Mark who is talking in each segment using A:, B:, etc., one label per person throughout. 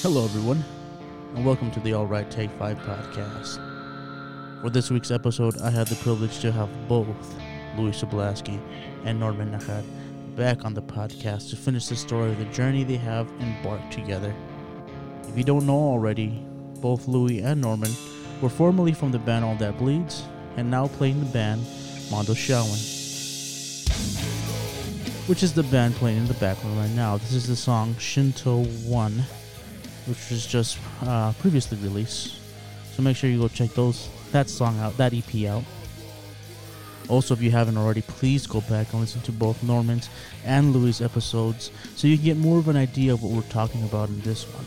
A: Hello, everyone, and welcome to the All Right Take Five podcast. For this week's episode, I had the privilege to have both Louis Soblaski and Norman Nakhad back on the podcast to finish the story of the journey they have embarked together. If you don't know already, both Louis and Norman were formerly from the band All That Bleeds and now play in the band Mondo Shawan, which is the band playing in the background right now. This is the song Shinto 1 which was just uh, previously released. So make sure you go check those that song out, that EP out. Also, if you haven't already, please go back and listen to both Norman's and Louis' episodes so you can get more of an idea of what we're talking about in this one.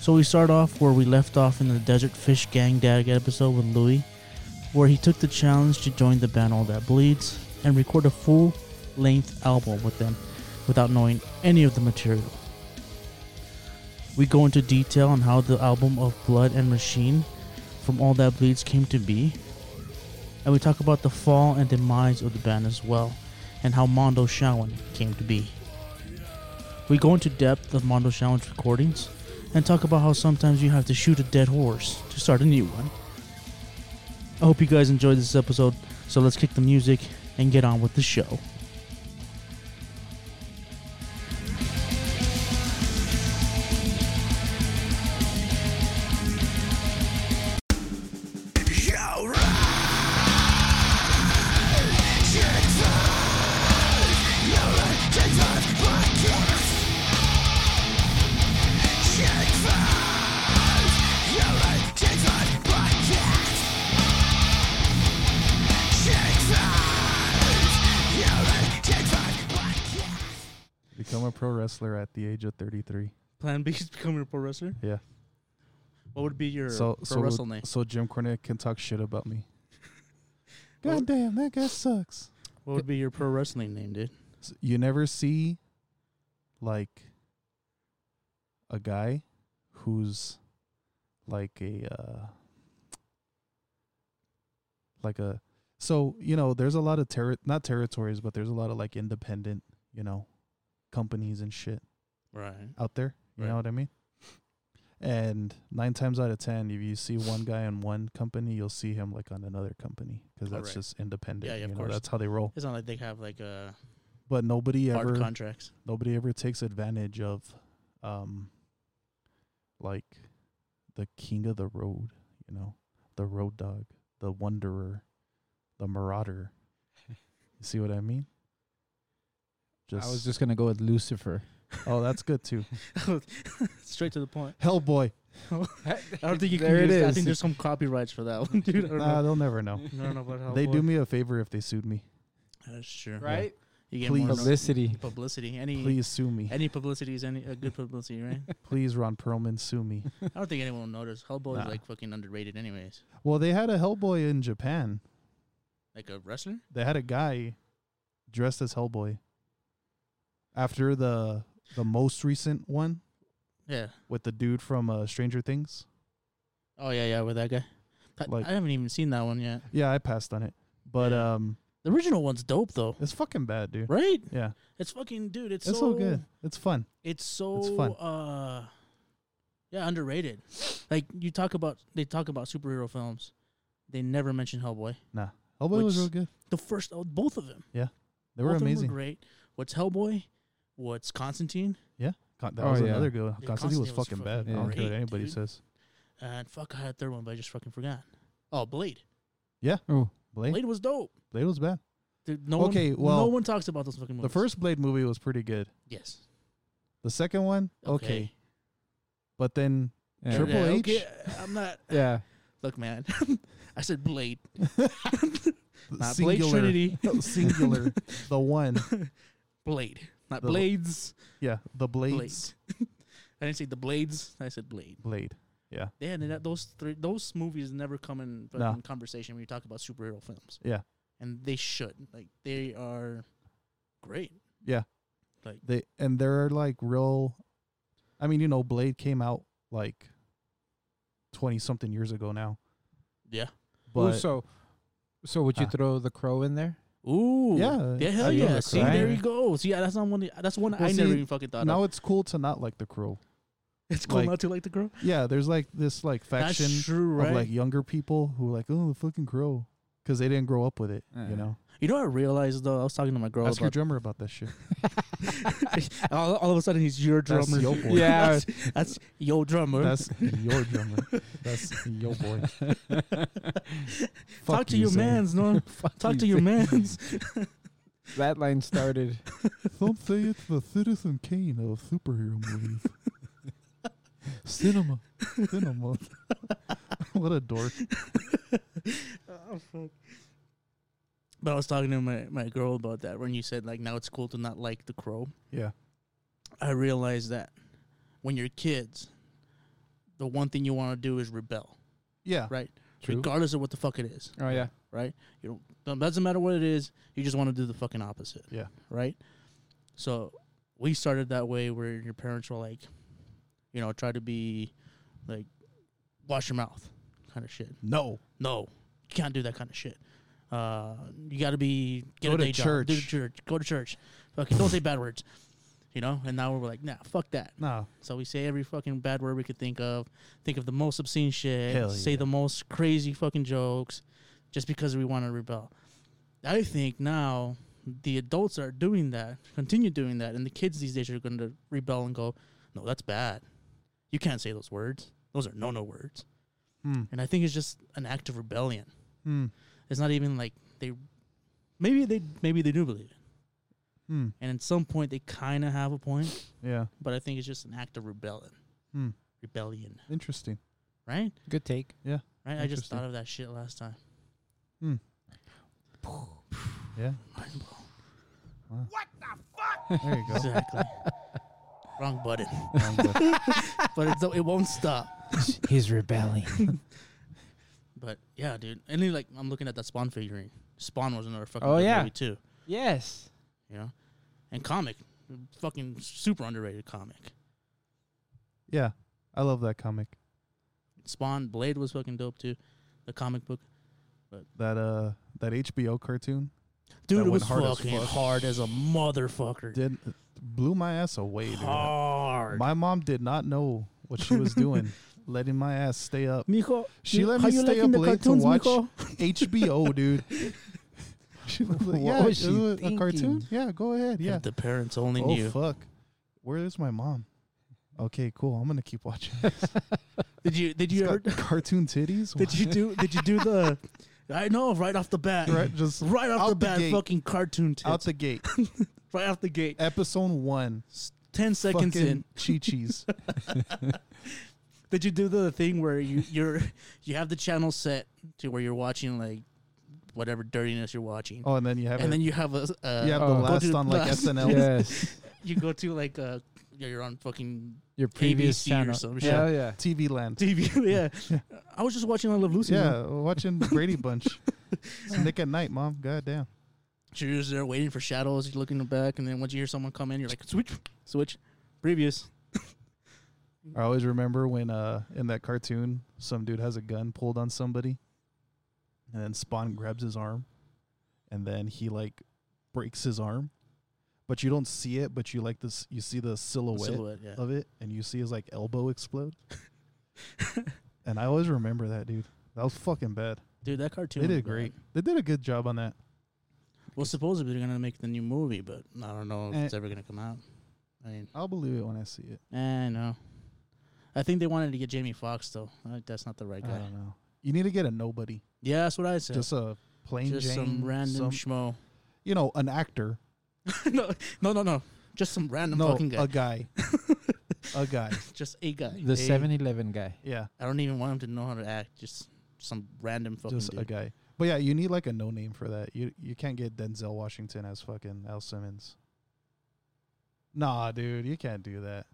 A: So we start off where we left off in the Desert Fish Gang Dag episode with Louis, where he took the challenge to join the band All That Bleeds and record a full length album with them without knowing any of the material. We go into detail on how the album of Blood and Machine from All That Bleeds came to be, and we talk about the fall and demise of the band as well, and how Mondo Shawan came to be. We go into depth of Mondo Shawan's recordings and talk about how sometimes you have to shoot a dead horse to start a new one. I hope you guys enjoyed this episode, so let's kick the music and get on with the show.
B: Become a pro wrestler at the age of 33.
A: Plan B is becoming a pro wrestler.
B: Yeah.
A: What would be your
B: So
A: pro
B: so
A: wrestle name?
B: so Jim Cornette can talk shit about me.
A: Well-
B: God damn, that guy sucks.
A: What would be your pro wrestling name, dude?
B: S- You never see like a guy who's like a uh like a so, you know, there's a lot of terri- not territories, but there's a lot of like independent, you know, companies and shit.
A: Right.
B: out there. You
A: Right.
B: know what I mean? And nine times out of ten, if you see one guy in one company, you'll see him like on another company because that's
A: Correct.
B: just independent.
A: Yeah, yeah, of
B: you know,
A: course.
B: That's how they roll.
A: It's not like they have like uh,
B: But nobody
A: hard
B: ever,
A: contracts.
B: nobody ever takes advantage of, um, like, the king of the road. You know, the road dog, the wanderer, the marauder. you see what I mean?
C: I was just gonna go with Lucifer.
B: oh, that's good too.
A: Straight to the point.
B: Hellboy.
A: I don't think you
C: There
A: can
C: it
A: use. I
C: is.
A: think there's some copyrights for that one, dude. I don't
B: Nah,
A: know.
B: they'll never know.
A: I don't know about how
B: They
A: boy-
B: do me a favor if they sued me.
A: That's true.
C: right?
A: You get
B: Please.
A: more no-
C: Publicity.
A: publicity. Any
B: Please sue me.
A: any publicity is any a good publicity, right?
B: Please, Ron Perlman, sue me.
A: I don't think anyone will notice. Hellboy is
B: Nah.
A: like fucking underrated, anyways.
B: Well, they had a Hellboy in Japan.
A: Like a wrestler.
B: They had a guy dressed as Hellboy. After the the most recent one
A: Yeah.
B: with the dude from uh, Stranger Things.
A: Oh yeah, yeah, with that guy. I,
B: Like-
A: I haven't even seen that one yet.
B: Yeah, I passed on it. But
A: Yeah.
B: um
A: The original one's dope though,
B: it's fucking bad, dude.
A: right?
B: Yeah.
A: It's fucking dude. It's,
B: It's, so, good. It's fun.
A: It's so
B: fun.
A: uh yeah, underrated. Like you talk about they talk about superhero films. They never mention Hellboy.
B: Hellboy
A: Which-
B: was real good.
A: The first oh, both of them.
B: They were
A: both of them
B: amazing.
A: great. What's Hellboy? What's Constantine?
B: Con- that
C: Oh,
B: was
C: yeah.
B: another good one.
A: Yeah,
B: Constantine was
A: Constantine was
B: fucking
A: fucking
B: bad. I don't care what
A: great,
B: anybody
A: dude.
B: says.
A: And fuck I had a third one, but I just fucking forgot. Oh, Blade.
C: Oh,
B: Blade?
A: Blade was dope.
B: Blade was bad.
A: Dude, no
B: Okay,
A: one, no
B: well,
A: one talks about those fucking movies.
B: The first Blade movie was pretty good.
A: Yes.
B: The second one, okay. But then
C: yeah.
B: Triple
A: Yeah,
B: H?
A: Okay. uh, I'm not
C: Yeah.
A: look man. I said Blade. Not Blade
B: singular,
A: Trinity.
B: singular, the one.
A: Blade. Not
B: The-
A: Blades.
B: Yeah, the blades.
A: Blades. I didn't say the Blades. I said Blade.
B: Blade.
A: Yeah, and that, those three, those movies never come in
B: No.
A: fucking conversation when you talk about superhero films.
B: Yeah.
A: and they should. Like they are great.
B: They and they're like real. I mean, you know, Blade came out like twenty something years ago now,
A: Yeah.
B: but
C: Ooh, so, so would you
B: Huh.
C: Ah. throw the crow in there?
A: Ooh.
B: Yeah,
A: Yeah,
B: I
A: hell
B: love
A: yeah.
B: The
A: See,
B: Crow.
A: there you go. See, that's not one. That's one
B: Well,
A: I never
B: see,
A: even fucking thought
B: now
A: of.
B: it's cool to not like the crow.
A: It's cool
B: like-
A: not to like the girl.
B: Yeah, there's like this like faction
A: That's true, right?
B: of like younger people who are like, oh, the fucking crow, because they didn't grow up with it.
C: Yeah.
B: You know,
A: you know, what I realized though. I was talking to my girl
B: ask your
A: about.
B: drummer about that shit.
A: all, all of a sudden, he's your
B: That's
A: drummer.
B: yo boy.
C: Yeah.
A: that's, that's yo drummer.
B: That's your drummer. That's yo boy.
A: Talk
B: Fuck
A: to
B: you,
A: your
B: Zane.
A: mans, Norm. Talk to your mans.
C: That line started.
B: Some say it's the Citizen Kane of superhero movies. Cinema. Cinema. what a dork.
A: oh fuck. But I was talking to my, my girl about that when you said like now it's cool to not like the crow.
B: Yeah.
A: I realized that when you're kids, the one thing you want to do is rebel,
B: Yeah.
A: right?
B: True.
A: Regardless of what the fuck it is,
C: Oh yeah.
A: right? You don't, doesn't matter what it is. You just want to do the fucking opposite.
B: Yeah.
A: Right. So we started that way where your parents were like, you know, try to be like, wash your mouth, kind of shit.
B: No.
A: No, you can't do that kind of shit. Uh, you got to be get
B: Go
A: a
B: to
A: day job, do
B: church.
A: church, go to church. Fucking don't say bad words, you know. And now we're like, nah, fuck that.
B: Nah.
A: So we say every fucking bad word we could think of, think of the most obscene shit,
B: Hell
A: say
B: yeah.
A: the most crazy fucking jokes, just because we want to rebel. I think now the adults are doing that, continue doing that, and the kids these days are going to rebel and go, no, that's bad. You can't say those words. Those are no no words.
B: Hmm.
A: And I think it's just an act of rebellion.
B: Hmm.
A: It's not even like they, maybe they maybe they do believe it,
B: Hmm.
A: and at some point they kind of have a point,
B: Yeah.
A: but I think it's just an act of rebellion,
B: Hmm.
A: rebellion,
B: Interesting.
A: right?
C: Good take.
A: Right? I just
B: Interesting.
A: thought of that shit last time.
B: Yeah.
A: Mind blown.
B: There you go.
A: Exactly. Wrong button,
B: Um, but
A: but it's, it won't stop.
C: He's rebelling.
A: But yeah, dude. And then, like I'm looking at that Spawn figurine. Spawn was another fucking
C: Oh,
A: good
C: yeah.
A: movie too.
C: yes.
A: You know, and comic, fucking super underrated comic.
B: yeah. I love that comic.
A: Spawn Blade was fucking dope too. The comic book,
B: That uh that HBO cartoon
A: dude, it
B: went
A: was
B: hard as
A: fucking
B: fuck.
A: hard as a motherfucker.
B: did uh, blew my ass away, dude.
A: hard.
B: My mom did not know what she was doing, letting my ass stay up.
A: Mijo,
B: She let me stay up late to watch HBO, dude. She was like,
C: What
B: yeah,
C: was she
B: it was a
C: thinking?
B: cartoon? Yeah, go ahead.
A: Yeah.
B: Yeah.
A: the parents only
B: oh
A: knew.
B: fuck, where is my mom? Okay, cool. I'm gonna keep watching.
A: Did you did
B: It's
A: you
B: got
A: ever
B: cartoon titties?
A: did you do did you do the I know right off the bat. Right,
B: right? Just
A: off
B: Out
A: the
B: the
A: bat
B: gate.
A: fucking cartoon tits.
B: out the gate.
A: right off the gate.
B: Episode one.
A: S- 10 seconds in.
B: fucking Chi Chi's.
A: Did you do the thing where you you're you have the channel set to where you're watching like whatever dirtiness you're watching.
B: Oh, and then you have
A: and
B: it-
A: then you have a s- uh,
B: you have
C: Oh.
B: the
C: go
B: last
A: to
B: on like
A: last.
B: SNL.
C: Yes.
A: you go to like uh you're on fucking
C: Your previous
A: ABC or
C: channel.
A: some shit.
C: Hell yeah.
B: TV land.
A: TV. yeah. I was just watching I Love Lucy. man.
B: Yeah, watching Brady Bunch. It's Nick at Night, mom. Goddamn.
A: So you're just there waiting for shadows, you're looking back, and then once you hear someone come in, you're like, switch, switch, previous.
B: I always remember when uh in that cartoon some dude has a gun pulled on somebody and then Spawn grabs his arm and then he like breaks his arm. But you don't see it, but you like this you see the Oh. silhouette,
A: Silhouette, yeah.
B: of it and you see his like elbow explode. and I always remember that dude. That was fucking bad.
A: Dude, that cartoon.
B: they
A: was
B: did
A: bad.
B: great. They did a good job on that.
A: Well, supposedly they're going to make the new movie, but I don't know if
B: Eh.
A: it's ever going to come out. I mean,
B: I'll believe it when I see it.
A: eh, no. I think they wanted to get Jamie Foxx, though. I think that's not the right
B: I
A: guy.
B: don't know. You need to get a nobody.
A: Yeah, that's what I said. Just,
B: Uh-huh. Just a plain Jane,
A: some random
B: some-
A: schmo.
B: you know, an actor.
A: no, no, no, no. Just some random
B: no,
A: fucking guy.
B: a guy. a guy.
A: just a guy.
C: The
A: A-
C: 7 Eleven guy.
B: Yeah,
A: I don't even want him to know how to act. Just some random fucking
B: just
A: dude.
B: a guy. But yeah, you need like a no name for that. You you can't get Denzel Washington as fucking Al Simmons. Nah, dude, you can't do that.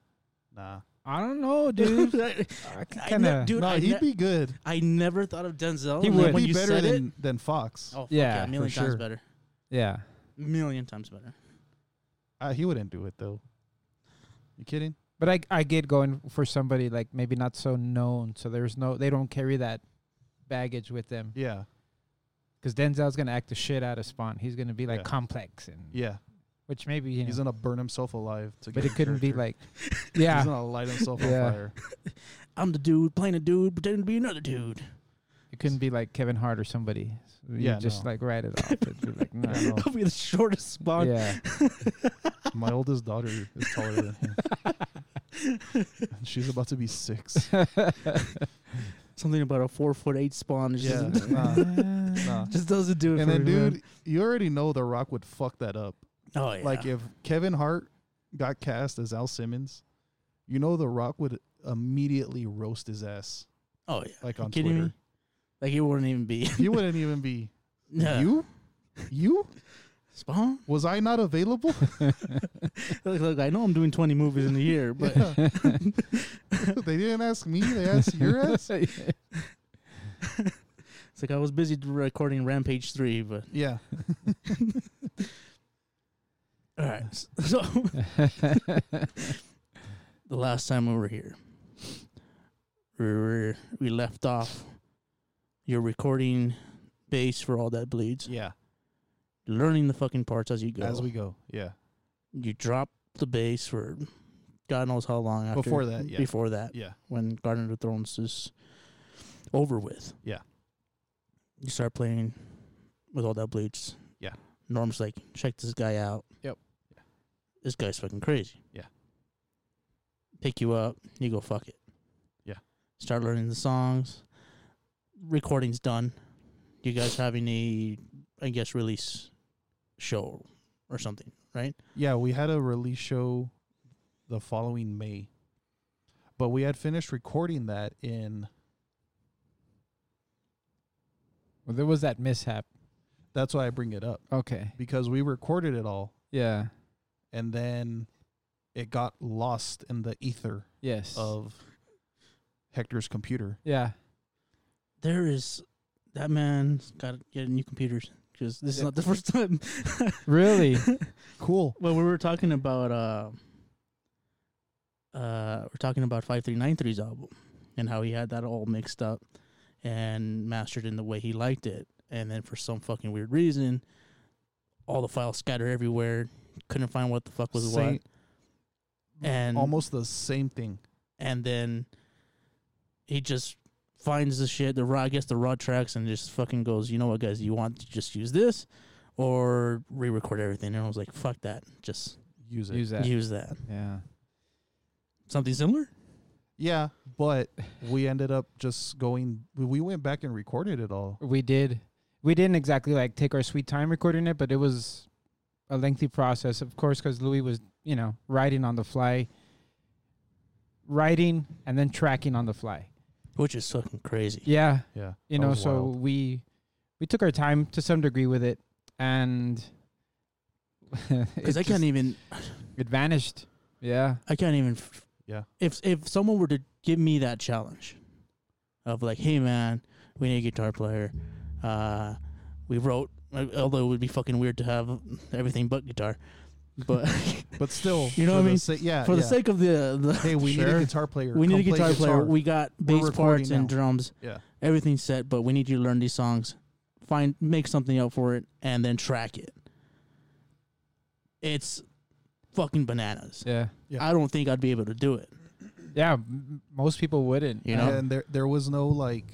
B: Nah,
C: I don't know, dude.
A: dude,
C: I
A: I
C: kind
A: ne-
C: of.
A: dude,
B: nah,
A: I,
B: he'd
A: ne-
B: be good.
A: I never thought of Denzel. and
C: He
B: He'd
A: then
C: would.
A: When
B: be
A: you
B: better
A: said
B: than
A: it,
B: than Fox.
A: oh fuck
C: Yeah,
A: yeah, a
C: for
A: million times
B: sure.
A: better,
C: Yeah.
A: a million times better.
B: Uh, he wouldn't do it though. You kidding?
C: But I I get going for somebody like maybe not so known, so there's no they don't carry that baggage with them.
B: Yeah,
C: Because Denzel's gonna act the shit out of Spawn. He's gonna be like
B: Yeah.
C: complex and
B: Yeah,
C: which maybe you
B: he's
C: know,
B: gonna burn himself alive to
C: but
B: get
C: it couldn't be
B: character.
C: like,
B: he's
C: yeah,
B: gonna light himself
C: Yeah.
B: on fire.
A: I'm the dude playing a dude pretending to be another dude.
C: it couldn't be like Kevin Hart or somebody. You
B: Yeah,
C: just
B: no.
C: like write it off. It'd be like, no,
B: Yeah,
A: I'll be the shortest spawn.
C: yeah,
B: My oldest daughter is taller than him. And She's about to be six.
A: Something about a four foot eight spawn. It's
B: Yeah,
A: Just,
B: nah, nah.
A: just doesn't do it
B: And
A: for
B: then,
A: me, man.
B: dude, you already know The Rock would fuck that up.
A: Oh, yeah.
B: Like, if Kevin Hart got cast as Al Simmons, you know The Rock would immediately roast his ass,
A: oh, yeah.
B: like
A: You
B: on
A: kidding
B: Twitter.
A: me? Like, it wouldn't even be.
B: He wouldn't even be
A: No.
B: you. You
A: Spawn?
B: was I not available?
A: Look, look, I know I'm doing 20 movies in a year, but
B: Yeah. they didn't ask me. They asked your ass.
A: it's like I was busy recording Rampage 3, but.
B: Yeah,
A: All right. s- So the last time we were here, we were, we left off your recording base for all that bleeds,
B: yeah.
A: learning the fucking parts as you go.
B: As we go, yeah.
A: you drop the bass for God knows how long after
B: Before that, yeah.
A: Before that,
B: Yeah.
A: when Garden of the Thrones is over with.
B: Yeah.
A: You start playing with all that bleach.
B: Yeah.
A: Norm's like, check this guy out.
B: Yep.
A: This guy's fucking crazy.
B: Yeah.
A: Pick you up, you go fuck it.
B: Yeah.
A: Start learning the songs. Recording's done. You guys having a I guess release show or something, right?
B: Yeah, we had a release show the following May. But we had finished recording that in
C: well, there was that mishap.
B: that's why I bring it up
C: Okay,
B: because we recorded it all
C: yeah,
B: and then it got lost in the ether
C: yes,
B: of Hector's computer.
C: yeah.
A: There is that man's got to get new computers because this is
B: Yeah.
A: not the first time
C: Really?
B: Cool.
A: Well, we were talking about uh, uh, we're talking about five three nine three's album and how he had that all mixed up and mastered in the way he liked it, and then for some fucking weird reason, all the files scattered everywhere. Couldn't find what the fuck was
B: Same-
A: what, and
B: almost the same thing.
A: and then he just finds the shit, the raw, I guess the raw tracks, and just fucking goes, you know what, guys, you want to just use this or re-record everything? And I was like, fuck that, just
B: Use it.
C: Use that.
A: use that.
C: Yeah.
A: Something similar?
B: Yeah, but we ended up just going we- we went back and recorded it all.
C: We did. We didn't exactly like take our sweet time recording it, but it was a lengthy process, of course, because Louis was, you know, writing on the fly, writing and then tracking on the fly.
A: Which is fucking crazy.
C: Yeah,
B: Yeah. that
C: you know,
B: was
C: so
B: wild.
C: we we took our time to some degree with it, and
A: Because
C: it,
A: I can't e
C: just-
A: even,
C: it vanished. Yeah,
A: I can't even. f-
B: Yeah.
A: If if someone were to give me that challenge, of like, hey man, we need a guitar player. Uh, we wrote, uh, although it would be fucking weird to have everything but guitar, but
B: But still,
A: You know
B: for
A: what I
B: the
A: mean?
B: sa- yeah,
A: for the
B: yeah.
A: sake of the, the
B: Hey, we need
A: Sure.
B: a guitar player.
A: we need a
B: Come play
A: guitar player.
B: guitar.
A: We got
B: We're
A: bass parts
B: recording
A: and
B: now.
A: drums.
B: Yeah.
A: everything's set, but we need you to learn these songs. Find make something up for it and then track it. It's fucking bananas.
C: yeah,
B: Yeah.
A: I don't think I'd be able to do it.
C: yeah. m- Most people wouldn't.
A: You know?
B: and there there was no like,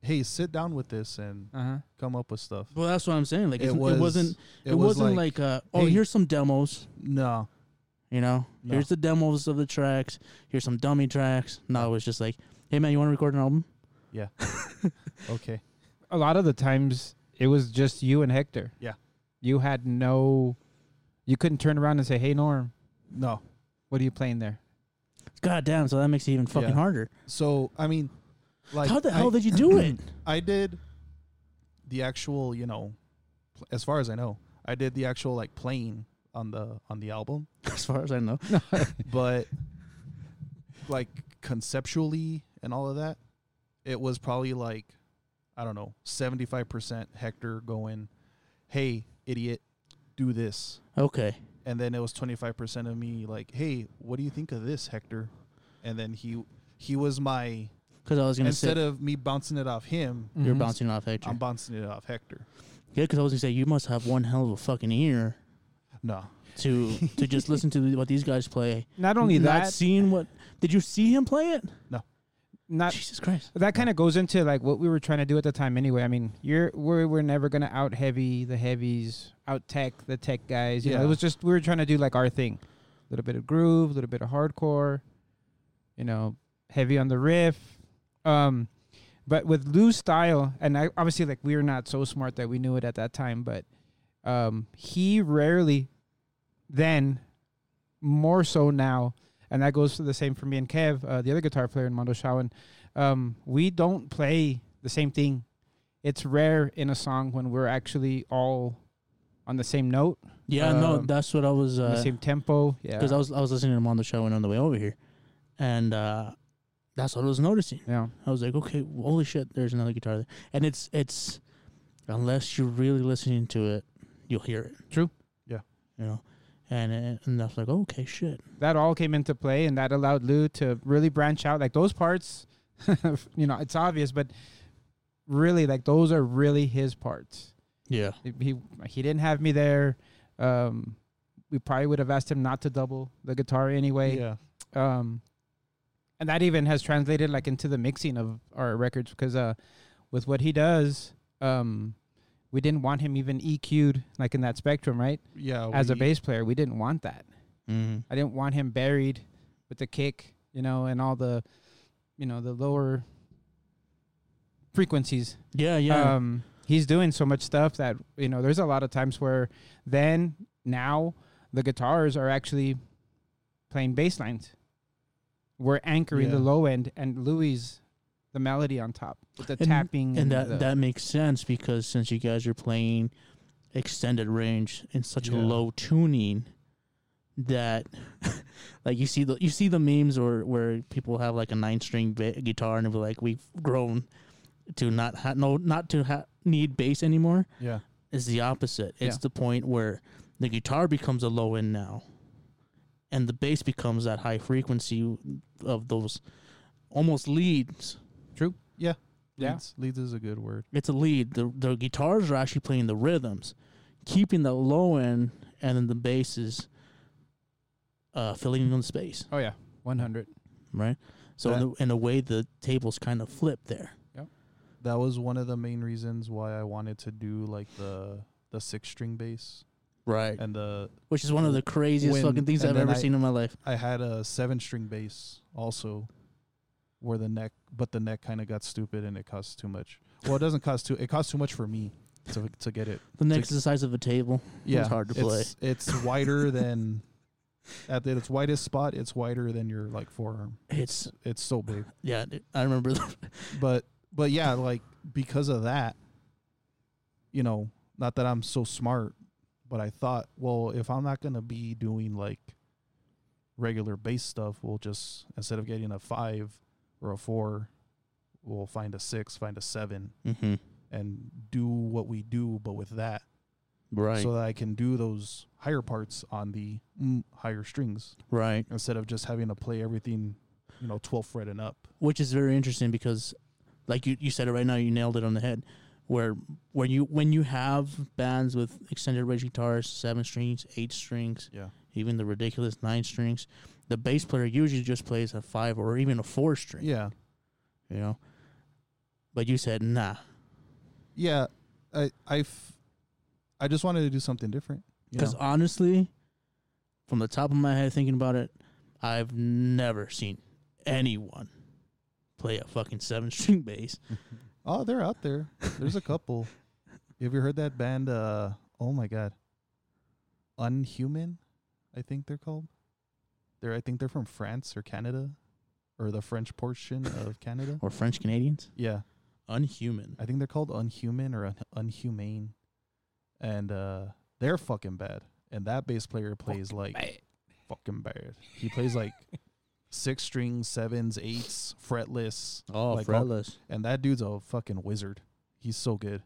B: hey, sit down with this and
C: Uh huh.
B: come up with stuff.
A: Well, that's what I'm saying. Like
B: It
A: it,
B: was-
A: wasn't. It, was not like, uh, oh,
B: hey.
A: here's some demos.
B: no,
A: You know,
B: No.
A: here's the demos of the tracks. Here's some dummy tracks. No, it was just like, hey man, you want to record an album?
B: okay,
C: a lot of the times it was just you and Hector.
B: Yeah.
C: You had no you couldn't turn around and say, Hey Norm,
B: no.
C: what are you playing there?
A: God damn! So that makes it even fucking
B: Yeah.
A: harder.
B: So I mean, like,
A: How the
B: I-
A: hell did you do it?
B: I did the actual, you know, pl- as far as I know, I did the actual like playing on the on the album,
A: as far as I know,
B: but like conceptually and all of that, it was probably like, I don't know, seventy five percent Hector going, hey, idiot, do this.
A: okay.
B: and then it was 25% of me like hey what do you think of this hector and then he he was my
A: Because I was gonna
B: Instead
A: say
B: of me bouncing it off him,
A: you're
C: Mhm.
A: bouncing off Hector.
B: I'm bouncing it off Hector.
A: yeah, because I was gonna say you must have one hell of a fucking ear
B: No,
A: to to just listen to what these guys play.
C: Not only
A: not
C: that,
A: seeing what did you see him play it?
C: not
A: Jesus Christ!
C: that kind of goes into like what we were trying to do at the time anyway. I mean, you're we're, we're never gonna out heavy the heavies, out tech the tech guys. You know,
B: Yeah.
C: it was just we were trying to do like our thing, a little bit of groove, a little bit of hardcore, you know, heavy on the riff. Um, but with Lou's style, and I obviously like we were not so smart that we knew it at that time, but um, he rarely then more so now and that goes to the same for me and kev uh, the other guitar player in mondo shawan um, we don't play the same thing it's rare in a song when we're actually all on the same note
A: Yeah, no,
C: Um,
A: that's what I was.
C: on the
A: Uh,
C: same tempo yeah
A: because I was I was listening to him on the show and on the way over here, and uh, that's what I was noticing.
C: yeah
A: I was like, okay, holy shit, there's another guitar there, and it's it's unless you're really listening to it, you'll hear it.
C: True.
B: Yeah.
A: You know, and and- and that's like okay, shit.
C: that all came into play and that allowed Lou to really branch out. Like those parts, you know, it's obvious, but really, like those are really his parts.
A: Yeah.
C: He he didn't have me there. Um, we probably would have asked him not to double the guitar anyway.
B: yeah,
C: Um, and that even has translated like into the mixing of our records because uh, with what he does, um, we didn't want him even EQ'd like in that spectrum, right?
B: yeah.
C: As a
B: Oh, we-
C: bass player, we didn't want that.
A: Mm.
C: I didn't want him buried with the kick, you know, and all the, you know, the lower frequencies.
A: Yeah. Yeah.
C: Um, he's doing so much stuff that you know. There's a lot of times where then now the guitars are actually playing bass lines. We're anchoring the
B: Yeah.
C: low end and Louis, the melody on top with the
A: And-
C: tapping
A: and
C: the,
A: that that makes sense because since you guys are playing extended range in such a
B: Yeah.
A: low tuning that like you see the you see the memes or where people have like a nine string ba- guitar and they're like we've grown to not ha- no not to ha- need bass anymore
B: Yeah,
A: it's the opposite it's
C: Yeah.
A: the point where the guitar becomes a low end now and the bass becomes that high frequency of those almost leads
C: Yeah.
B: Leads, leads is a good word.
A: it's a lead. The the guitars are actually playing the rhythms, keeping the low end, and then the bass is uh, filling in the space,
C: oh yeah, one hundred.
A: right? So in, the, in a way, the tables kind of flip there.
B: That was one of the main reasons why I wanted to do like the the six string bass
A: Right.
B: and the
A: Which is one of the craziest
B: When-
A: fucking things
B: and
A: I've
B: then
A: ever
B: I-
A: seen in my life.
B: I had a seven string bass also, where the neck, but the neck kind of got stupid and it costs too much. Well, it doesn't cost too. It costs too much for me to to get it.
A: The next is the size of a table.
B: Yeah,
A: hard to
B: it's, It's wider than at its widest spot. It's wider than your like forearm.
A: It's
B: It's so big.
A: yeah. dude, I remember. The,
B: But but yeah, like because of that, you know, not that I'm so smart, but I thought, well, if I'm not gonna be doing like regular bass stuff, we'll just instead of getting a five or a four, we'll find a six, find a seven,
A: mm-hmm.
B: and do what we do, but with that,
A: Right.
B: so that I can do those higher parts on the mm, higher strings
A: right.
B: instead of just having to play everything, you know, 12 fret and up.
A: which is very interesting because like you, you said it right now you nailed it on the head where when you when you have bands with extended range guitars seven strings eight strings
B: Yeah.
A: even the ridiculous nine strings the bass player usually just plays a five or even a four string
B: Yeah.
A: you know but you said nah
B: yeah i i f- i just wanted to do something different you
A: because
B: know?
A: honestly from the top of my head thinking about it i've never seen anyone play a fucking seven string bass
B: oh they're out there there's a couple have you heard that band uh oh my god unhuman i think they're called they're i think they're from france or canada or the french portion of canada
A: or french canadians
B: yeah
A: unhuman
B: i think they're called unhuman or un- unhumane and uh they're fucking bad and that bass player plays like fucking bad he plays like six strings sevens eights fretless
A: oh
B: Like, all-
A: fretless
B: And that dude's a fucking wizard. He's so good.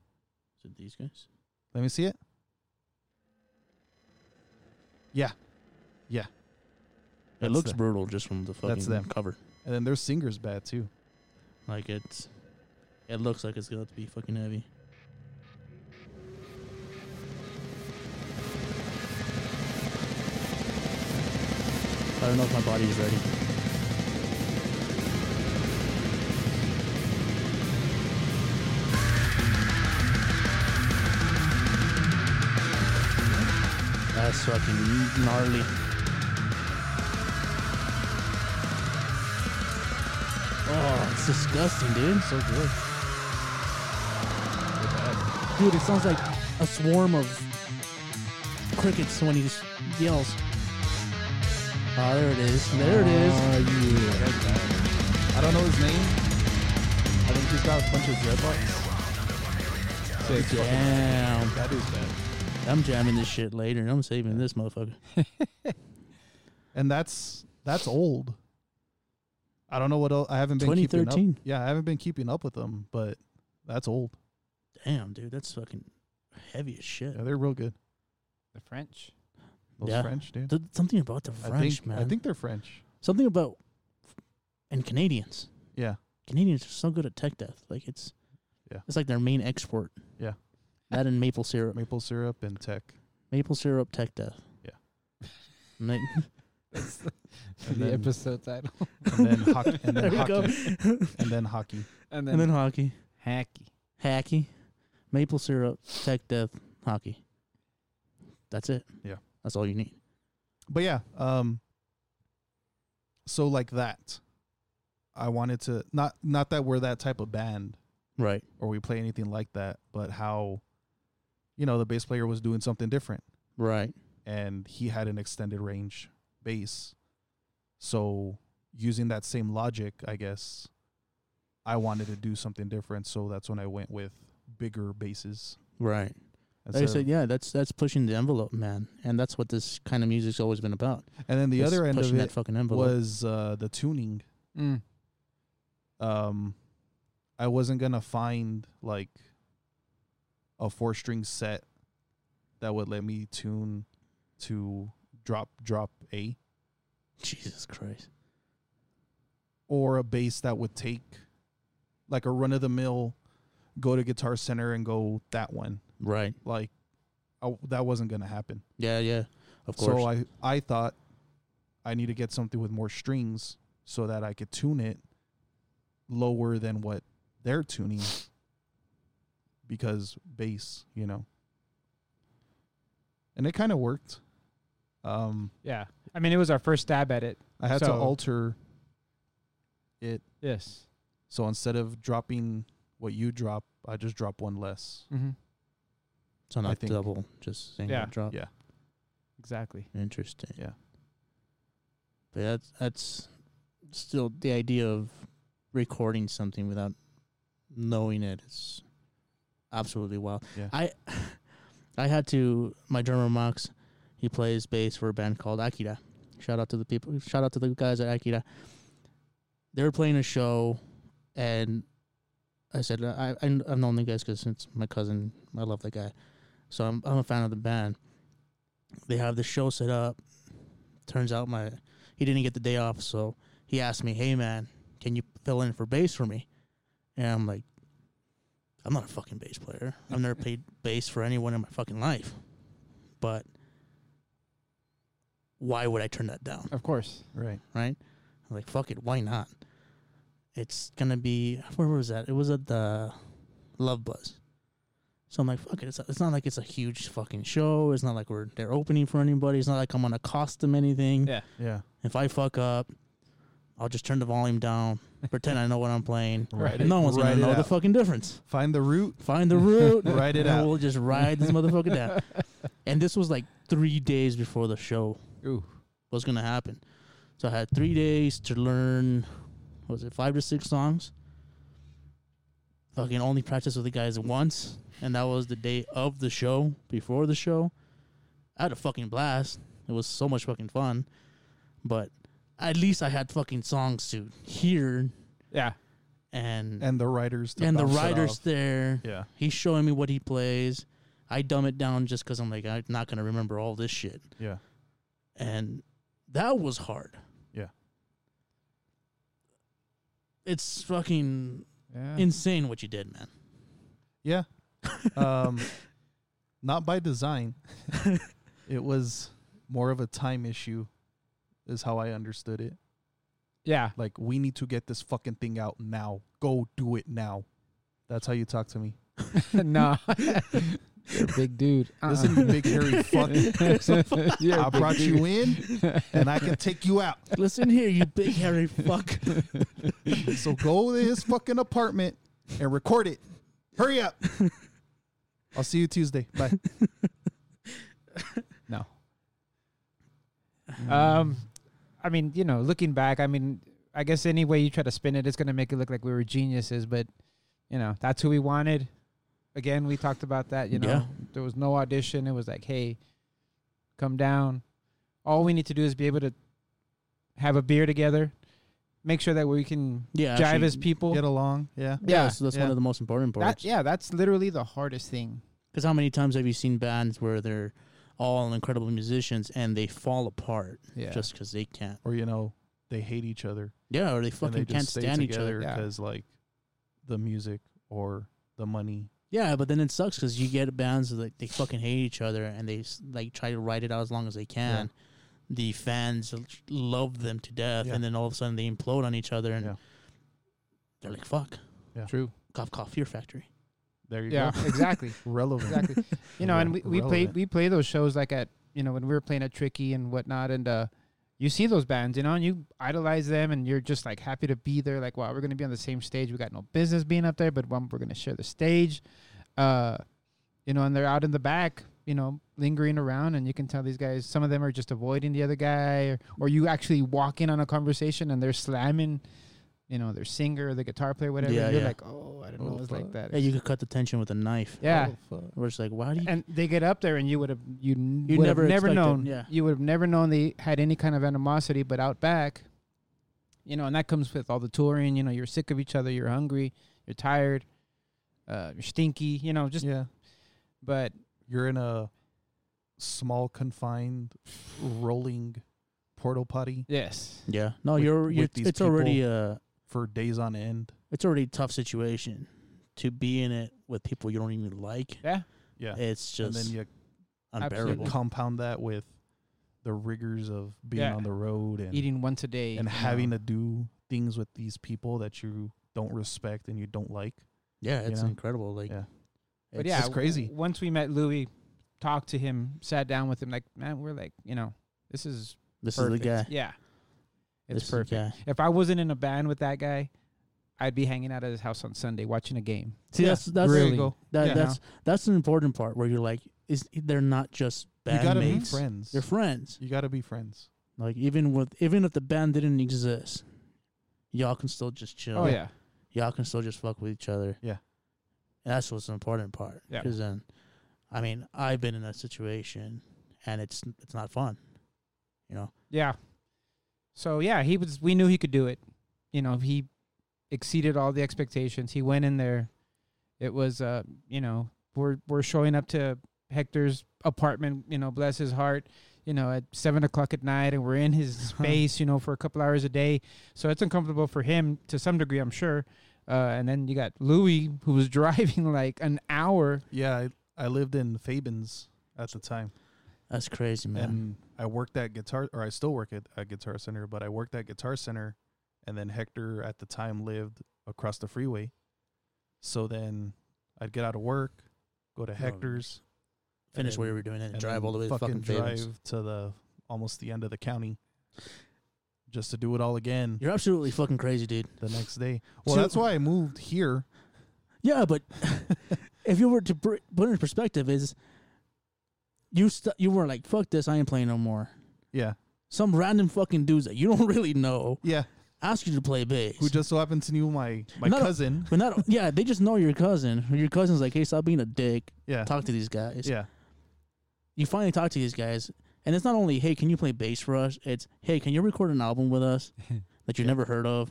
A: Is it these guys?
B: Let me see it. Yeah. That's
A: it looks
B: the-
A: brutal just from the fucking
B: them.
A: cover.
B: And then their singer's bad too.
A: Like it's, it looks like it's going to be fucking heavy. I don't know if my body is ready. That's fucking gnarly. Oh, it's disgusting, dude. So good. Dude, it sounds like a swarm of crickets when he just yells. Ah, there it is. There it is. Ah,
B: I don't know his name. I think he's got a bunch of dreadlocks. Sick.
A: Damn.
B: That is bad.
A: I'm jamming this shit later and I'm saving this motherfucker.
B: And that's that's old. I don't know what else. I haven't been keeping up.
A: 2013.
B: Yeah, I haven't been keeping up with them, but that's old.
A: Damn, dude. That's fucking heavy as shit.
B: Yeah, they're real good.
C: The French.
B: Those
A: Yeah.
B: French, dude.
A: Th- something about the
B: I
A: French,
B: think
A: man.
B: I think they're French.
A: something about and Canadians.
B: Yeah.
A: Canadians are so good at tech death. Like it's
B: Yeah.
A: It's like their main export.
B: Yeah.
A: That and maple syrup.
B: Maple syrup and tech.
A: Maple syrup tech death.
B: Yeah.
A: And they-
C: That's
B: And
C: the
B: then-
C: episode title.
B: And then hockey and
A: there
B: then
A: we go.
B: hockey. And then hockey.
C: And
A: and then hockey.
C: hacky.
A: Hacky. Maple syrup, tech death, hockey. That's it.
B: Yeah.
A: That's all you need.
B: But yeah, um so like that. I wanted to not not that we're that type of band
A: Right.
B: or we play anything like that, but how you know, the bass player was doing something different.
A: Right.
B: and he had an extended range bass. So using that same logic, I guess I wanted to do something different. So that's when I went with bigger basses.
A: Right.
B: And,
A: Like I
B: so-
A: said, yeah, that's that's pushing the envelope, man, and that's what this kind of music's always been about.
B: and then the
A: It's
B: other end of
A: pushing that
B: it
A: fucking envelope.
B: was uh, the tuning.
C: Mm.
B: Um, I wasn't gonna find like a four string set that would let me tune to drop drop A.
A: Jesus Christ.
B: or a bass that would take like a run of the mill go to guitar center and go that one
A: Right.
B: like I, that wasn't going to happen
A: Yeah. Yeah. Of course.
B: so i i thought i need to get something with more strings so that i could tune it lower than what they're tuning because bass you know and it kind of worked um
C: Yeah. I mean, it was our first stab at it.
B: i had to
C: So-
B: alter it
C: Yes.
B: So instead of dropping what you drop, I just drop one less.
C: Mm-hmm.
A: so not
B: think-
A: double, just single
C: Yeah.
A: drop.
B: Yeah.
C: Exactly.
A: Interesting.
B: Yeah.
A: But that's that's still the idea of recording something without knowing it is absolutely wild.
B: Yeah.
A: I I had to my drummer Max, he plays bass for a band called Akira. Shout out to the people shout out to the guys at Akira. They were playing a show and I said I, I I've known the guys because since my cousin I love that guy. So I'm I'm a fan of the band. They have the show set up. Turns out my he didn't get the day off, so he asked me, "Hey man, can you fill in for bass for me?" And I'm like, "I'm not a fucking bass player. I've never played bass for anyone in my fucking life." But why would I turn that down?
C: Of course.
B: Right.
A: right? I'm like, fuck it, why not? It's gonna be where was that? It was at the Love Buzz. So I'm like, fuck it. It's, it's not like it's a huge fucking show. It's not like we're they're opening for anybody. It's not like I'm gonna cost them anything.
C: Yeah.
B: Yeah.
A: If I fuck up, I'll just turn the volume down, pretend I know what I'm playing.
B: Right.
A: No one's
B: Write
A: gonna
B: it
A: know the
B: out.
A: fucking difference.
B: Find the root.
A: Find the root.
B: Write it
A: and
B: out.
A: We'll just ride this motherfucker down. And this was like three days before the show
C: Ooh.
A: was going to happen. So I had three days to learn, what was it five to six songs? Fucking only practice with the guys once, and that was the day of the show, before the show. I had a fucking blast. It was so much fucking fun, but at least I had fucking songs to hear
C: Yeah.
A: and and,
B: And the writers. To
A: the
B: bounce it
A: writers
B: off.
A: there.
B: Yeah.
A: He's showing me what he plays. I dumb it down just because I'm like I'm not gonna remember all this shit
B: Yeah.
A: and that was hard.
B: Yeah.
A: it's fucking
C: Yeah.
A: insane what you did, man.
B: Yeah. Um, not by design. it was more of a time issue, is how I understood it.
C: yeah.
B: Like, we need to get this fucking thing out now. Go do it now. That's how you talk to me.
C: no. You're a big dude. Uh-uh.
B: Listen, you big hairy fuck. I brought you in and I can take you out.
A: Listen here, you big hairy fuck.
B: So go to his fucking apartment and record it. Hurry up. I'll see you Tuesday. Bye.
C: No. Um, I mean, you know, looking back, I mean, I guess any way you try to spin it, it's gonna make it look like we were geniuses. But you know, that's who we wanted. Again, we talked about that. You know,
A: Yeah.
C: there was no audition. It was like, hey, come down. All we need to do is be able to have a beer together, make sure that we can
A: Yeah,
C: jive
A: actually,
C: as people.
B: Get along. Yeah.
A: Yeah, so that's
B: yeah.
A: one of the most important
C: That,
A: parts.
C: yeah, that's literally the hardest thing.
A: Because how many times have you seen bands where they're all incredible musicians and they fall apart
C: Yeah.
A: just because they can't?
B: Or, you know, they hate each other.
A: Yeah, or they
B: and
A: fucking
B: they
A: can't
B: just
A: stand each other.
C: Yeah.
B: because like the music or the money.
A: Yeah, but then it sucks because you get bands that like, they fucking hate each other and they s- like try to write it out as long as they can. The fans l- love them to death,
B: Yeah.
A: and then all of a sudden they implode on each other, and
B: Yeah.
A: they're like, "Fuck,
C: True.
A: cough, cough, Fear Factory."
B: There you
C: Yeah,
B: go.
C: exactly.
B: Relevant.
C: exactly. You know, and we,
B: Re-
C: we play
B: relevant.
C: we play those shows like at you know when we were playing at Tricky and whatnot, and uh, you see those bands, you know, and you idolize them, and you're just like happy to be there. Like, wow, we're gonna be on the same stage. We got no business being up there, but one, we're gonna share the stage. Uh, you know, and they're out in the back, you know, lingering around, and you can tell these guys. Some of them are just avoiding the other guy, or, or you actually walk in on a conversation and they're slamming. You know, their singer, or the guitar player, whatever.
A: Yeah,
C: and you're
A: yeah.
C: like, oh, I didn't know
B: Oh,
C: it was like
B: fuck.
C: that.
A: Yeah, you could cut the tension with a knife.
C: yeah.
B: Oh, fuck.
A: We're just like, why do you?
C: and they get up there and you would have you
A: You'd
C: would
A: never
C: have never
A: expect it,
C: known
A: yeah.
C: you would have never known they had any kind of animosity but out back you know and that comes with all the touring you know you're sick of each other you're hungry you're tired uh, you're stinky you know just
B: yeah.
C: but
B: You're in a small confined rolling portal potty
C: yes
A: yeah, no,
B: With-
A: you're, you're
B: with these
A: it's already a
B: for days on end.
A: it's already a tough situation to be in it with people you don't even like.
C: yeah
B: Yeah.
A: It's
B: and
A: just
B: then you, you
A: unbearable.
C: absolutely.
B: compound that with the rigors of being
C: Yeah.
B: on the road and
C: eating once a day
B: and
C: you know.
B: having to do things with these people that you don't respect and you don't like.
A: Yeah,
B: you
A: it's
B: know?
A: incredible. Like,
B: Yeah.
C: but
A: it's-
C: yeah
B: it's crazy.
C: w- once we met Louis talked to him sat down with him like man we're like you know this is
A: this
C: perfect.
A: is the guy.
C: yeah
A: This
C: it's
A: is the
C: perfect
A: guy.
C: If I wasn't in a band with that guy, I'd be hanging out at his house on Sunday watching a game.
A: See,
B: Yeah,
A: that's that's
C: really.
A: That,
B: Yeah.
A: That's that's an important part where you're like, is they're not just
B: You gotta be
A: bandmates.
B: friends.
A: They're friends.
B: you gotta be friends.
A: Like even with even if the band didn't exist, y'all can still just chill.
C: Oh yeah,
A: y'all can still just fuck with each other.
B: Yeah.
A: that's what's the important part.
C: Yeah.
A: because then, I mean, I've been in that situation, and it's it's not fun. You know,
C: yeah. So yeah, he was. We knew he could do it. You know, he exceeded all the expectations. He went in there. It was, uh, you know, we're we're showing up to Hector's apartment. You know, bless his heart. You know, at seven o'clock at night, and we're in his space. You know, for a couple hours a day. So it's uncomfortable for him to some degree, I'm sure. Uh, and then you got Louis, who was driving like an hour
B: Yeah, I, I lived in Fabens at the time,
A: that's crazy, man.
B: and I worked at guitar, or I still work at, at Guitar Center, but I worked at Guitar Center, and then Hector at the time lived across the freeway, so then I'd get out of work, go to
A: nice.
B: Hector's, and
A: Finish what
B: then-
A: you were doing Oh, and,
B: and
A: drive
B: then
A: all the way to fucking
B: drive
A: Vegas.
B: to the almost the end of the county, just to do it all again
A: You're absolutely fucking crazy, dude.
B: the next day. Well,
A: So-
B: that's why I moved here.
A: Yeah, but if you were to br- put it in perspective, is you st- you were like, "Fuck this, I ain't playing no more."
B: Yeah,
A: Some random fucking dudes that you don't really know
B: yeah.
A: ask you to play bass.
B: Who just so happened to knew my my
A: No, no.
B: cousin.
A: but not yeah, they just know your cousin. Your cousin's like, "Hey, stop being a dick.
B: Yeah,
A: Talk to these guys."
B: yeah.
A: You finally talk to these guys, and it's not only, "Hey, can you play bass for us?" It's, "Hey, can you record an album with us that you never heard of?"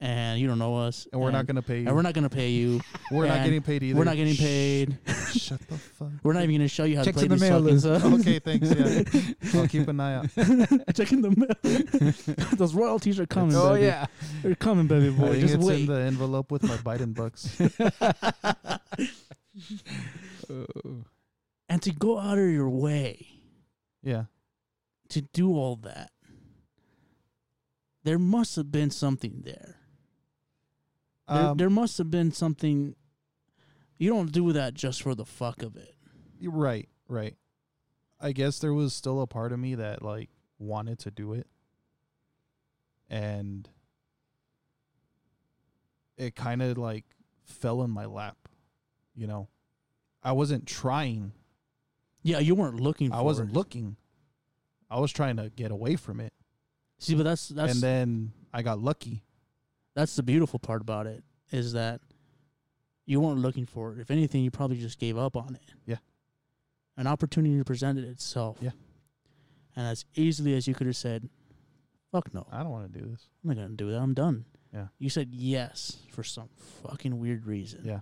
A: and you don't know us,
B: and we're not gonna pay.
A: and we're not gonna pay you.
B: We're not
A: and
B: getting paid either.
A: We're not getting
B: Shh.
A: paid.
B: Shut the fuck.
A: We're not even gonna show you how
C: Checks
A: to
C: in
A: play
C: the
A: these
C: mail,
A: fucking
C: Lou.
A: songs.
B: okay, thanks. Yeah, I'll keep an eye out.
A: Checking the mail. Those royalties are coming.
C: oh
A: baby.
C: yeah.
A: they're coming, baby
B: I
A: boy.
B: think
A: Just
B: it's in
A: wait.
B: the envelope with my Biden bucks.
C: Oh.
A: and to go out of your way
B: Yeah,
A: to do all that, there must have been something there. There,
B: um,
A: there must have been something. You don't do that just for the fuck of it.
B: you're right, right. I guess there was still a part of me that like wanted to do it, and it kind of like fell in my lap. You know, I wasn't trying
A: Yeah, you weren't looking. for
B: I wasn't
A: it.
B: looking. I was trying to get away from it.
A: See, but that's that's
B: and then I got lucky.
A: that's the beautiful part about it is that you weren't looking for it. If anything, you probably just gave up on it.
B: Yeah.
A: An opportunity presented itself.
B: Yeah.
A: And as easily as you could have said, "Fuck no,
B: I don't want to do this.
A: I'm not gonna do that. I'm done."
B: Yeah.
A: You said yes for some fucking weird reason.
B: Yeah.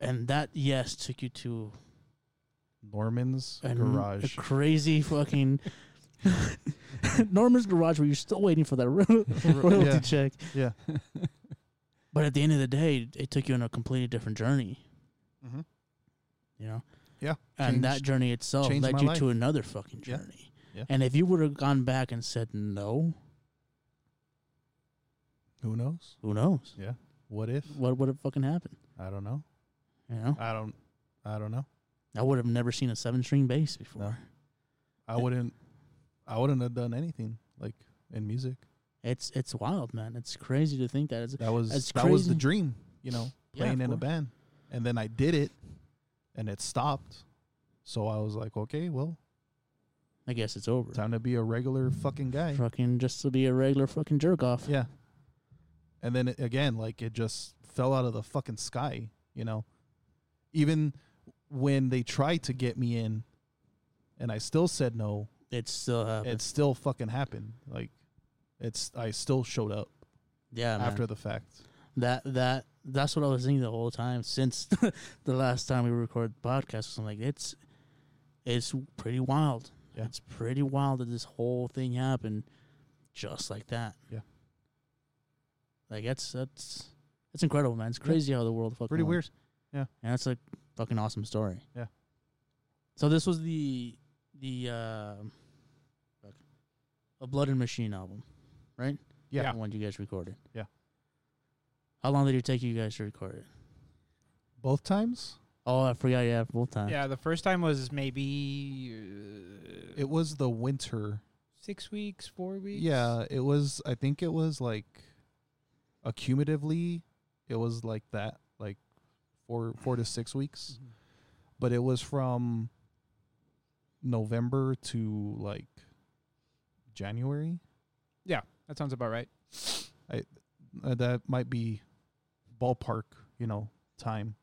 A: And that yes took you to
B: Norman's
A: an,
B: garage.
A: a crazy fucking Norman's garage where you're still waiting for that ro- royalty
B: Yeah.
A: check.
B: Yeah.
A: But at the end of the day, it took you on a completely different journey,
B: Mhm.
A: you know?
B: Yeah.
A: And that
B: Changed-
A: journey itself
B: changed
A: led
B: my
A: you
B: life.
A: to another fucking
B: Yeah.
A: journey.
B: Yeah.
A: And if you would have gone back and said no,
B: Who knows?
A: who knows?
B: What if?
A: What would have fucking happened?
B: I don't know.
A: You know?
B: I don't. I don't know.
A: I would have never seen a seven string bass before.
B: No. I wouldn't. I wouldn't have done anything like in music.
A: It's it's wild, man. It's crazy to think that. It's,
B: That was
A: That's
B: that was the
A: crazy.
B: dream. You know,
A: Yeah,
B: playing
A: of
B: in a
A: course.
B: band, and then I did it, and it stopped. So I was like, okay, well,
A: I guess it's over.
B: time to be a regular fucking guy.
A: Fucking just to be a regular fucking jerk off.
B: Yeah. And then it, again, like it just fell out of the fucking sky, you know. Even when they tried to get me in and I still said no,
A: It still happens.
B: it still fucking happened. Like it's I still showed up
A: yeah, man.
B: after the fact.
A: that that that's what I was thinking the whole time since the last time we recorded the podcast. I'm like, it's it's pretty wild.
B: Yeah.
A: It's pretty wild that this whole thing happened just like that.
B: Yeah.
A: Like that's that's that's incredible, man. It's crazy how the world fucking
B: Pretty
A: works.
B: weird.
A: And that's a fucking awesome story.
B: Yeah.
A: So this was the the uh, fuck. a Blood and Machine album, right?
B: Yeah.
A: The one you guys recorded.
B: Yeah.
A: How long did it take you guys to record it?
B: Both times?
A: Oh, I forgot. Yeah, both times.
C: Yeah, the first time was maybe uh,
B: It was the winter.
C: six weeks, four weeks.
B: Yeah, it was I think it was like accumulatively it was like that, like four four to six weeks.
C: Mm-hmm.
B: but it was from November to like January.
C: that sounds about right.
B: Uh, that might be ballpark, you know, time.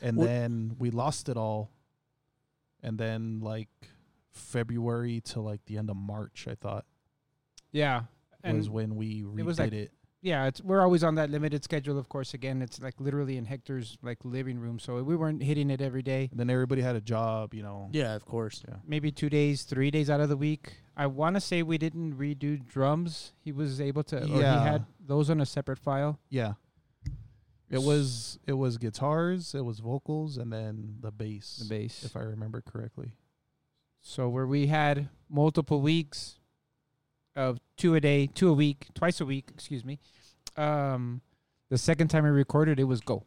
B: And
A: Well-
B: then we lost it all. And then like February to like the end of March, I thought
C: Yeah, and
B: was when we redid
C: it
B: it.
C: was like- yeah, it's we're always on that limited schedule. Of course, again, it's like literally in Hector's like living room, so we weren't hitting it every day.
B: And then everybody had a job, you know.
A: Yeah, of course.
C: Maybe two days, three days out of the week. I want to say we didn't redo drums. He was able to, or
B: Yeah.
C: he had those on a separate file.
B: Yeah. It was it was guitars, it was vocals, and then the bass,
C: The bass.
B: if I remember correctly.
C: So where we had multiple weeks of two a day, two a week, twice a week, excuse me. Um, the second time we recorded, it was go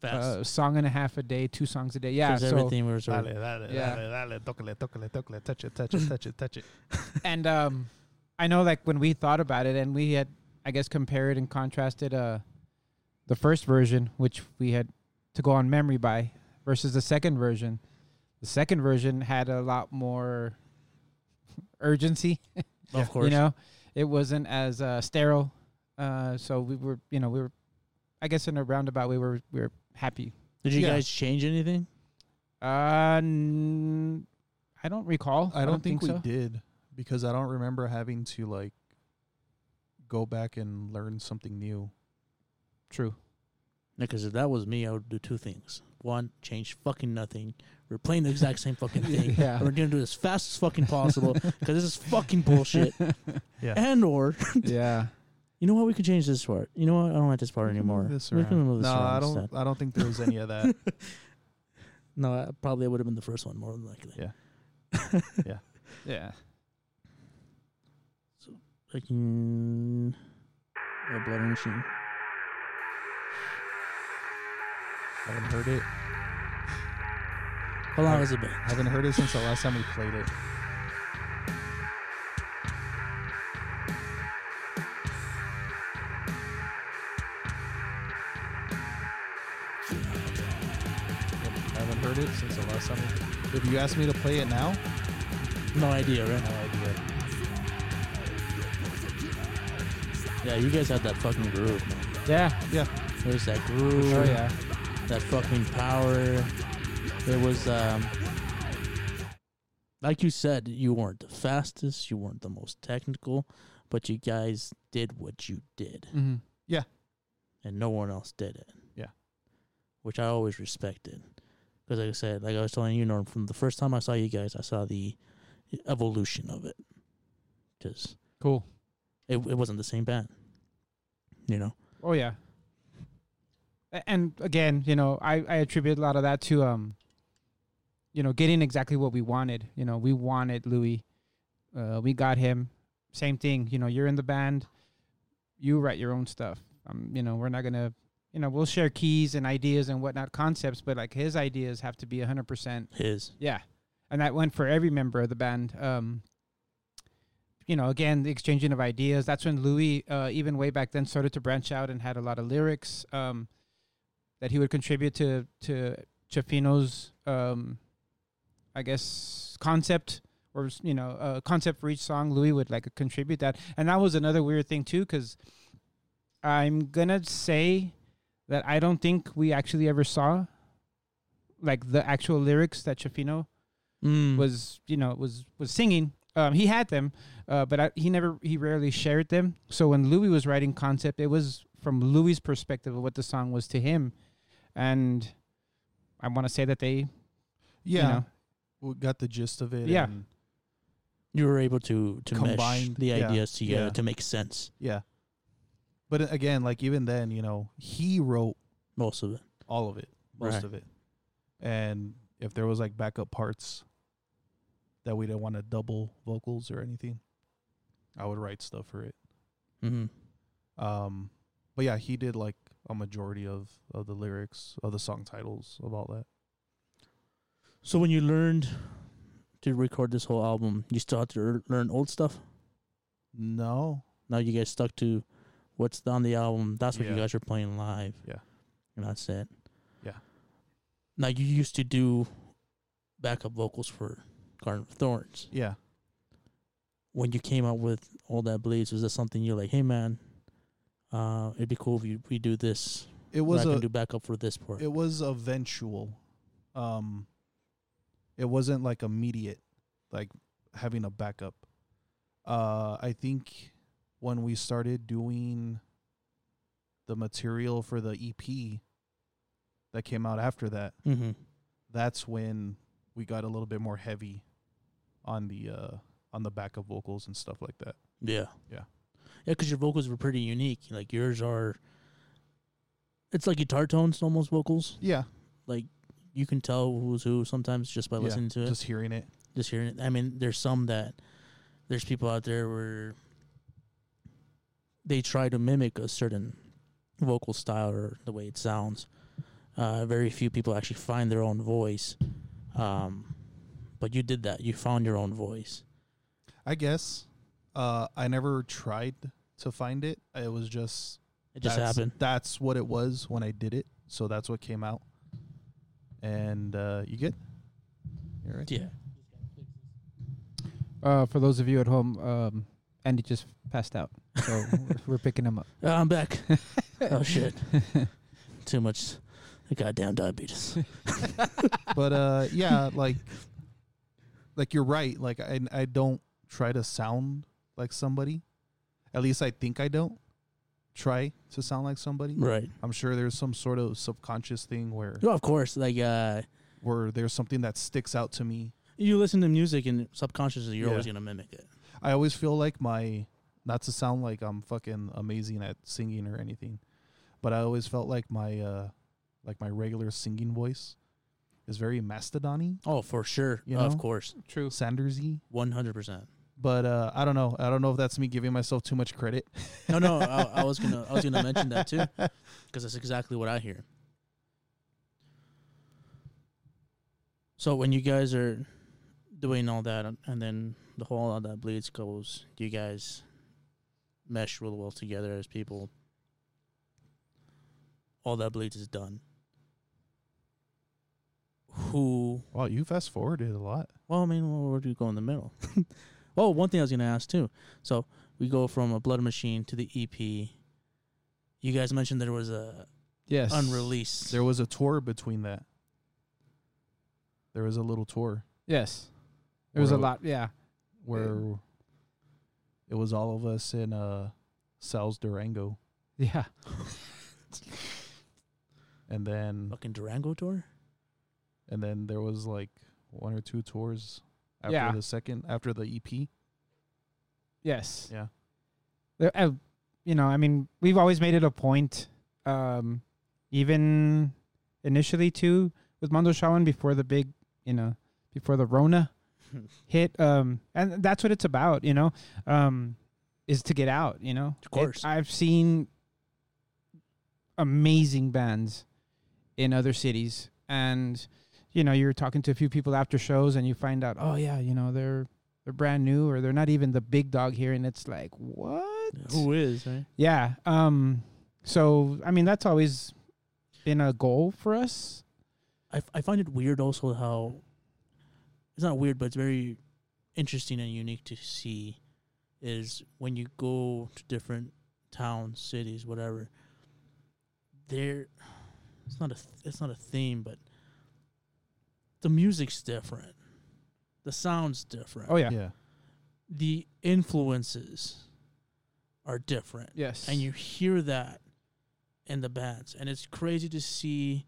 A: Fast.
C: uh, song and a half a day, two songs a day. Yeah,
A: 'Cause
C: so
A: everything was.
B: Dale, dale,
C: Yeah.
B: dale, dale, tócale, tócale, tócale, touch it, touch it, touch it, touch it.
C: and um, I know like when we thought about it, and we had I guess compared and contrasted uh, the first version, which we had to go on memory by, versus the second version. The second version had a lot more urgency.
A: of course.
C: You know, it wasn't as uh, sterile. Uh, so we were, you know, we were, I guess, in a roundabout, we were, we were happy.
A: Did you
B: Yeah.
A: guys change anything?
C: Uh, n- I don't recall.
B: I don't think, we
C: so.
B: did because I don't remember having to like go back and learn something new.
C: True.
A: Because if that was me, I would do two things. One, change fucking nothing. We're playing the exact same fucking thing.
C: Yeah.
A: And we're gonna do it as fast as fucking possible because this is fucking bullshit.
B: Yeah.
A: And or
C: yeah.
A: you know what, we could change this part. You know what, I don't like this part
B: We can move
A: anymore.
B: this
A: We're gonna
B: around.
A: move this
B: no,
A: around
B: I don't.
A: instead.
B: I don't think there was any of that.
A: No, I probably would have been the first one more than likely.
C: Yeah.
A: Fucking a blood machine.
B: haven't heard it.
A: How long has it been?
B: Haven't heard it since the last time we played it. Yep, haven't heard it since the last time. We, if you asked me to play it now,
A: No idea,
B: no
A: right?
B: idea.
A: Yeah, you guys had that fucking groove, man.
C: Yeah.
A: There's that groove.
C: Oh yeah.
A: that fucking power. There was, um, like you said, you weren't the fastest, you weren't the most technical, but you guys did what you did,
C: Mm-hmm.
A: and no one else did it.
B: Yeah.
A: which I always respected, because like I said, like I was telling you, Norm, from the first time I saw you guys, I saw the evolution of it. Just
C: Cool.
A: it, it wasn't the same band, you know.
C: Oh yeah. A- And again, you know, I I attribute a lot of that to um, you know, getting exactly what we wanted. You know, we wanted Louis, uh, we got him. Same thing. You know, you're in the band, you write your own stuff. Um, you know, we're not gonna, you know, we'll share keys and ideas and whatnot, concepts, but like his ideas have to be a hundred percent
A: His
C: yeah, and that went for every member of the band. Um, you know, again, the exchanging of ideas. That's when Louis, uh, even way back then, started to branch out and had a lot of lyrics um, that he would contribute to to Chafino's, um, I guess, concept or you know, uh, concept for each song. Louis would like contribute that, and that was another weird thing too, because I'm gonna say that I don't think we actually ever saw like the actual lyrics that Chafino
A: mm.
C: was you know was was singing um he had them uh but I, he never he rarely shared them so when louis was writing concept it was from louis's perspective of what the song was to him and i want to say that they
B: Yeah,
C: you know
B: we got the gist of it.
C: Yeah.
B: and
A: you were able to to mesh
B: Combined,
A: the
B: yeah,
A: ideas together
B: yeah.
A: to make sense
B: yeah. But again, like even then, you know, he wrote
A: most of it.
B: all of it, most
A: Right.
B: of it. And if there was like backup parts that we didn't want to double vocals or anything, I would write stuff for it.
A: Mm-hmm.
B: Um, but yeah, he did like a majority of of the lyrics, of the song titles, of all that.
A: So when you learned to record this whole album, you still had to er- learn old stuff.
B: No,
A: Now you guys stuck to what's on the album. That's what you
B: Yeah.
A: guys are playing live.
B: Yeah.
A: and that's it.
B: Yeah.
A: Now you used to do backup vocals for Garden of Thorns.
B: yeah,
A: When you came out with all that bleeds, was that something you're like, hey man, uh, it'd be cool if you, we do this.
B: it
A: We're
B: was
A: not
B: a
A: gonna do backup for this part.
B: it was eventual. Um, it wasn't like immediate, like having a backup. Uh, I think when we started doing the material for the EP that came out after that,
A: mm-hmm.
B: that's when we got a little bit more heavy on the uh on the backup vocals and stuff like that.
A: Yeah.
B: Yeah.
A: Yeah, because your vocals were pretty unique. Like yours are, it's like guitar tones, almost vocals.
B: Yeah,
A: You can tell who's who sometimes just by
B: Yeah,
A: listening to it, just,
B: just hearing it.
A: hearing it. I mean, there's some that there's people out there where they try to mimic a certain vocal style or the way it sounds. Uh, very few people actually find their own voice. Um, but you did that. You found your own voice.
B: I guess uh I never tried to find it. It was just
A: It just
B: that's,
A: happened.
B: That's what it was when I did it. So that's what came out. And uh you good? You're right.
A: Yeah.
C: uh for those of you at home um andy just passed out so we're- we're picking him up
A: Uh, I'm back. oh shit. Too much goddamn diabetes.
B: But uh yeah, like like you're right. Like I I don't try to sound like somebody. At least I think I don't try to sound like somebody.
A: Right.
B: I'm sure there's some sort of subconscious thing where
A: No, of course. Like uh,
B: where there's something that sticks out to me.
A: you listen to music and subconsciously you're
B: Yeah.
A: always gonna mimic it.
B: I always feel like my not to sound like I'm fucking amazing at singing or anything, but I always felt like my uh like my regular singing voice is very mastodon
A: Oh, for sure.
B: You
A: Of
B: know?
A: course.
C: True.
B: Sandersy.
A: One hundred percent.
B: But uh I don't know. I don't know if that's me giving myself too much credit.
A: No, Oh, no, I, I was gonna, I was gonna mention that too, because that's exactly what I hear. So when you guys are doing all that, and then the whole all that bleeds goes, you guys mesh really well together as people. All that bleeds is done. Who?
B: Wow, you fast forwarded a lot.
A: Well, I mean, where where do you go in the middle? oh, one thing I was gonna ask too. So we go from a blood machine to the EP. You guys mentioned there was a
C: Yes.
A: unreleased.
B: There was a tour between that. There was a little tour
C: Yes. It was a
B: Or-
C: lot. Yeah.
B: where it was all of us in uh Sal's Durango
C: Yeah.
B: and then
A: fucking Durango tour.
B: and then there was like one or two tours after
C: Yeah.
B: the second after the E EP.
C: Yes.
B: Yeah.
C: There- uh, you know, I mean, we've always made it a point, um, even initially too, with Mondo Shawan before the big, you know, before the Rona hit. Um, and that's what it's about, you know, um, is to get out, you know.
A: Of course.
C: I've seen amazing bands in other cities and you know you're talking to a few people after shows and you find out oh yeah you know they're they're brand new or they're not even the big dog here and it's like what
A: Who is right?
C: yeah um so i mean that's always been a goal for us
A: I, f- I find it weird also how it's not weird, but it's very interesting and unique to see is when you go to different towns, cities, whatever. There, it's not a th- it's not a theme, but the music's different, the sounds different,
C: oh yeah,
B: yeah.
A: the influences are different
C: yes
A: and you hear that in the bands and it's crazy to see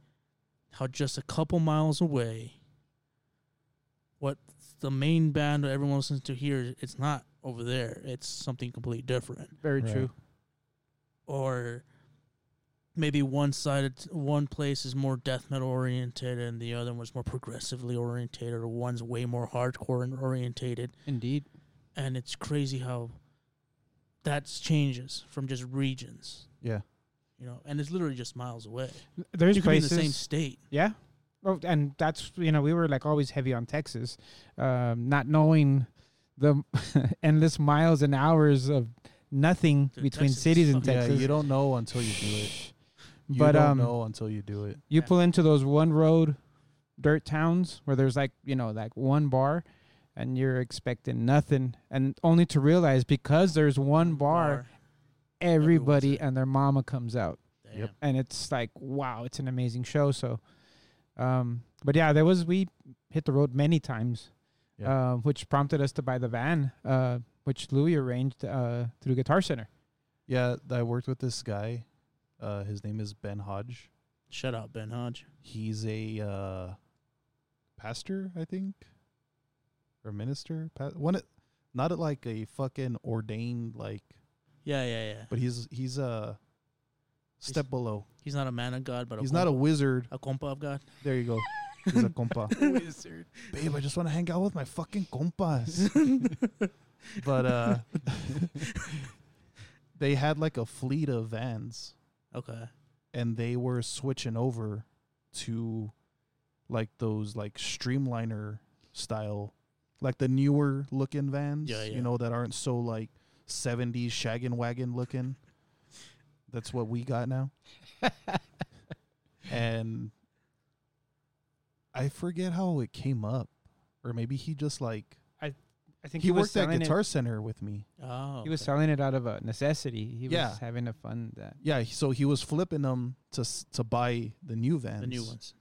A: how just a couple miles away what the main band that everyone listens to here it's not over there it's something completely different
C: very
B: Right.
C: true
A: or maybe one side one place is more death metal oriented and the other one's more progressively oriented or one's way more hardcore and orientated
C: indeed
A: and it's crazy how that changes from just regions
B: Yeah.
A: you know, and it's literally just miles away.
C: there's
A: you could
C: places
A: be in the same state.
C: Yeah. Oh, and that's you know we were like always heavy on Texas, um, not knowing the endless miles and hours of nothing
A: Dude,
C: between
A: Texas is
C: cities in
A: fucking-
B: Yeah,
C: Texas.
B: you don't know until you do it. You
C: but
B: don't
C: um,
B: know until you do it.
C: you
A: Yeah.
C: pull into those one road dirt towns where there's like you know like one bar, and you're expecting nothing, and only to realize because there's one bar, everybody
A: there.
C: and their mama comes out.
A: Damn.
B: Yep.
C: and it's like wow it's an amazing show so um but yeah there was we hit the road many times
B: Yeah.
C: uh, which prompted us to buy the van uh which Louis arranged uh through Guitar Center
B: Yeah, I worked with this guy. Uh, his name is Ben Hodge.
A: Shut up, Ben Hodge.
B: He's a uh, pastor, I think, or minister. Pa- one, of- not at like a fucking ordained like,
A: Yeah, yeah, yeah.
B: but he's he's a step below.
A: He's not a man of God, but a
B: He's not a
A: compa-
B: wizard.
A: a compa of God.
B: There you go. He's a compa.
A: Wizard.
B: Babe, I just want to hang out with my fucking compas. but uh, they had like a fleet of vans.
A: Okay.
B: and they were switching over to like those like streamliner style like the newer looking vans
A: Yeah, yeah.
B: you know that aren't so like 70s shaggin wagon looking that's what we got now and i forget how it came up or maybe he just like
C: I think
B: he, worked at guitar center with me
A: Oh.
C: he was
A: okay.
C: selling it out of a necessity he
B: Yeah.
C: was having a fun that
B: yeah so he was flipping them to s- to buy the new vans
A: the new ones.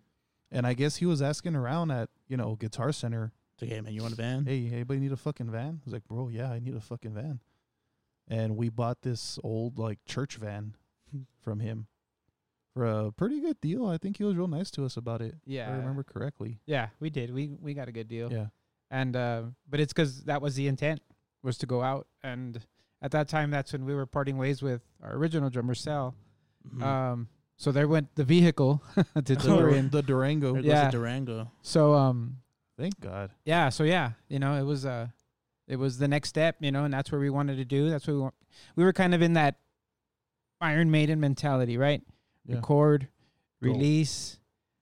B: And I guess he was asking around at, you know, Guitar Center,
A: It's okay, man. You want a band?
B: hey, anybody need a fucking van? I was like, bro, yeah, I need a fucking van. and we bought this old like church van from him for a pretty good deal. I think he was real nice to us about it. if
C: Yeah.
B: I remember correctly.
C: Yeah, we did. We we got a good deal.
B: Yeah,
C: and uh, but it's because that was the intent was to go out and at that time that's when we were parting ways with our original drummer Sal.
B: Mm-hmm.
A: Mm-hmm.
B: Uh,
C: Um, so there went the vehicle to deliver
B: the,
C: in.
B: the Durango.
A: there goes
C: yeah.
A: the Durango.
C: So um,
B: Thank God.
C: yeah, so yeah, you know, it was uh, it was the next step, you know, and that's where we wanted to do. That's what we want. We were kind of in that Iron Maiden mentality, right?
B: Yeah.
C: Record,
B: Go.
C: release,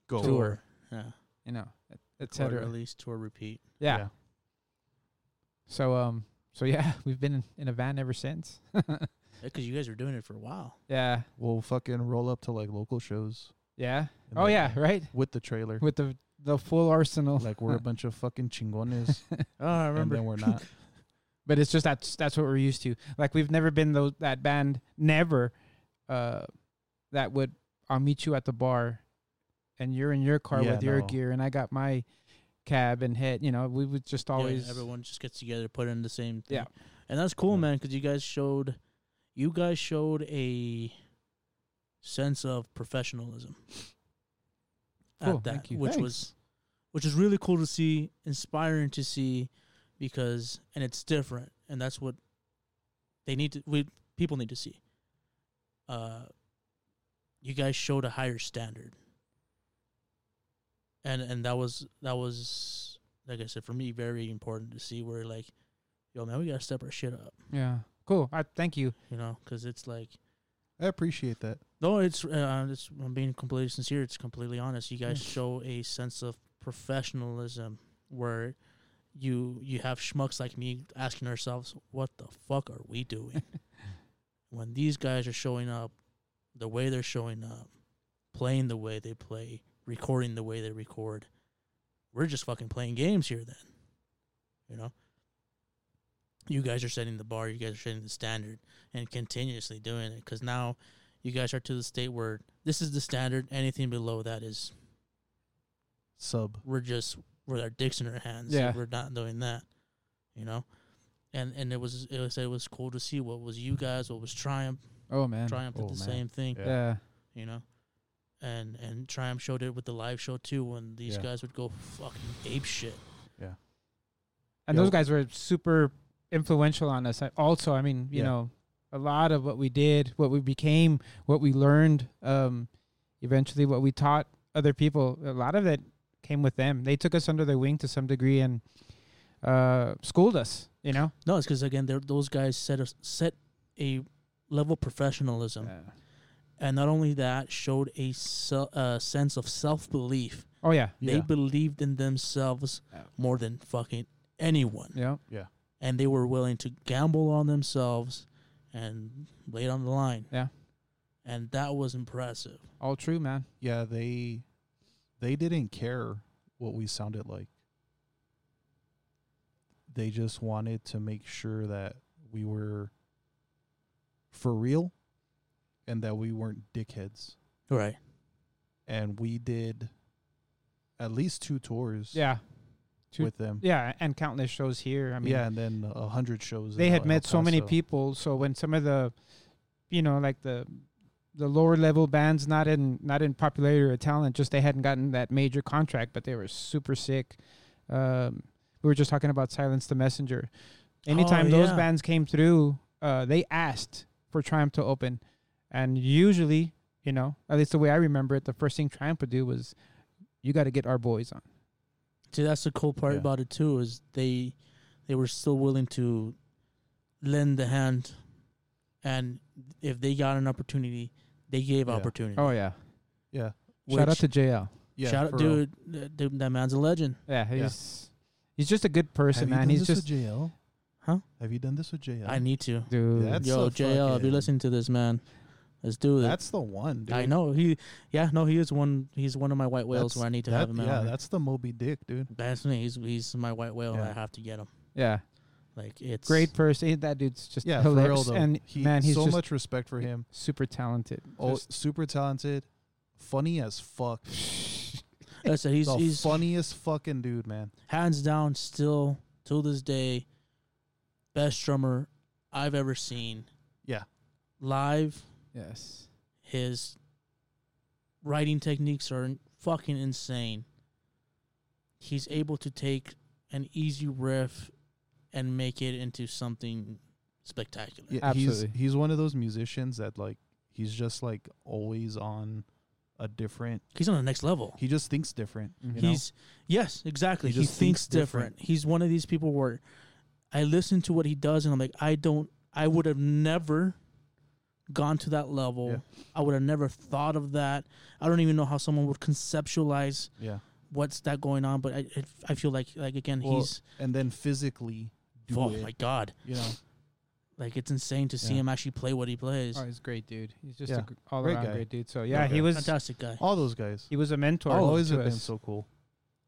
B: Go.
A: Tour. Yeah.
C: you know, et- et
A: Tour,
C: cetera.
A: release, tour, repeat.
C: yeah. So um, so yeah, we've been in, in a van ever since.
A: Because you guys were doing it for a while.
C: yeah.
B: We'll fucking roll up to like local shows.
C: Yeah.
B: in
C: Oh
B: the-
C: yeah, right.
B: With the trailer.
C: With the the full arsenal.
B: like we're a bunch of fucking chingones,
A: Oh,
C: Ah,
A: I
B: and then we're not.
C: but it's just that's that's what we're used to. Like we've never been those that band never uh that would I'll meet you at the bar and you're in your car
B: Yeah,
C: with your
B: no.
C: gear and I got my cab and head, you know, we would just always
A: Yeah, everyone just gets together, put in the same thing.
C: Yeah.
A: And that's cool,
B: Yeah.
A: man, because you guys showed, you guys showed a sense of professionalism.
C: Cool,
A: at that,
C: thank you.
A: which
C: Thanks.
A: was, which is really cool to see, inspiring to see, because and it's different, and that's what they need to. We people need to see. Uh, you guys showed a higher standard, and and that was that was like I said for me very important to see where like, yo man, we gotta step our shit up,
C: Yeah. Cool. I thank you.
A: you know, because it's like
B: I appreciate that.
A: no, it's, uh, it's I'm being completely sincere. It's completely honest. You guys show a sense of professionalism where you you have schmucks like me asking ourselves, "What the fuck are we doing?" when these guys are showing up, the way they're showing up, playing the way they play, recording the way they record, we're just fucking playing games here. Then, you know, you guys are setting the bar. You guys are setting the standard, and continuously doing it because now you guys are to the state where this is the standard. Anything below that is
B: Sub.
A: we're just with our dicks in our hands.
C: Yeah.
A: we're not doing that, you know. And and it was it was it was cool to see what was you guys, what was Triumph.
C: Oh man.
A: Triumph
B: Oh,
A: did the
B: man.
A: same thing,
B: Yeah.
C: Yeah.
A: you know. And and Triumph showed it with the live show too when these
B: Yeah.
A: guys would go fucking ape shit.
C: And
B: Yeah.
C: those guys were super influential on us. I- Also, I mean, you
B: Yeah.
C: know, a lot of what we did, what we became, what we learned, um, eventually what we taught other people, a lot of it came with them. They took us under their wing to some degree and uh, schooled us, you know?
A: No, it's because again, they're- those guys set a set a level of professionalism, and not only that, showed a se- uh, sense of self belief
C: oh, yeah.
A: They believed in themselves
C: Yeah.
A: more than fucking anyone.
C: Yeah.
A: And they were willing to gamble on themselves and lay it on the line.
C: Yeah.
A: And that was impressive.
C: All true, man.
B: yeah they they didn't care what we sounded like they just wanted to make sure that we were for real and that we weren't dickheads
A: Right.
B: and we did at least two tours
C: Yeah. two-
B: with them
C: Yeah. And countless shows here. I mean,
B: yeah and then a hundred shows
C: they
B: in
C: had
B: El-
C: met
B: El
C: so many
B: Paso.
C: people so when some of the you know like the the lower level bands not in not in popularity or talent just they hadn't gotten that major contract but they were super sick um we were just talking about silence the messenger anytime those
A: yeah.
C: bands came through uh they asked for triumph to open and usually you know at least the way i remember it the first thing triumph would do was you got to get our boys on
A: See, that's the cool part
B: Yeah.
A: about it too is they they were still willing to lend the hand, and if they got an opportunity, they gave
B: Yeah.
A: opportunity.
C: oh yeah
B: yeah
C: shout out
A: Which-
C: to jl
B: yeah
A: shout out,
B: for real.
A: dude, that- dude, that man's a legend.
C: yeah he's he's just a good
B: have
C: person
B: you
C: man
B: done
C: he's
B: this
C: just
B: with JL
A: Huh?
B: have you done this with JL
A: I need to.
C: Dude.
B: That's
A: Yo,
B: a
A: JL, if
B: fucking-
A: you're listening to this, man, let's do this.
B: that's the one dude.
A: I know he. Yeah, no, he is one. He's one of my white whales
B: That's-
A: where I need to
B: that-
A: have him
B: yeah
A: out.
B: that's the Moby Dick dude
A: That's me. He's he's my white whale. and I
B: Yeah.
A: have to get him.
C: yeah,
A: Like it's
C: great person. He- That dude's just
B: yeah for real
C: hilarious,
B: though
C: and
B: he,
C: man, he's
B: so
C: just
B: much respect for him
C: super talented.
B: Oh,
C: Just-
B: super talented, funny as fuck.
A: Like I said, he's
B: the
A: he's
B: funniest fucking dude, man.
A: hands down still to this day best drummer I've ever seen.
B: Yeah.
A: Live,
C: Yes.
A: his writing techniques are fucking insane. He's able to take an easy riff and make it into something spectacular.
B: Yeah, he's
C: Absolutely.
B: he's one of those musicians that like he's just like always on a different.
A: He's on the next level.
B: He just thinks different.
C: Mhm.
B: You know?
A: He's yes, exactly.
B: He
A: He,
B: just
A: thinks,
B: thinks
A: different. He's one of these people where I listen to what he does and I'm like, I don't I would have never gone to that level.
B: Yeah.
A: I would have never thought of that. I don't even know how someone would conceptualize
B: yeah,
A: what's that going on, but I I- I feel like like again
B: Well,
A: he's
B: and then physically do
A: oh
B: it.
A: my god.
B: you know,
A: Like it's insane to see
B: Yeah.
A: him actually play what he plays.
C: Oh, he's a great dude. He's just
B: Yeah.
C: a all
B: Great
C: around
B: guy. Oh,
C: great dude. So yeah,
B: Okay.
C: he was
A: Fantastic guy.
B: all those guys.
C: he was a mentor.
B: All always
C: to
B: have been
C: us.
B: so cool.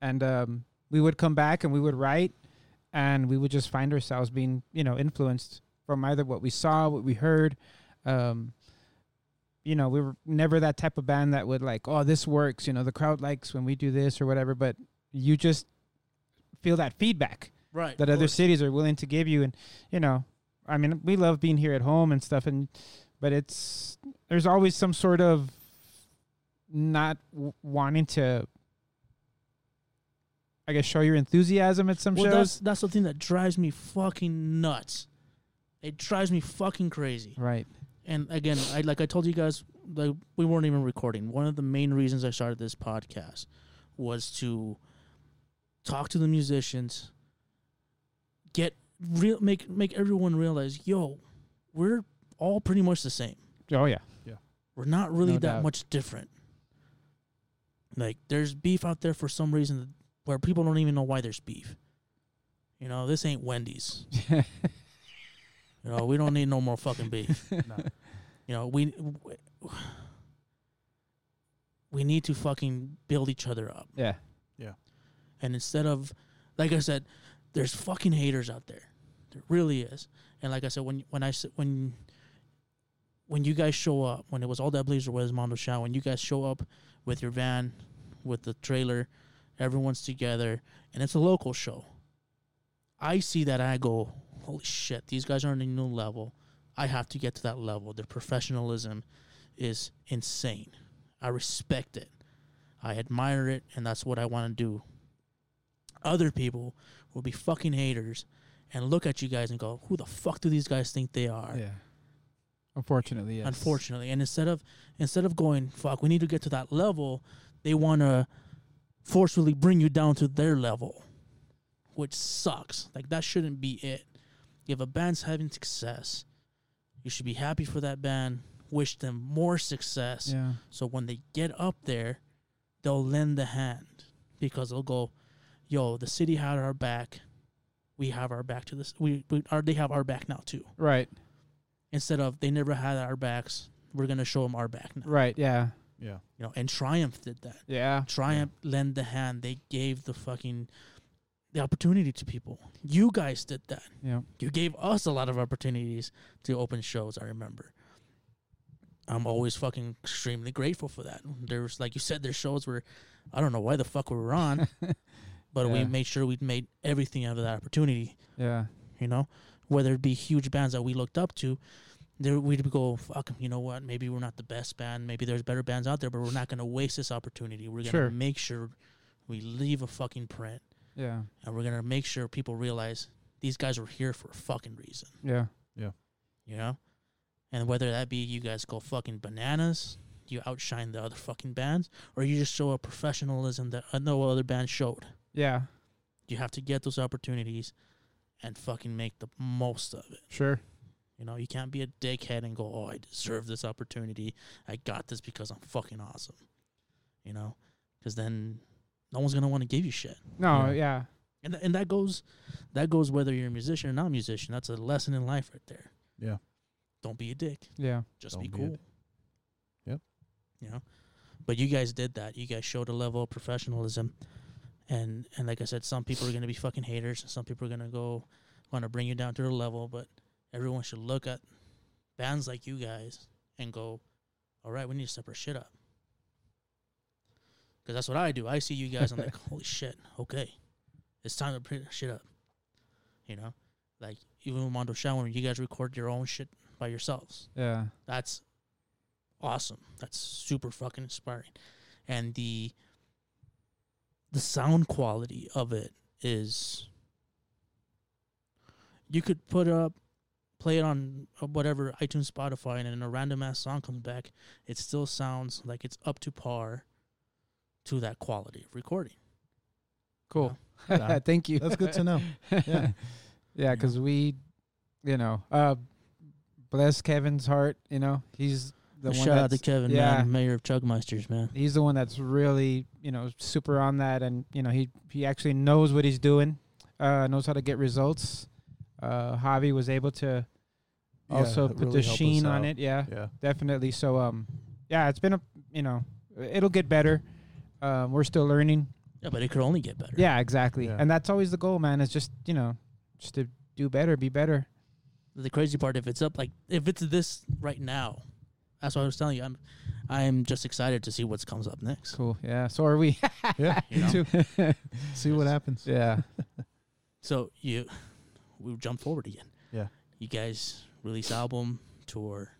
C: and um, we would come back and we would write, and we would just find ourselves being you know influenced from either what we saw, what we heard. Um, you know, we were never that type of band that would like, oh, this works. You know, the crowd likes when we do this or whatever. But you just feel that feedback
A: Right.
C: that
A: of
C: other
A: course.
C: cities are willing to give you and you know i mean we love being here at home and stuff and but it's there's always some sort of not w- wanting to i guess show your enthusiasm at some
A: Well, that's
C: shows
A: that's the thing that drives me fucking nuts. It drives me fucking crazy.
C: right
A: And again, I like I told you guys, like we weren't even recording. One of the main reasons I started this podcast was to talk to the musicians, get real, make make everyone realize, yo, we're all pretty much the same.
C: oh yeah
A: We're not really
C: No
A: that
C: doubt.
A: much different. Like there's beef out there for some reason where people don't even know why there's beef. You know, this ain't Wendy's. You know, we don't need no more fucking beef.
B: No.
A: You know, we we need to fucking build each other up.
C: yeah
A: And instead of, like I said, there's fucking haters out there. There really is. And like I said, when when I s- when when you guys show up, when it was all that Blazer was Mondo Show, when you guys show up with your van, with the trailer, everyone's together, and it's a local show. I see that and I go, holy shit, these guys are on a new level. I have to get to that level. Their professionalism is insane. I respect it. I admire it, and that's what I want to do other people will be fucking haters and look at you guys and go, "Who the fuck do these guys think they are?"
C: yeah unfortunately yes.
A: Unfortunately, and instead of instead of going, "Fuck, we need to get to that level," they want to forcefully bring you down to their level, which sucks. Like that shouldn't be it. If a band's having success, you should be happy for that band. Wish them more success.
C: yeah
A: So when they get up there, they'll lend the hand because they'll go, "Yo, the city had our back. We have our back to this. We, we are they have our back now too."
C: right
A: Instead of they never had our backs, we're gonna show them our back now.
C: right yeah
B: Yeah,
A: You know, and Triumph did that.
C: yeah
A: Triumph lend the hand. They gave the fucking the opportunity to people. You guys did that.
C: yeah
A: You gave us a lot of opportunities to open shows. I remember. I'm always fucking extremely grateful for that. There was, like you said, there's shows where I don't know why the fuck we were on, but we
C: Yeah.
A: made sure we made everything out of that opportunity.
C: yeah
A: You know, whether it be huge bands that we looked up to, there we'd go, fuck, you know what? Maybe we're not the best band. Maybe there's better bands out there, but we're not gonna waste this opportunity. We're gonna
C: Sure.
A: make sure we leave a fucking print,
C: yeah
A: and we're gonna make sure people realize these guys were here for a fucking reason
C: yeah
A: you know? And whether that be you guys go fucking bananas, you outshine the other fucking bands, or you just show a professionalism that uh, no other band showed.
C: yeah
A: You have to get those opportunities and fucking make the most of it.
C: sure
A: You know, you can't be a dickhead and go, oh, I deserve this opportunity. I got this because I'm fucking awesome. You know? Because then no one's going to want to give you shit.
C: no
B: Yeah.
C: yeah
A: And, th- and that goes that goes whether you're a musician or not a musician. That's a lesson in life right there.
B: Yeah.
A: Don't be a dick
C: yeah
A: just
B: Don't
A: be
B: be a
A: cool.
B: dick. Yep.
A: You know, but you guys did that. You guys showed a level of professionalism, and and like I said, some people are gonna be fucking haters, and some people are gonna go want to bring you down to their level. But everyone should look at bands like you guys and go, all right, we need to step our shit up. Because that's what I do. I see you guys, I'm like, holy shit, okay, it's time to bring our shit up. You know, Like even with Mondo Shower, you guys record your own shit by yourselves.
C: Yeah.
A: That's awesome. That's super fucking inspiring. And the the sound quality of it is you could put up play it on uh, whatever iTunes, Spotify and then a random ass song comes back, it still sounds like it's up to par to that quality of recording.
C: Cool.
B: Yeah.
C: Thank you.
B: That's good to know. Yeah.
C: yeah, because we, you know, uh, bless Kevin's heart. You know, he's the one
A: Shout out to
C: that's
A: Kevin,
C: yeah.
A: man, mayor of Chugmeisters, man.
C: he's the one that's really you know super on that, and you know he he actually knows what he's doing, uh, knows how to get results. Uh, Javi was able to
B: Yeah,
C: also
B: that
C: put
B: really
C: the
B: helped us
C: sheen on
B: out.
C: it. Yeah,
B: Yeah.
C: definitely. So um, yeah, it's been a you know it'll get better. Um, we're still learning.
A: Yeah, but it could only get better.
C: Yeah, exactly.
B: Yeah.
C: And that's always the goal, man. It's just you know just to do better, be better.
A: The crazy part, if it's up like if it's this right now, that's what I was telling you. I'm, I'm just excited to see what's comes up next.
C: Cool. Yeah. So are we.
B: Yeah.
A: You know?
C: too.
B: See what happens.
C: yeah.
A: So you, we jump forward again.
B: Yeah.
A: You guys release album, tour,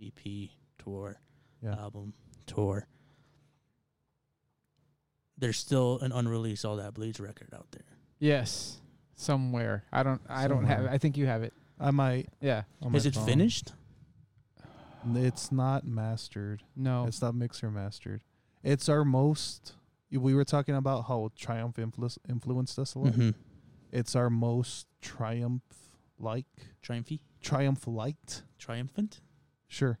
A: EP, tour,
B: Yeah.
A: album, tour. There's still an unreleased All That Bleeds record out there.
C: Yes. Somewhere. I don't. I don't have.
B: Somewhere.
C: it. I think you have it.
B: I might.
C: Yeah.
B: on my
A: Is it
B: phone.
A: finished?
B: It's not mastered.
C: No.
B: It's not mixer mastered. It's our most. We were talking about how Triumph influ- influenced us a lot.
A: Mm-hmm.
B: It's our most Triumph like,
A: Triumphy,
B: Triumph liked.
A: triumphant.
B: Sure.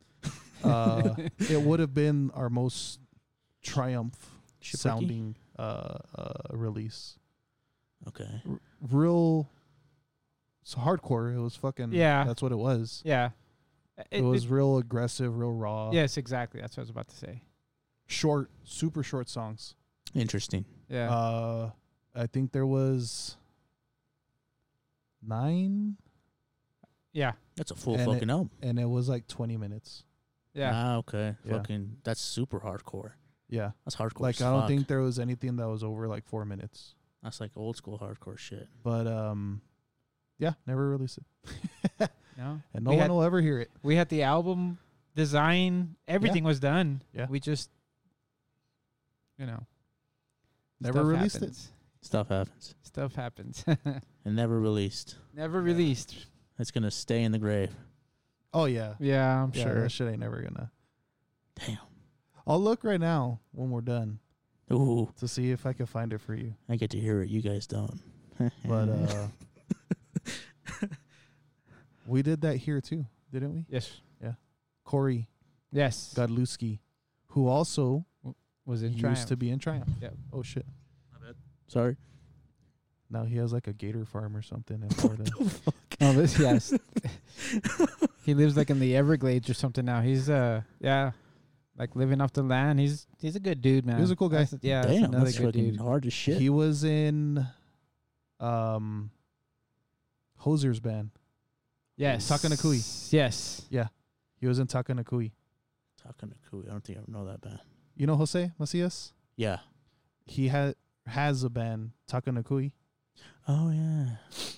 B: Uh, it would have been our most Triumph
A: Shipwrecky?
B: sounding uh, uh, release.
A: Okay.
B: R- real. It's hardcore. It was fucking.
C: Yeah.
B: That's what it was.
C: yeah.
B: It, was real aggressive, real raw.
C: yes. Exactly. That's what I was about to say.
B: Short, super short songs.
A: Interesting.
C: Yeah.
B: Uh, I think there was nine,
C: yeah.
A: That's a full
B: and it-
A: fucking album.
B: and it was like twenty minutes.
C: Yeah.
A: Ah, okay.
B: Yeah.
A: Fucking. That's super hardcore.
B: Yeah,
A: That's hardcore.
B: like
A: as
B: I don't
A: fuck.
B: think there was anything that was over like four minutes.
A: that's like old school hardcore shit.
B: But um, yeah, never released it,
C: no.
B: and no
C: We
B: one
C: had-
B: will ever hear it.
C: We had the album design. Everything was done.
B: Yeah.
C: We just. You know.
B: Never
C: stuff
B: released it.
C: happens.
A: Stuff happens
C: it. Stuff happens.
A: and never released.
C: Never released.
A: It's gonna stay in the grave.
B: Oh yeah,
C: Yeah, I'm
B: yeah,
C: sure.
B: that shit ain't never gonna.
A: Damn.
B: I'll look right now when we're done
A: Ooh,
B: to see if I can find it for you.
A: I get to hear it. You guys don't.
B: But
A: Mm.
B: uh, we did that here too, didn't we?
C: Yes.
B: Corey
C: Yes.
B: Godlewski, who also
C: was in
B: used
C: Triumph.
B: to be in Triumph.
C: Yep.
B: Oh shit.
A: sorry.
B: Now he has like a gator farm or something in Florida.
C: Oh, this yes. he lives like in the Everglades or something now. He's uh yeah, like living off the land. He's he's a good dude, man.
B: He's a cool guy.
C: That's- yeah, that's
A: Damn,
C: another
A: that's
C: good
A: fucking
C: dude.
A: hard as shit.
B: He was in um Hoser's band.
C: Yes,
B: Takanakui.
C: Yes,
B: He was in Takanakui.
A: Talking to Kui. I don't think I know that band.
B: You know Jose Macias?
A: Yeah.
B: He ha- has a band, Takanakui,
A: Oh yeah.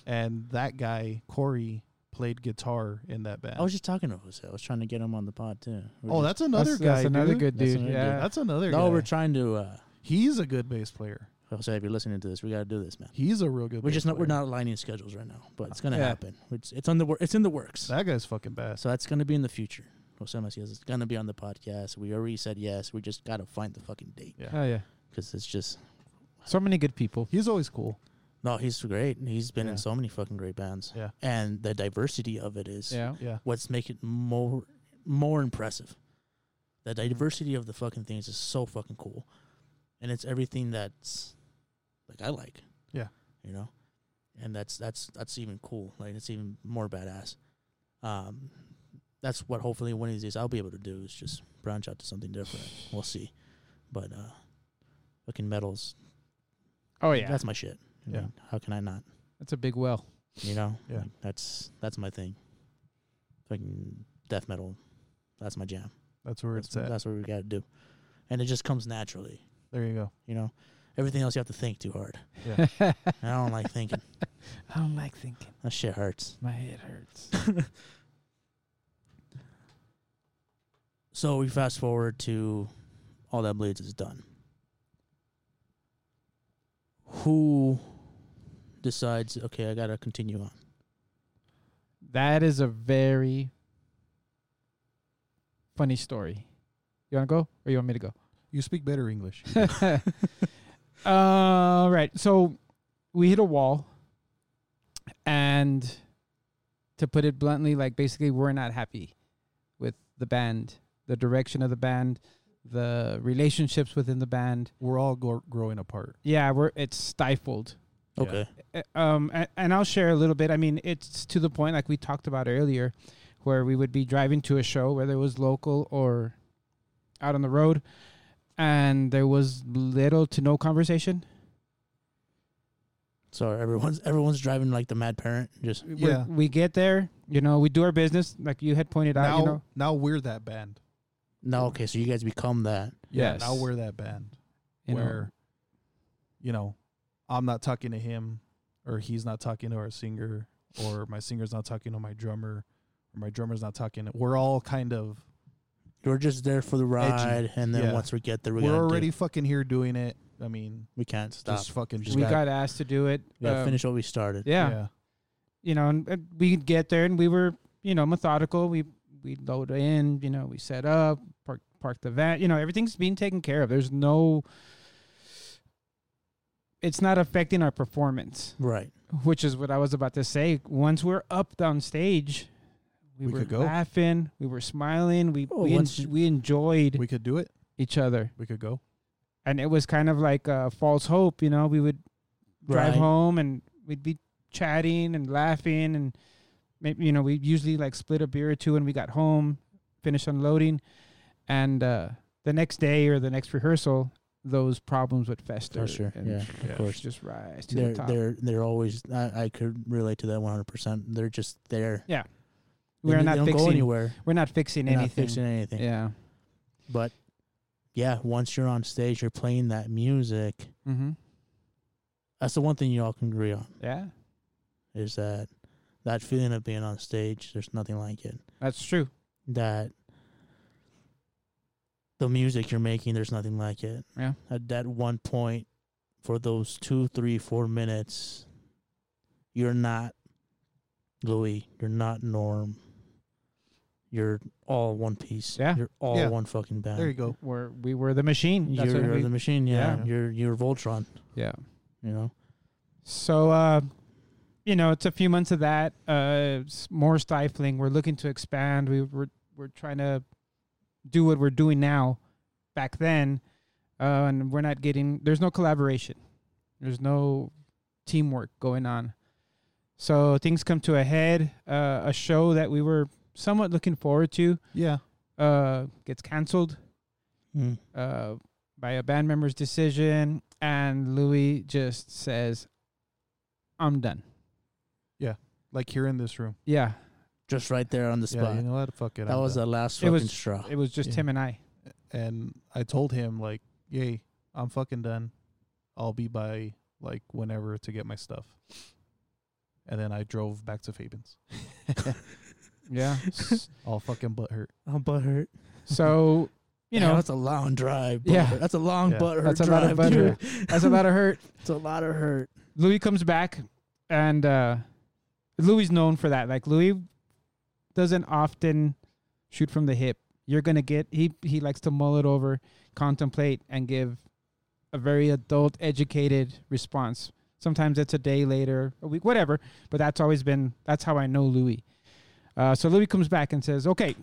B: and that guy, Corey, played guitar in that band.
A: I was just talking to Jose. I was trying to get him on the pod too. We're
B: oh,
A: just-
B: that's another
C: that's,
B: guy.
C: That's another
B: dude.
C: good
A: That's
C: dude.
A: another dude.
C: yeah,
B: That's another
A: no,
B: guy.
A: we're trying to. uh
B: He's a good bass player.
A: Jose, if you're listening to this, we gotta do this, man.
B: He's a real good
A: We're
B: bass
A: just not. We're
B: player.
A: not aligning schedules right now, but it's gonna
C: Yeah.
A: happen. It's it's on the wor- it's in the works.
B: That guy's fucking badass.
A: So that's gonna be in the future. Jose Macias is gonna be on the podcast. We already said yes. We just gotta find the fucking date
C: oh yeah.
A: because it's just
C: So many good people.
B: He's always cool.
A: no. He's great. He's been
B: Yeah.
A: in so many fucking great bands.
B: Yeah.
A: And the diversity of it is
C: Yeah,
B: Yeah.
A: what's making it more more impressive. The diversity of the fucking things is so fucking cool, and it's everything that's like I like.
B: Yeah.
A: you know, and that's that's that's even cool. Like it's even more badass. Um, that's what hopefully one of these days I'll be able to do is just branch out to something different. We'll see, but uh, fucking metals.
C: Oh yeah. That's,
A: that's my shit. I
B: Yeah.
A: mean, how can I not?
C: a big well.
A: You know,
B: Yeah.
A: Like, that's that's my thing. Fucking death metal, that's my jam.
B: That's where
A: That's,
B: it's at.
A: that's what we got to do, and it just comes naturally.
B: There you go.
A: You know, Everything else you have to think too hard.
B: Yeah.
A: And I don't like thinking.
C: I don't like thinking.
A: That shit hurts.
C: My head hurts.
A: So we fast forward to all that bleeds is done. Who decides? Okay, I gotta continue on.
C: That is a very funny story. You want to go or you want me to go?
B: You speak better English.
C: All Uh, right. So we hit a wall. And to put it bluntly, like basically, we're not happy with the band, the direction of the band, the relationships within the band.
B: We're all gro- growing apart.
C: Yeah, we're it's stifled.
B: Yeah.
A: Okay.
C: Uh, um, a- and I'll share a little bit. I mean, it's to the point, like we talked about earlier, where we would be driving to a show, whether it was local or out on the road, and there was little to no conversation.
A: So everyone's everyone's driving like the mad parent. Just
C: We-
B: Yeah.
C: we get there, you know, we do our business, like you had pointed out,
B: now,
C: you know.
B: now we're that band.
A: no. Okay, so you guys become that.
B: Yeah,
C: Yes.
B: now we're that band
C: you know.
B: where, you know, I'm not talking to him, or he's not talking to our singer, or my singer's not talking to my drummer, or my drummer's not talking. To, we're all kind of
A: We're just there for the ride, and then
B: Yeah.
A: once we get there, we
B: we're
A: gotta do-
B: already fucking here doing it. I mean,
A: we can't stop.
B: just fucking
A: Just
B: do
C: we
B: it.
A: gotta-
C: got asked to do it.
A: we gotta
C: um,
A: finish what we started.
C: yeah. you know, and, and we could get there, and we were, you know, methodical. We we load in, you know, we set up, park park the van, you know, everything's being taken care of. There's no, it's not affecting our performance,
A: Right.
C: which is what I was about to say. Once we're up on stage, we,
B: We
C: were
B: could go.
C: laughing, we were smiling, we
A: Oh,
C: we, en-
A: once you-
C: we enjoyed
B: we could do it.
C: each other,
B: We could go.
C: and it was kind of like a false hope, you know. We would drive
A: right.
C: home and we'd be chatting and laughing and maybe you know we usually like split a beer or two and we got home finished unloading and uh the next day or the next rehearsal those problems would fester
A: For sure.
C: and
A: Yeah.
B: Yeah.
A: Of course.
C: just rise to
A: They're
C: the top
A: they're they're always. I, I could relate to that one hundred percent. They're just there. They
C: we're
A: don't-
C: not
A: they don't go
C: fixing
A: anywhere.
C: we're not fixing
A: They're not
C: anything
A: fixing anything.
C: yeah
A: But yeah, once you're on stage, you're playing that music.
C: mm-hmm.
A: That's the one thing you all can agree on
C: yeah
A: is that that feeling of being on stage. There's nothing like it.
C: that's true
A: That the music you're making. There's nothing like it.
C: Yeah.
A: At that one point, for those two, three, four minutes, you're not Louis. You're not Norm. You're all one piece.
C: Yeah.
A: You're all
B: Yeah.
A: one fucking band.
B: There you go.
C: we're we were the machine that's
A: You're,
C: what
A: you're
C: we-
A: the machine. Yeah.
B: Yeah.
A: You're you're Voltron.
C: yeah
A: You know.
C: So, uh, you know, it's a few months of that. Uh, it's more stifling. We're looking to expand. We we're we're trying to do what we're doing now. Back then, uh, and we're not getting. There's no collaboration. There's no teamwork going on. So things come to a head. Uh, a show that we were somewhat looking forward to
B: Yeah.
C: uh, gets canceled
A: Mm.
C: uh, by a band member's decision, and Louis just says, "I'm done."
B: Like here in this room.
C: Yeah,
A: Just right there on the
B: Yeah.
A: spot.
B: You know what? Fuck it.
A: that
B: I'm
A: was
B: done.
A: the last
C: It
A: fucking
C: was-
A: straw.
C: it was just
B: Yeah.
C: him and I.
B: and I told him like, "Yay, I'm fucking done. I'll be by like whenever to get my stuff." And then I drove back to Fabian's,
C: Yeah.
B: all fucking butthurt.
A: I'm butthurt.
C: so you know
A: that's a long drive.
C: Yeah.
A: butthurt. that's a long
B: Yeah.
A: butthurt
C: That's a lot
A: drive.
C: of
A: dude.
C: butthurt. that's a lot of hurt.
A: It's a lot of hurt.
C: Louis comes back, and uh, Louis is known for that. Like Louis doesn't often shoot from the hip. You're gonna get he he likes to mull it over, contemplate, and give a very adult, educated response. Sometimes it's a day later, a week, whatever. But that's always been that's how I know Louis. Uh, so Louis comes back and says, "Okay,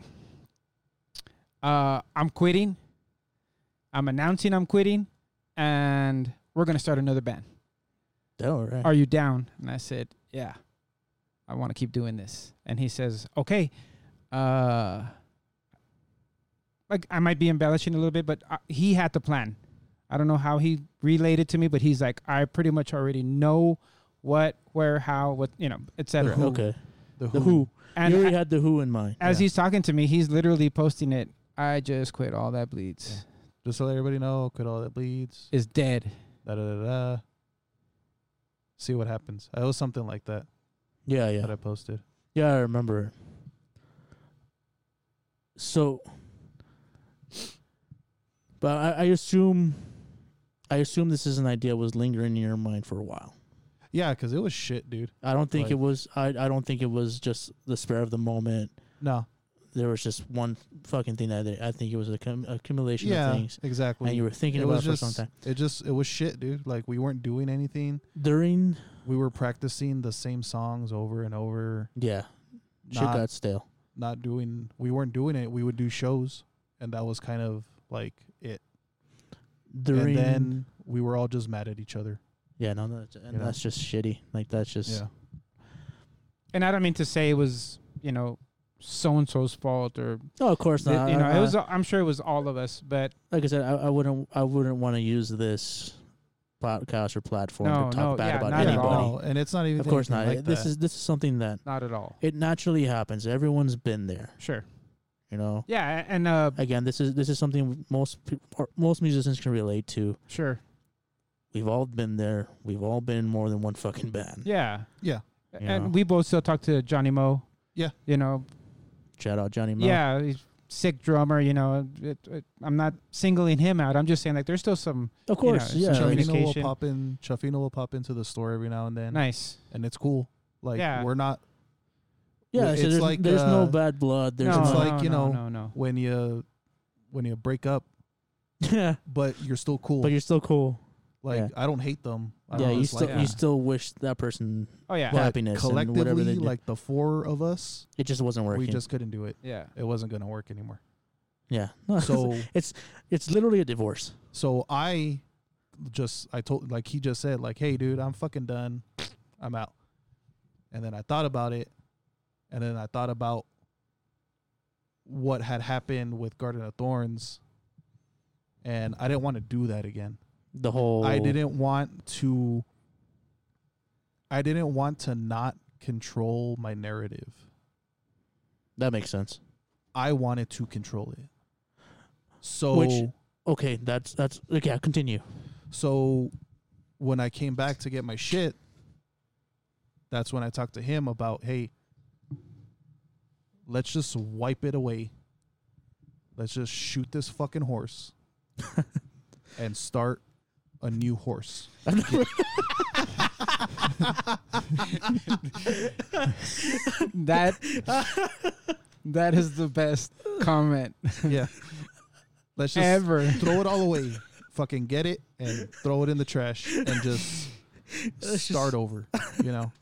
C: uh, I'm quitting. I'm announcing I'm quitting, and we're gonna start another band."
A: All Oh, right.
C: are you down? And I said, yeah, I want to keep doing this. And he says, okay, uh, like I might be embellishing a little bit, but uh, he had the plan. I don't know how he relayed it to me, but he's like, I pretty much already know what, where, how, what, you know, etc.
B: The who.
A: Mm-hmm. Okay.
B: The who?
A: The who.
C: And
A: you already
C: a-
A: had the who in mind.
C: as
B: yeah.
C: he's talking to me, he's literally posting it. I just quit. All that bleeds
B: Just to let everybody know, could all that bleeds.
C: is dead.
B: da da da da. See what happens. It was something like that
A: Yeah, yeah.
B: that I posted.
A: Yeah, I remember. So, but I, I assume, I assume this is an idea was lingering in your mind for a while.
B: Yeah, because it was shit, dude.
A: I don't think it
B: Like-
A: was. I I don't think it was just the spare of the moment.
B: No.
A: There was just one fucking thing that I, I think it was a cum- accumulation
B: Yeah,
A: of things,
B: exactly.
A: and you were thinking
B: it
A: about it
B: was
A: for
B: just
A: some time
B: it just it was shit, dude. Like we weren't doing anything.
A: during.
B: We were practicing the same songs over and over.
A: Yeah, shit
B: Not
A: got stale.
B: not doing. We weren't doing it. We would do shows, and that was kind of like it.
A: During
B: And then we were all just mad at each other.
A: yeah, no, that's, and
B: you know.
A: that's just shitty. Like that's just
B: Yeah.
C: And I don't mean to say it was, you know, so and so's fault or
A: no, of course
C: that,
A: not.
C: you know,
A: I-
B: uh,
C: it
A: I-
C: was I'm sure it was all of us, but
A: like I said, I, I wouldn't I wouldn't want to use this podcast or platform
C: No,
A: to talk
C: no,
A: bad
C: yeah,
A: about
C: not at
A: anybody.
C: all.
B: No, and it's not even.
A: Of course not.
B: anything Like
A: this
B: that.
A: is this is something that
C: not at all.
A: it naturally happens. Everyone's been there,
C: Sure.
A: you know.
C: Yeah, and uh
A: Again, this is this is something most peop- or most musicians can relate to.
C: sure.
A: We've all been there. We've all been in more than one fucking band.
C: Yeah.
B: Yeah.
C: And
A: You know.
C: we both still talk to Johnny Mo.
B: Yeah.
C: You know,
A: Shout out Johnny Mo.
C: yeah, he's sick drummer, you know. It, it, I'm not singling him out. I'm just saying like there's still some
A: of
C: you know,
A: course.
C: it's
A: yeah,
C: Chuck-
A: like,
B: Chuffino will
C: communication.
B: pop in. Chuffino will pop into the store every now and then,
C: nice.
B: and it's cool. Like
C: Yeah.
B: we're not
A: yeah. so
B: it's
A: there's,
B: like,
A: there's no
B: uh,
A: bad blood. There's
C: no,
B: it's
A: no,
B: like, you
C: no,
B: know,
C: no, no.
B: when you when you break up,
A: yeah,
B: but you're still cool.
A: but you're still cool.
B: like
A: yeah.
B: I don't hate them. I
A: yeah,
B: don't
A: you
B: dislike
A: still
B: them.
A: you still wish that person
C: Oh yeah.
B: But
A: happiness and whatever
B: collectively,
A: they did.
B: like the four of us,
A: it just wasn't working.
B: we just couldn't do it.
C: yeah.
B: It wasn't gonna work anymore.
A: yeah. No,
B: So
A: It's literally a divorce.
B: so I just I told like he just said like, hey dude, I'm fucking done. I'm out. And then I thought about it, and then I thought about what had happened with Garden of Thorns, and I didn't want to do that again.
A: The whole
B: I didn't want to I didn't want to not control my narrative.
A: That makes sense.
B: I wanted to control it. So
A: Which- Okay, that's that's okay. Continue.
B: so when I came back to get my shit, that's when I talked to him about, "Hey, let's just wipe it away. Let's just shoot this fucking horse and start a new horse."
C: That that is the best comment
B: yeah. Let's just
C: ever.
B: throw it all away. Fucking get it and throw it in the trash and just
A: Let's
B: start
A: just-
B: over. You know.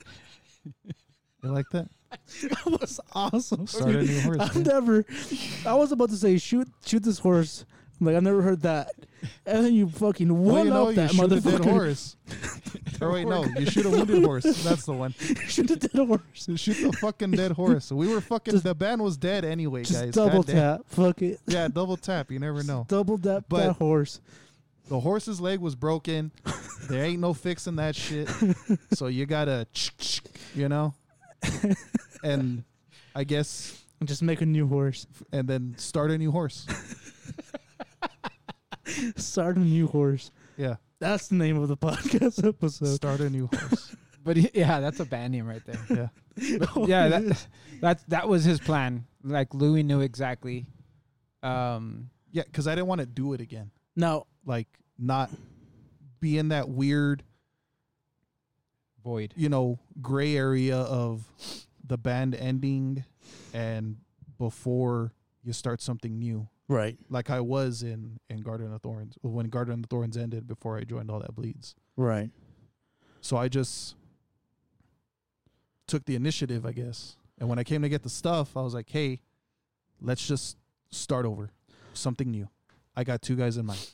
B: You like that?
A: that was awesome.
B: Start a new horse.
A: I've
B: man.
A: never. I was about to say shoot shoot this horse. I'm like I've never heard that. And then you fucking one
B: Well, you know,
A: up
B: you
A: that
B: shoot a dead
A: motherfucker.
B: horse. or wait, no, you shoot a wounded horse. That's the one.
A: shoot a dead horse.
B: So shoot the fucking dead horse. We were fucking.
A: Just-
B: the band was dead anyway,
A: Just
B: guys.
A: double
B: Goddamn.
A: tap. Fuck it.
B: Yeah, double tap. You never
A: Just
B: know.
A: Double tap
B: But-
A: that horse.
B: The horse's leg was broken. There ain't no fixing that shit. So you gotta, you know, and I guess
A: And just make a new horse.
B: and then start a new horse.
A: Start a new horse.
B: Yeah,
A: That's the name of the podcast episode.
B: start a new horse.
C: But he- yeah, that's a band name right there.
B: Yeah,
C: yeah, that, that that was his plan. Like Louis knew exactly. Um,
B: yeah, because I didn't want to do it again.
A: Now
B: Like not be in that weird,
C: Void.
B: you know, gray area of the band ending and before you start something new.
A: right.
B: Like I was in in Garden of Thorns when Garden of Thorns ended before I joined All That Bleeds.
A: Right.
B: So I just took the initiative, I guess. And when I came to get the stuff, I was like, hey, let's just start over. Something new. I got two guys in mind.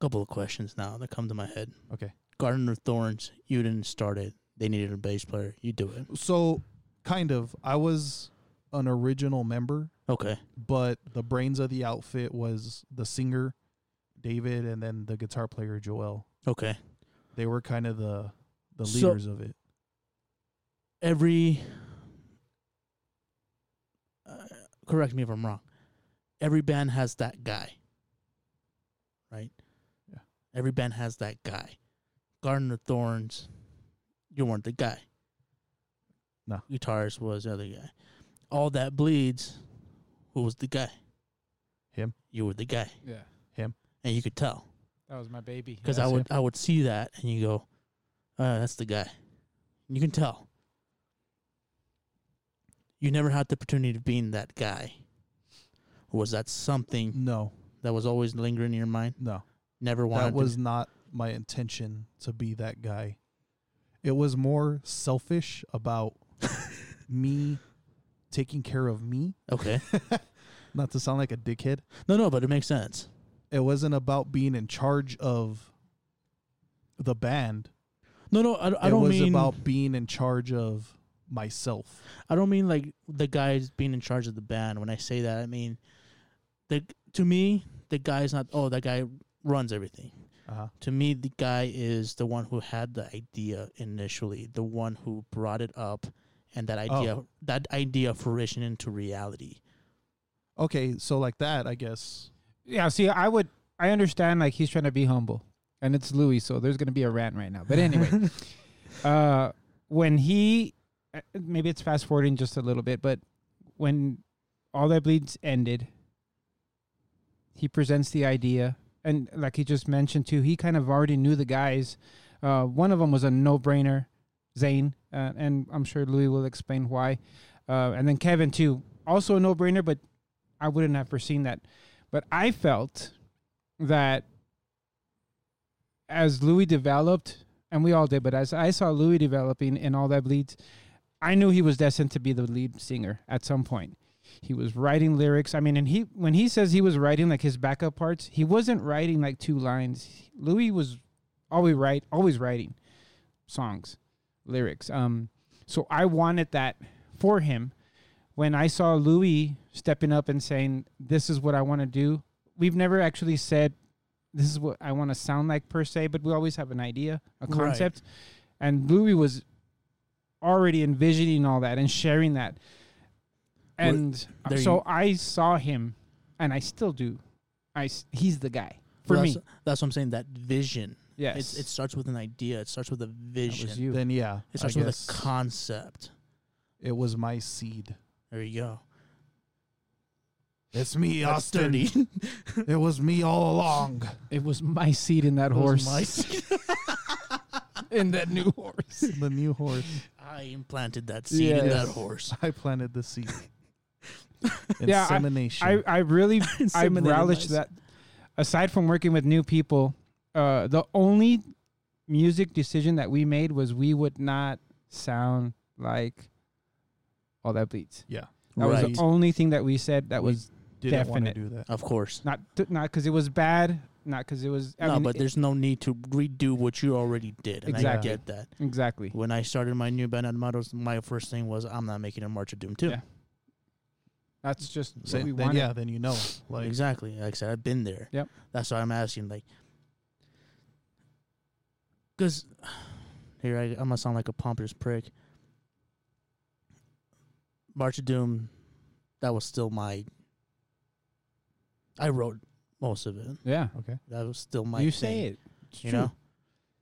A: couple of questions now that come to my head.
B: Okay.
A: Garden of Thorns, you didn't start it. They needed a bass player. You do it.
B: So kind of. I was an original member,
A: Okay.
B: but the brains of the outfit was the singer, David, and then the guitar player Joel.
A: Okay.
B: They were kind of the the
A: So-
B: leaders of it.
A: Every. Uh, correct me if I'm wrong. Every band has that guy. Right?
B: Yeah.
A: Every band has that guy. Garden of Thorns, you weren't the guy.
B: No.
A: Guitarist was the other guy. All that bleeds, who was the guy?
B: Him.
A: You were the guy.
C: Yeah.
A: And you could tell.
C: That was my baby.
A: Because
B: Yeah,
A: I
B: that's
A: would I would see that and you go, uh, that's the guy. You can tell. You never had the opportunity of being that guy. Was that something
B: No,
A: that was always lingering in your mind?
B: no,
A: Never wanted
B: that
A: to-
B: was not my intention to be that guy. It was more selfish about me taking care of me.
A: okay.
B: Not to sound like a dickhead.
A: No, no, but it makes sense.
B: It wasn't about being in charge of the band.
A: No, no, I, I
B: it
A: don't
B: was
A: mean
B: about being in charge of myself.
A: I don't mean like the guys being in charge of the band. When I say that, I mean the to me the guy's not. Oh, that guy runs everything.
B: Uh-huh.
A: To me, the guy is the one who had the idea initially, the one who brought it up, and that idea
C: Oh.
A: that idea fruition into reality.
B: Okay, so like that, I guess.
C: Yeah, see, I would, I understand, like, he's trying to be humble. And it's Louis, so there's going to be a rant right now. But anyway, uh, when he, uh, maybe it's fast forwarding just a little bit, but when All That Bleeds ended, he presents the idea. And like he just mentioned, too, he kind of already knew the guys. Uh, one of them was a no brainer, Zane. Uh, and I'm sure Louis will explain why. Uh, and then Kevin, too, also a no brainer, but I wouldn't have foreseen that. But I felt that as Louis developed, and we all did, but as I saw Louis developing in all that bleeds, I knew he was destined to be the lead singer at some point. He was writing lyrics. I mean, and he when he says he was writing like his backup parts, he wasn't writing like two lines. Louis was always write always writing songs, lyrics. Um, so I wanted that for him when I saw Louis stepping up and saying, "This is what I want to do," we've never actually said, "This is what I want to sound like" per se, but we always have an idea, a
A: Right.
C: concept, and Louis was already envisioning all that and sharing that,
A: Well,
C: and
A: there
C: so
A: you-
C: I saw him, and I still do. I s- he's the guy for
A: that's,
C: me.
A: that's what I'm saying. That vision.
C: Yes,
A: It's, it starts with an idea. It starts with a
C: that was
A: vision.
C: you.
B: Then yeah,
A: It
B: I
A: starts with
B: guess
A: a concept.
B: it was my seed.
A: There you go.
B: It's me,
A: That's
B: Austin.
A: dirty.
B: it was me all along.
C: It was my seat in that
A: It was
C: horse.
A: my
C: in that new horse.
B: the new horse.
A: I implanted that seed in that
B: Yes.
A: horse.
B: I planted the seed.
C: Yeah, I-
B: Insemination.
C: I, I really I
A: Inseminated
C: relish
A: mice.
C: that. Aside from working with new people, uh, the only music decision that we made was we would not sound like all that bleeds.
B: yeah,
C: That
A: right.
C: was the only thing that we said that
B: We
C: was
B: didn't want to
C: definite.
B: do that.
A: of course.
C: not th- not because it was bad, not because it was. I
A: no,
C: mean, e,
A: but
C: it-
A: there's no need to redo what you already did. And
C: Exactly.
A: I get that.
C: exactly.
A: When I started my new band Animados, my first thing was I'm not making a March of Doom 2.
C: Yeah. That's just
B: So
C: what we
B: then
C: wanted.
B: yeah, then you know, like
A: exactly. Like I said, I've been there.
C: Yep.
A: That's why I'm asking. Like, because here I, I'm gonna sound like a pompous prick. March of Doom, that was still my. I wrote most of it.
C: Yeah.
B: okay,
A: That was still my.
C: you
A: thing.
C: say it. It's
A: you
C: true.
A: know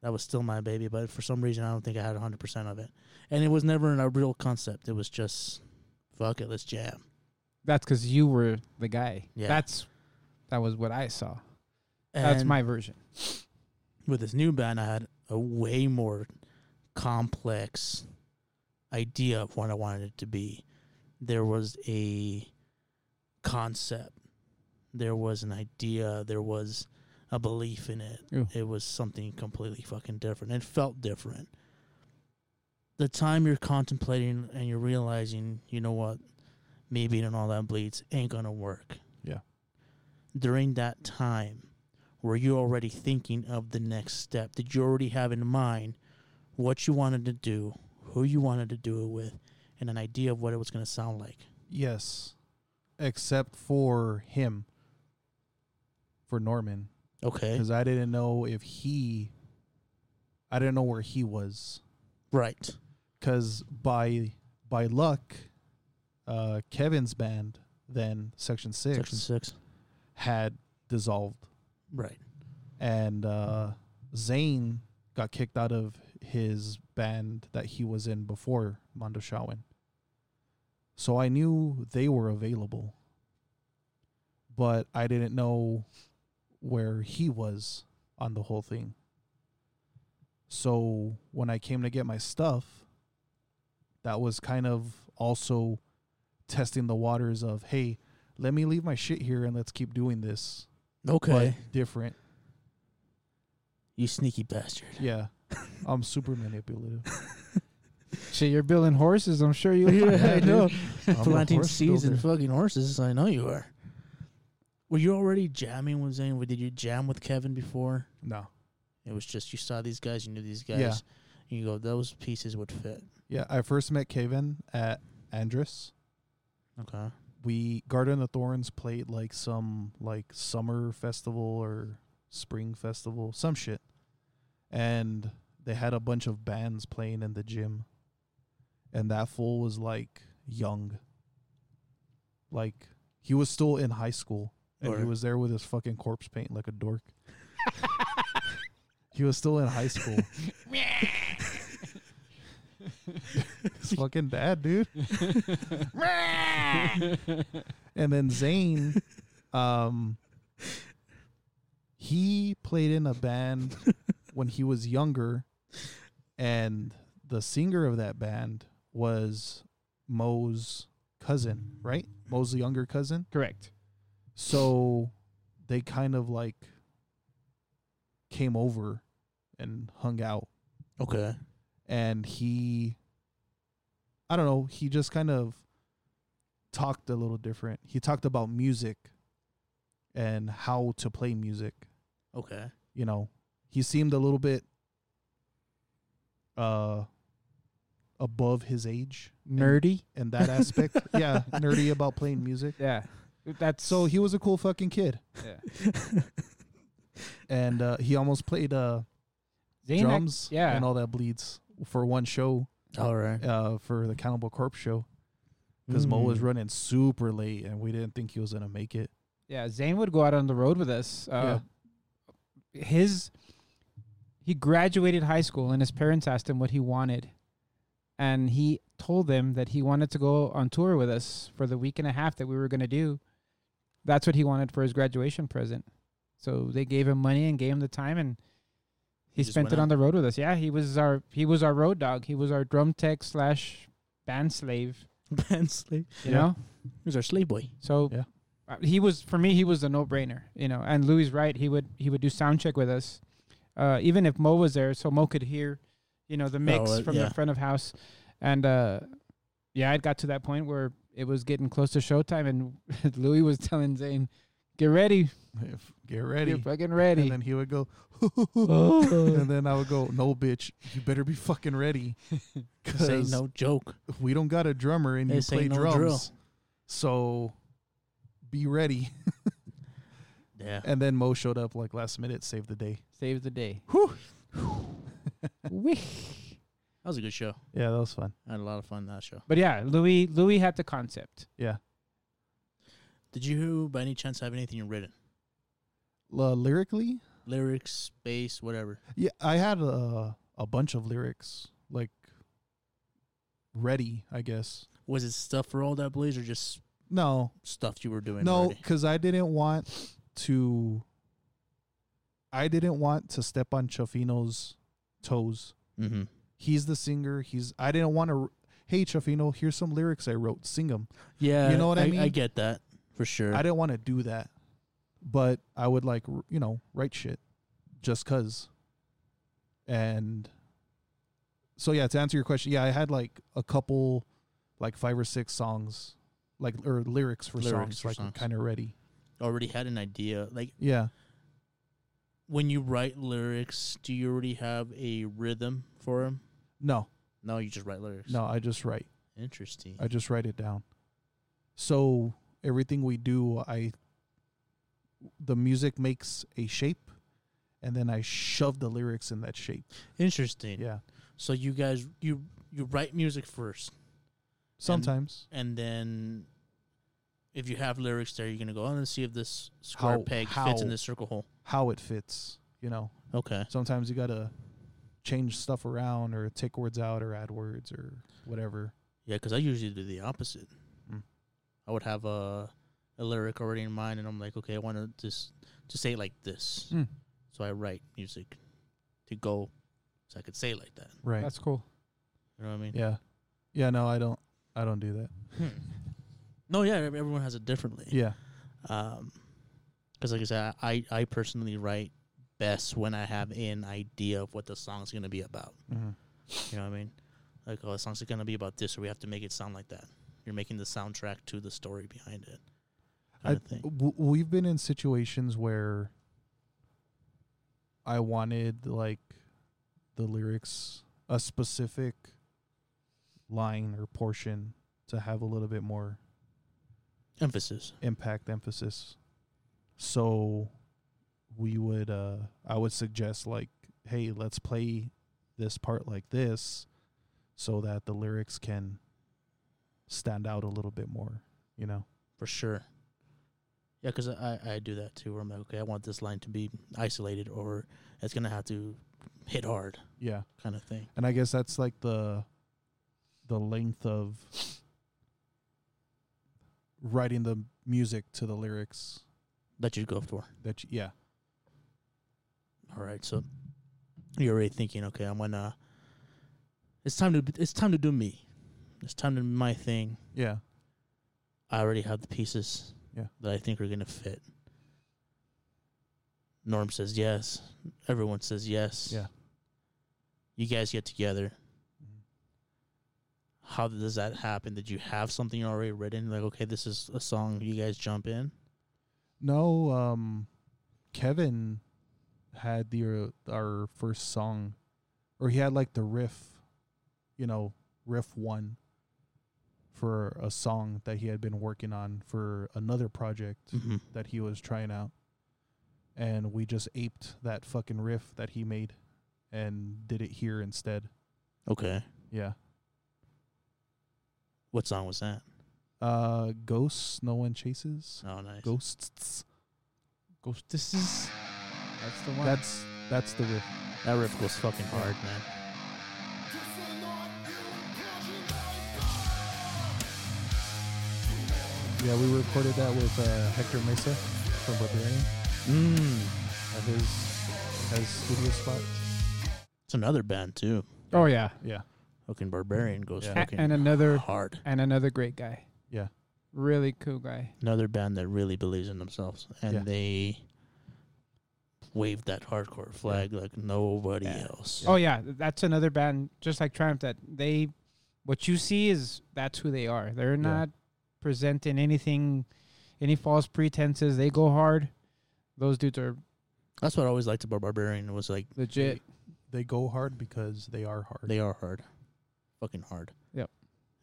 A: that was still my baby but for some reason i don't think i had 100% of it and it was never in a real concept it was just fuck it let's jam
C: That's because you were the guy.
A: Yeah.
C: That's that was what I saw.
A: and
C: That's my version.
A: with this new band i had a way more complex idea of what i wanted it to be there was a concept there was an idea there was a belief in it
C: Ew.
A: it was something completely fucking different it felt different the time you're contemplating and you're realizing you know what maybe and all that bleeds ain't gonna work
B: Yeah.
A: during that time were you already thinking of the next step did you already have in mind what you wanted to do who you wanted to do it with and an idea of what it was going to sound like
B: yes, except for him, for Norman,
A: okay
B: because I didn't know if he, I didn't know where he was,
A: right
B: because by by luck, uh, Kevin's band then Section Six
A: section six
B: had dissolved.
A: right
B: and uh, Zane got kicked out of his band that he was in before Mondo Shawin. So I knew they were available, but I didn't know where he was on the whole thing. So when I came to get my stuff, that was kind of also testing the waters of, hey, let me leave my shit here and let's keep doing this,
A: Okay.
B: but different.
A: you sneaky bastard.
B: Yeah, I'm super manipulative.
C: Shit, you're building horses. I'm sure you.
A: yeah, I
C: dude.
A: know.
B: I'm a
A: Planting
B: horse
A: seeds and
B: builder.
A: fucking horses. I know you are. Were you already jamming with Zane? Did you jam with Kevin before?
B: No.
A: It was just you saw these guys, you knew these guys.
B: Yeah.
A: And you go, those pieces would fit.
B: Yeah, I first met Kaven at Andrus.
A: Okay.
B: We Garden of Thorns played like some like summer festival or spring festival, some shit. And they had a bunch of bands playing in the gym. And that fool was like young. Like he was still in high school and he
A: Or-
B: was there with his fucking corpse paint like a dork. he was still in high school. His fucking dad, dude. And then Zayn, um, he played in a band when he was younger, and the singer of that band was Mo's cousin, right? Mo's younger cousin.
C: Correct.
B: So they kind of like came over and hung out,
A: Okay.
B: and he, I don't know, he just kind of talked a little different. He talked about music and how to play music.
A: Okay.
B: You know, he seemed a little bit uh above his age
C: Nerdy.
B: in that aspect. yeah, nerdy about playing music.
C: Yeah. That's
B: So he was a cool fucking kid,
C: yeah.
B: and uh, he almost played uh
C: Zayn act-
B: drums
C: yeah.
B: and all that bleeds for one show
A: All right.
B: uh for the Cannibal Corpse show because Mo was
A: Mm.
B: running super late and we didn't think he was gonna make it.
C: Yeah, Zane would go out on the road with us. Uh, His he graduated high school, and his parents asked him what he wanted, and he told them that he wanted to go on tour with us for the week and a half that we were going to do. That's what he wanted for his graduation present. So they gave him money and gave him the time, and he,
A: He just
C: spent
A: went
C: it on
A: out.
C: the road with us. Yeah, he was our he was our road dog. He was our drum tech slash band slave.
A: Band slave.
C: You
B: Yeah.
C: know.
A: He was our slave boy.
C: So
B: Yeah.
C: uh, he was for me. He was a no-brainer, you know. And Louis right. He would he would do sound check with us, uh, even if Mo was there, so Mo could hear, you
B: Oh,
C: know, the mix
A: uh,
C: from
A: yeah.
C: the front of house. And uh, yeah, it got to that point where it was getting close to showtime, and Louis was telling Zane, "Get ready,
B: If- Get ready.
C: get fucking
B: And
C: ready."
B: then he would go,
A: Oh.
B: and then I would go, no, bitch, you better be fucking ready,
A: this ain't
B: because
A: no joke.
B: we don't got a drummer and you
A: This
B: play
A: ain't no
B: drums,
A: drill.
B: so be ready.
A: Yeah.
B: And then Mo showed up like last minute, saved the day.
C: Save the day.
A: That was a good show.
B: Yeah, that was fun.
A: I had a lot of fun that show.
C: But yeah, Louis Louis had the concept.
B: Yeah,
A: Did you, by any chance, have anything written?
B: L- uh, lyrically,
A: Lyrics, bass, whatever.
B: Yeah, I had a a bunch of lyrics like ready, I guess.
A: Was it stuff for all that blaze or just
B: No,
A: stuff you were doing?
B: no,
A: already?
B: because I didn't want to. I didn't want to step on Chofino's toes.
A: Mm-hmm.
B: He's the singer. He's. I didn't want to. Hey, Chofino, here's some lyrics I wrote. Sing them.
A: Yeah.
B: You know what I
A: I
B: mean?
A: get that for sure.
B: I didn't want to do that, but I would like r- you know write shit just cause. And so yeah, to answer your question, yeah, I had like a couple, like five or six songs, like or lyrics for
A: Lyrics
B: songs,
A: for
B: like
A: songs.
B: kind of ready.
A: already had an idea. Like
B: Yeah,
A: when you write lyrics, do you already have a rhythm for them?
B: no,
A: No, you just write lyrics.
B: no, I just write.
A: Interesting.
B: I just write it down. So everything we do, I the music makes a shape, and then I shove the lyrics in that shape.
A: Interesting.
B: Yeah,
A: So you guys, you you write music first,
B: sometimes.
A: and then if you have lyrics there, you're gonna go on and see if this square
B: How-
A: peg fits in
B: how-
A: this circle hole.
B: how it fits. You know,
A: Okay.
B: sometimes you gotta change stuff around or take words out or add words or whatever.
A: Yeah, because I usually do the opposite.
B: Mm.
A: I would have a, a lyric already in mind, and I'm like, okay, I want to just to say it like this.
B: Hmm.
C: Mm.
A: So I write music to go, so I could say it like that.
B: Right.
C: That's cool.
A: You know what I mean?
B: yeah. Yeah, no, I don't I don't do that.
A: Hmm. No, yeah, ev- everyone has it differently.
B: Yeah.
A: Um, because like I said, I I personally write best when I have an idea of what the song's gonna be about.
B: Mm-hmm.
A: You know what I mean? Like, oh, the song's gonna be about this, or we have to make it sound like that. You're making the soundtrack to the story behind it.
B: I
A: Kind of thing.
B: w- we've been in situations where I wanted like the lyrics a specific line or portion to have a little bit more
A: Emphasis.
B: impact emphasis. So we would uh I would suggest like hey, let's play this part like this so that the lyrics can stand out a little bit more, you know.
A: for sure. Yeah, because I, I do that too. Where I'm like, okay, I want this line to be isolated, or it's gonna have to hit hard,
B: Yeah.
A: kind of thing.
B: And I guess that's like the the length of writing the music to the lyrics
A: That you go for.
B: that you, yeah.
A: All right, so you're already thinking, okay, I'm gonna. It's time to b- it's time to do me. It's time to do my thing.
B: Yeah.
A: I already have the pieces.
B: Yeah.
A: That I think are gonna fit. Norm says yes. Everyone says yes.
B: Yeah.
A: You guys get together.
B: Mm-hmm.
A: how does that happen? Did you have something already written? Like, okay, this is a song you guys jump in.
B: No, um, Kevin had the uh, our first song, or he had like the riff, you know, riff one for a song that he had been working on for another project
A: Mm-hmm.
B: that he was trying out, and we just aped that fucking riff that he made, and did it here instead.
A: Okay,
B: Yeah,
A: what song was that?
B: uh, ghosts no one chases.
A: Oh, nice.
B: Ghosts,
C: Ghost. This is. That's the one.
B: that's that's the riff.
A: That riff was fucking hard, man.
B: Yeah, we recorded that with uh, Hector Mesa from Barbarian
A: Mm.
B: at his at his studio spot.
A: It's another band too.
C: oh yeah,
B: Yeah,
A: Fucking Barbarian goes
B: Yeah.
A: fucking
C: and another
A: hard.
C: and another great guy.
B: Yeah.
C: Really cool guy.
A: Another band that really believes in themselves, and
B: Yeah.
A: they wave that hardcore flag like nobody
C: Yeah.
A: else.
C: Oh yeah, that's another band just like Triumph that they what you see is that's who they are. They're not presenting anything any false pretenses. They go hard. Those dudes are
A: That's what I always liked about Barbarian was like
C: legit.
B: they go hard because they are hard.
A: they are hard, fucking hard.
C: Yep.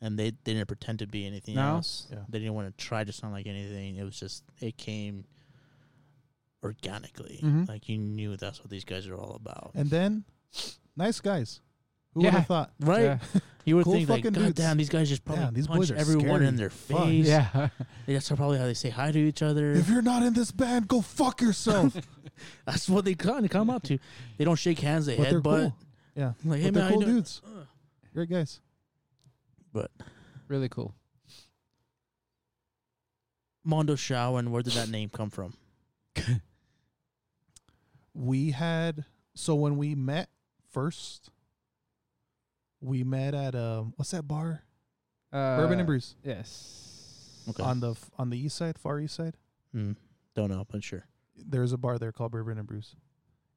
A: And they, they didn't pretend to be anything
C: No?
A: else.
B: Yeah.
A: They didn't want to try to sound like anything. It was just it came organically.
C: Mhm.
A: Like you knew that's what these guys are all about.
B: Mm-hmm. and then, nice guys. Who would
C: Yeah.
B: have thought?
A: right?
C: Yeah.
A: You would
B: Cool
A: think like,
B: fucking
A: God
B: dudes.
A: damn, these guys just probably
B: Damn, these boys
A: punch
B: are
A: everyone
B: scary.
A: in their
B: Fuck.
A: face.
C: yeah.
A: That's probably how they say hi to each other.
B: If you're not in this band, go fuck yourself.
A: that's what they kind of come up to. They don't shake hands, they
B: but they're
A: headbutt.
B: cool. Yeah,
A: Like, hey
B: but they're
A: man, how you
B: cool
A: doing?" Uh,
B: dudes.
A: Ugh.
B: Great guys.
C: really cool.
A: Mondo Shao and where did that name come from?
B: we had so when we met first we met at um what's that bar
C: Uh,
B: bourbon and brews
C: Yes.
A: Okay.
B: on the f- on the east side far east side
A: Hmm. Don't know, but sure.
B: there's a bar there called bourbon and brews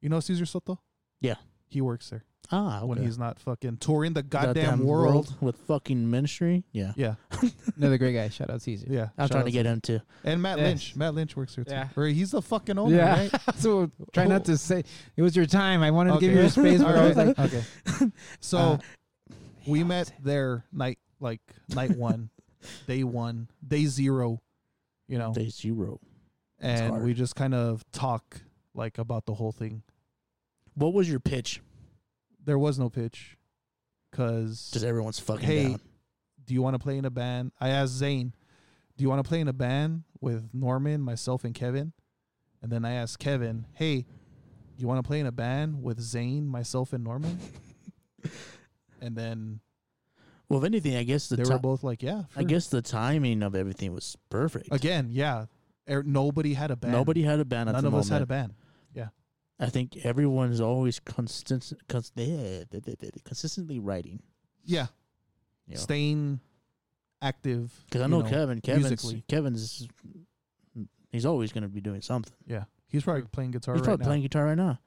B: you know caesar soto
A: Yeah.
B: he works there
A: Ah,
B: when
A: okay.
B: he's not fucking touring the goddamn,
A: Goddamn
B: world.
A: with fucking ministry. Yeah,
B: yeah
C: Another great guy. Shout out Caesar.
B: yeah
A: I'm
B: shout
A: trying
B: out
A: to get him to.
B: and matt
C: Yes.
B: lynch matt lynch works there too
C: Yeah.
B: or he's the fucking owner
C: Yeah.
B: right
C: so try not to say it was your time. I wanted to give
B: Okay.
C: you a space
B: All
C: where I was
B: right.
C: like,
B: okay so
C: Uh,
B: we met there night like night one day one day zero you know
A: Day zero.
B: and
A: hard.
B: we just kind of talk like about the whole thing.
A: What was your pitch?
B: There was no pitch, cause
A: Just everyone's fucking
B: Hey.
A: down.
B: do you want to play in a band? I asked Zane, do you want to play in a band with Norman, myself, and Kevin? And then I asked Kevin, hey, you want to play in a band with Zane, myself, and Norman? and then
A: Well, if anything, I guess the
B: they
A: ti-
B: were both like, yeah.
A: I
B: sure.
A: guess the timing of everything was perfect.
B: Again, yeah. Er, nobody had a band.
A: Nobody had a band at
B: None
A: the
B: of us had a
A: moment.
B: band.
A: I think everyone's always constant, cons- eh, eh, eh, eh, consistently writing.
B: Yeah.
A: You know.
B: Staying active.
A: Because I
B: you
A: know, Kevin. Kevin's
B: musically.
A: Kevin's he's always going to be doing something.
B: Yeah. He's probably playing guitar
A: he's
B: right
A: probably
B: now.
A: playing guitar right now.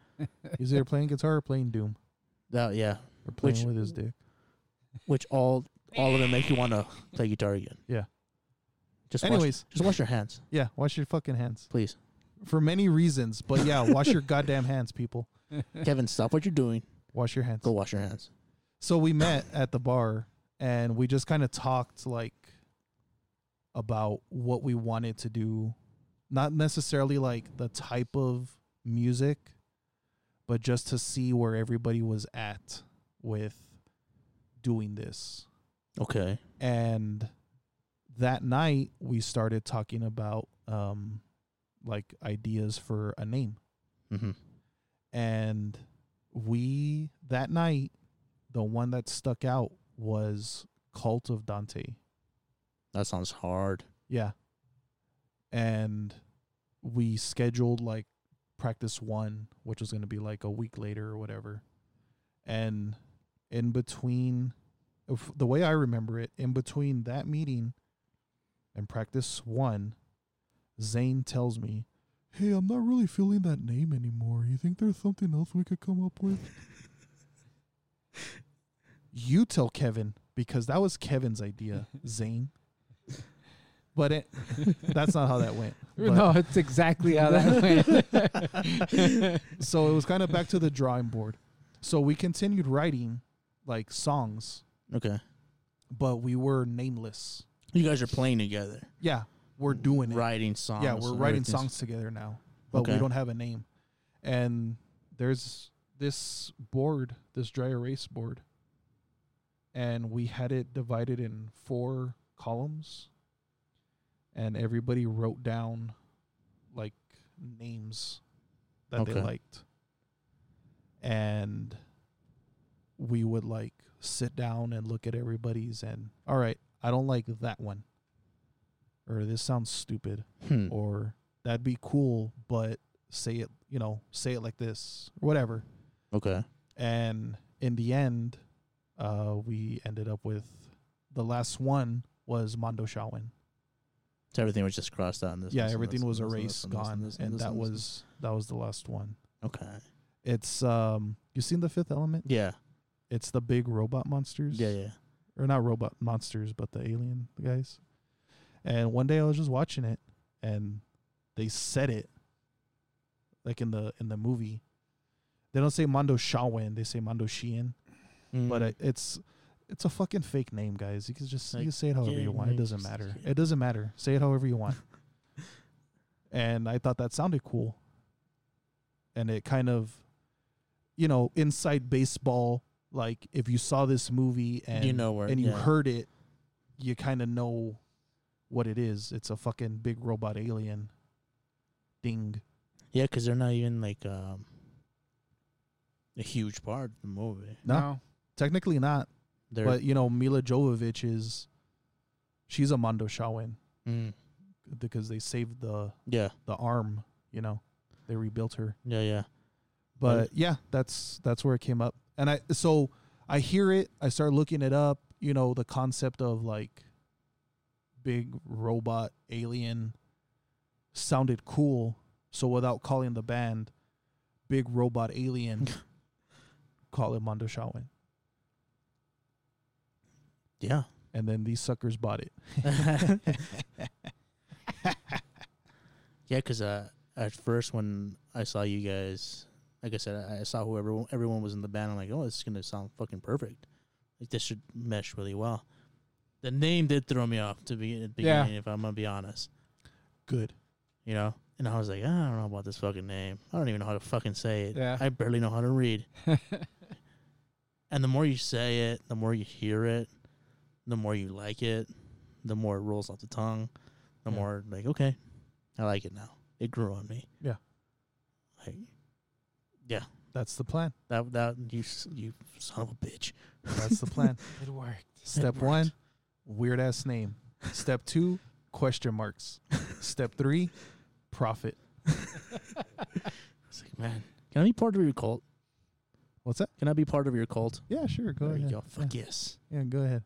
B: He's either playing guitar or playing Doom
A: That, yeah,
B: or playing
A: Which-
B: with his dick.
A: which all all of them make you want to play guitar again.
B: Yeah.
A: Just wash,
B: Anyways,
A: just wash your hands,
B: yeah, wash your fucking hands
A: please.
B: for many reasons, but yeah, wash your goddamn hands, people.
A: Kevin, stop what you're doing.
B: Wash your hands.
A: Go wash your hands.
B: So we met at the bar and we just kind of talked like about what we wanted to do. Not necessarily like the type of music, but just to see where everybody was at with doing this.
A: Okay.
B: And that night we started talking about um like ideas for a name.
A: Mm-hmm.
B: and we that night the one that stuck out was cult of dante
A: That sounds hard.
B: yeah and we scheduled like practice one which was going to be like a week later or whatever and in between if- the way i remember it in between that meeting and practice one zane tells me hey i'm not really feeling that name anymore you think there's something else we could come up with you tell kevin because that was kevin's idea zane but it, that's not how that went but-
C: no, it's exactly how that went.
B: so it was kind of back to the drawing board. So we continued writing like songs,
A: Okay.
B: but we were nameless.
A: You guys are playing together,
B: Yeah, we're doing it.
A: writing songs.
B: yeah, we're
A: and
B: writing
A: everything's-
B: songs together now, but we
A: Okay.
B: don't have a name. And there's this board, this dry erase board, and we had it divided in four columns, and everybody wrote down like names that they
A: Okay.
B: liked, and we would like sit down and look at everybody's and all right, I don't like that one, or this sounds stupid
A: Hmm.
B: or that'd be cool, but say it, you know, say it like this or whatever.
A: Okay.
B: And in the end, uh, we ended up with the last one was Mondo Shawin.
A: So everything was just crossed out. And this,
B: Yeah,
A: this and
B: everything
A: this
B: was
A: and this and
B: erased,
A: this and this
B: gone,
A: this
B: and
A: this
B: that
A: this.
B: was that was the last one.
A: okay.
B: It's um, you seen the Fifth Element?
A: Yeah.
B: It's the big robot monsters.
A: Yeah. Yeah.
B: or not robot monsters, but the alien guys. And one day I was just watching it, and they said it, like in the in the movie. They don't say Mondo Shawin, they say Mondo Sheehan, but uh,
A: Mm.
B: it, it's it's a fucking fake name, guys. You can just
A: Like,
B: you can say it however
A: yeah,
B: you want. It
A: like,
B: doesn't
A: just-
B: matter.
A: yeah.
B: It doesn't matter. Say it however you want. and I thought that sounded cool, and it kind of, you know, inside baseball. Like if you saw this movie and
A: you know where
B: and you
A: yeah.
B: heard it, you kind of know what it is. It's a fucking big robot alien thing.
A: Yeah, because they're not even like um, a huge part of the movie.
B: No. Technically not,
A: They're
B: but you know Mila Jovovich is she's a Mondo Shawin
A: mm,
B: because they saved the
A: yeah,
B: the arm, you know. They rebuilt her.
A: yeah, yeah.
B: But yeah, that's that's where it came up. And I so I hear it, I start looking it up, you know, the concept of like big robot alien sounded cool. So without calling the band Big Robot Alien, call it Mondo Shawin.
A: Yeah.
B: And then these suckers bought it.
A: yeah, because uh, at first when I saw you guys, like I said, I, I saw whoever everyone was in the band. I'm like, oh, this is gonna sound fucking perfect. Like this should mesh really well. The name did throw me off to be at the
C: Yeah.
A: beginning, if I'm gonna be honest.
B: Good.
A: You know, and I was like, I don't know about this fucking name. I don't even know how to fucking say it.
C: Yeah.
A: I barely know how to read. And the more you say it, the more you hear it, the more you like it, the more it rolls off the tongue, the
B: Yeah.
A: more like, okay, I like it now. It grew on me.
B: Yeah.
A: Like
B: That's the plan.
A: That that you s- you son of a bitch.
B: That's the plan.
C: It worked.
B: Step
A: worked.
B: one, weird ass name. Step two, question marks. Step three, profit.
A: It's like, man, can I be part of your cult?
B: What's that?
A: Can I be part of your cult?
B: Yeah, sure. Go
A: there
B: ahead.
A: you go. Fuck yes.
B: Yeah. yeah, go ahead.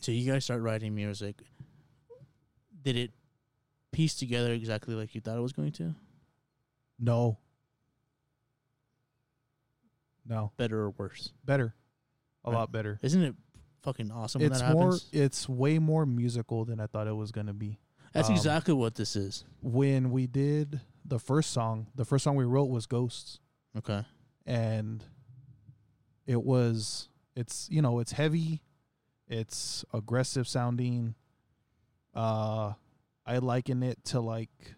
A: So you guys start writing music. Did it piece together exactly like you thought it was going to?
B: No. No.
A: Better or worse?
B: Better. A
A: Right.
B: lot better.
A: Isn't it fucking awesome when
B: It's
A: that
B: more
A: happens?
B: it's way more musical than I thought it was gonna be.
A: That's
B: um,
A: exactly what this is.
B: When we did the first song, the first song we wrote was Ghosts.
A: Okay.
B: and it was it's you know it's heavy it's aggressive sounding uh i liken it to like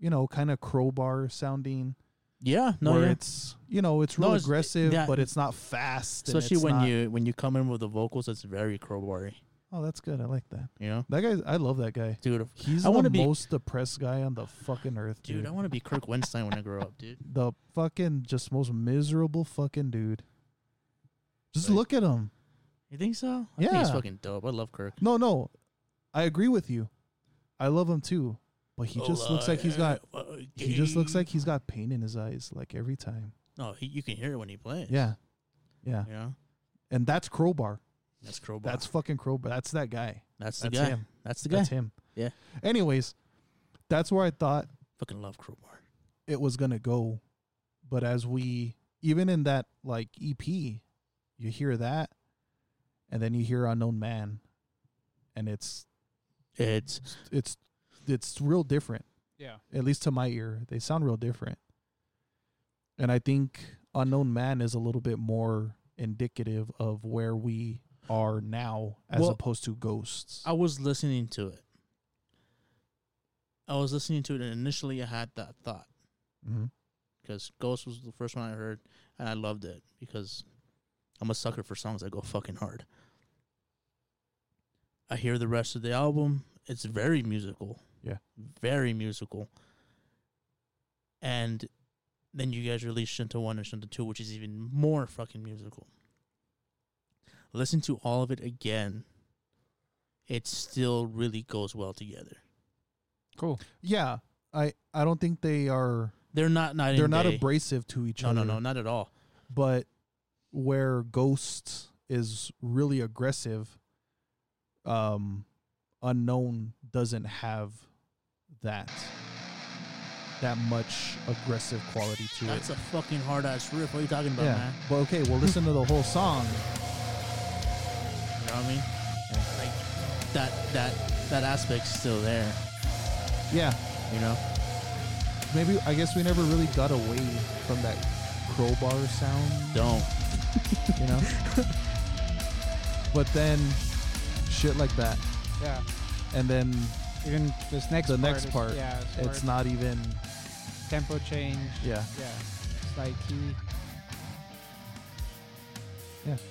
B: you know kind of crowbar sounding
A: Yeah. No.
B: where
A: Yeah.
B: it's you know it's
A: No,
B: real
A: it's- uh,
B: aggressive
A: yeah.
B: but it's not fast and
A: Especially
B: it's
A: when
B: not-
A: you when you come in with the vocals, it's very crowbary.
B: oh that's good i like that
A: You know,
B: that guy i love that guy
A: dude.
B: he's
A: I
B: the
A: wanna be-
B: most depressed guy on the fucking earth dude,
A: Dude, I want to be Kirk Weinstein when I grow up, dude.
B: the fucking just most miserable fucking dude just
A: Like-
B: look at him
A: You think so? I think he's
B: Yeah.
A: fucking dope. I love Kirk.
B: No, no, I agree with you. I love him too, but he just looks like he's got. He just looks like he's got pain in his eyes, like every time.
A: No, he, you can hear it when he plays.
B: Yeah, yeah,
A: You know,
B: and that's crowbar.
A: that's crowbar.
B: That's
A: That's
B: fucking crowbar. That's that guy.
A: that's the
B: That's
A: guy.
B: him.
A: That's the guy.
B: That's him.
A: Yeah.
B: Anyways, that's where I thought
A: Fucking love crowbar.
B: it was gonna go, but as we even in that like EP, you hear that, and then you hear unknown man, and it's
A: It's
B: it's it's real different.
C: Yeah.
B: at least to my ear, they sound real different. And I think Unknown Man is a little bit more indicative of where we are now as
A: Well,
B: opposed to ghosts.
A: I was listening to it. I was listening to it, and initially I had that thought
B: mm-hmm.
A: because Ghost was the first one I heard, and I loved it because I'm a sucker for songs that go fucking hard. I hear the rest of the album; it's very musical.
B: Yeah.
A: very musical. And then you guys release Shinto One and Shinto Two, which is even more fucking musical. Listen to all of it again. It still really goes well together.
C: Cool.
B: Yeah, I I don't think they are
A: They're not night
B: they're
A: and
B: not
A: day.
B: abrasive to each
A: No,
B: other.
A: no, no, not at all.
B: But where ghosts is really aggressive, um, unknown doesn't have that that much aggressive quality to it.
A: That's a fucking hard ass riff. What are you talking about,
B: yeah.
A: man?
B: But okay, well, listen to the whole song.
A: You know what I mean? Like that that that aspect's still there.
B: Yeah,
A: You know?
B: maybe I guess we never really got away from that crowbar sound,
A: Don't.
B: you know. but then, shit like that,
C: Yeah.
B: and then
C: Even this next
B: the
C: part
B: next
C: is-
B: part,
C: Yeah. It's,
B: it's not even.
C: tempo change.
B: Yeah,
C: Yeah. It's like he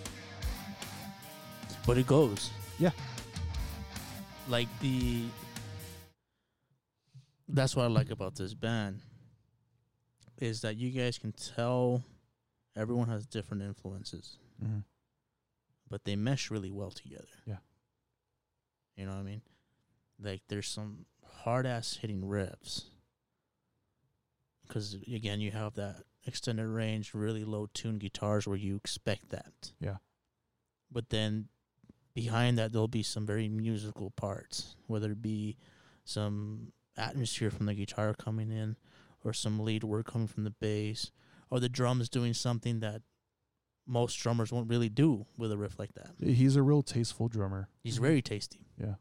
A: But it goes.
B: Yeah.
A: Like the That's what I like about this band is that you guys can tell everyone has different influences, but they mesh really well together.
B: Yeah.
A: You know what I mean? Like there's some hard ass hitting riffs. Cuz again, you have that extended range, really low tuned guitars where you expect that.
B: Yeah.
A: But then behind that there'll be some very musical parts, whether it be some atmosphere from the guitar coming in, or some lead work coming from the bass, or the drums doing something that most drummers won't really do with a riff like that.
B: He's a real tasteful drummer.
A: He's very tasty.
B: Mm-hmm. Yeah.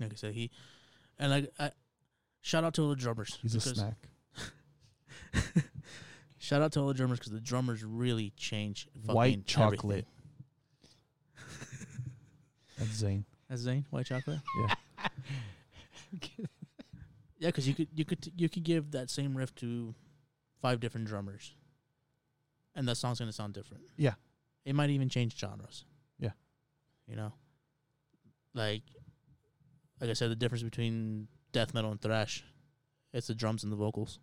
A: Like I said, he and like I shout out to all the drummers.
B: He's a
A: because-
B: snack.
A: Shout out to all the drummers because the drummers really change. Fucking
B: White chocolate.
A: everything.
B: That's Zane.
A: That's Zane. White chocolate.
B: Yeah.
A: yeah, because you could you could you could give that same riff to five different drummers, and that song's gonna sound different.
B: Yeah.
A: it might even change genres.
B: Yeah.
A: you know, like like I said, the difference between death metal and thrash, it's the drums and the vocals.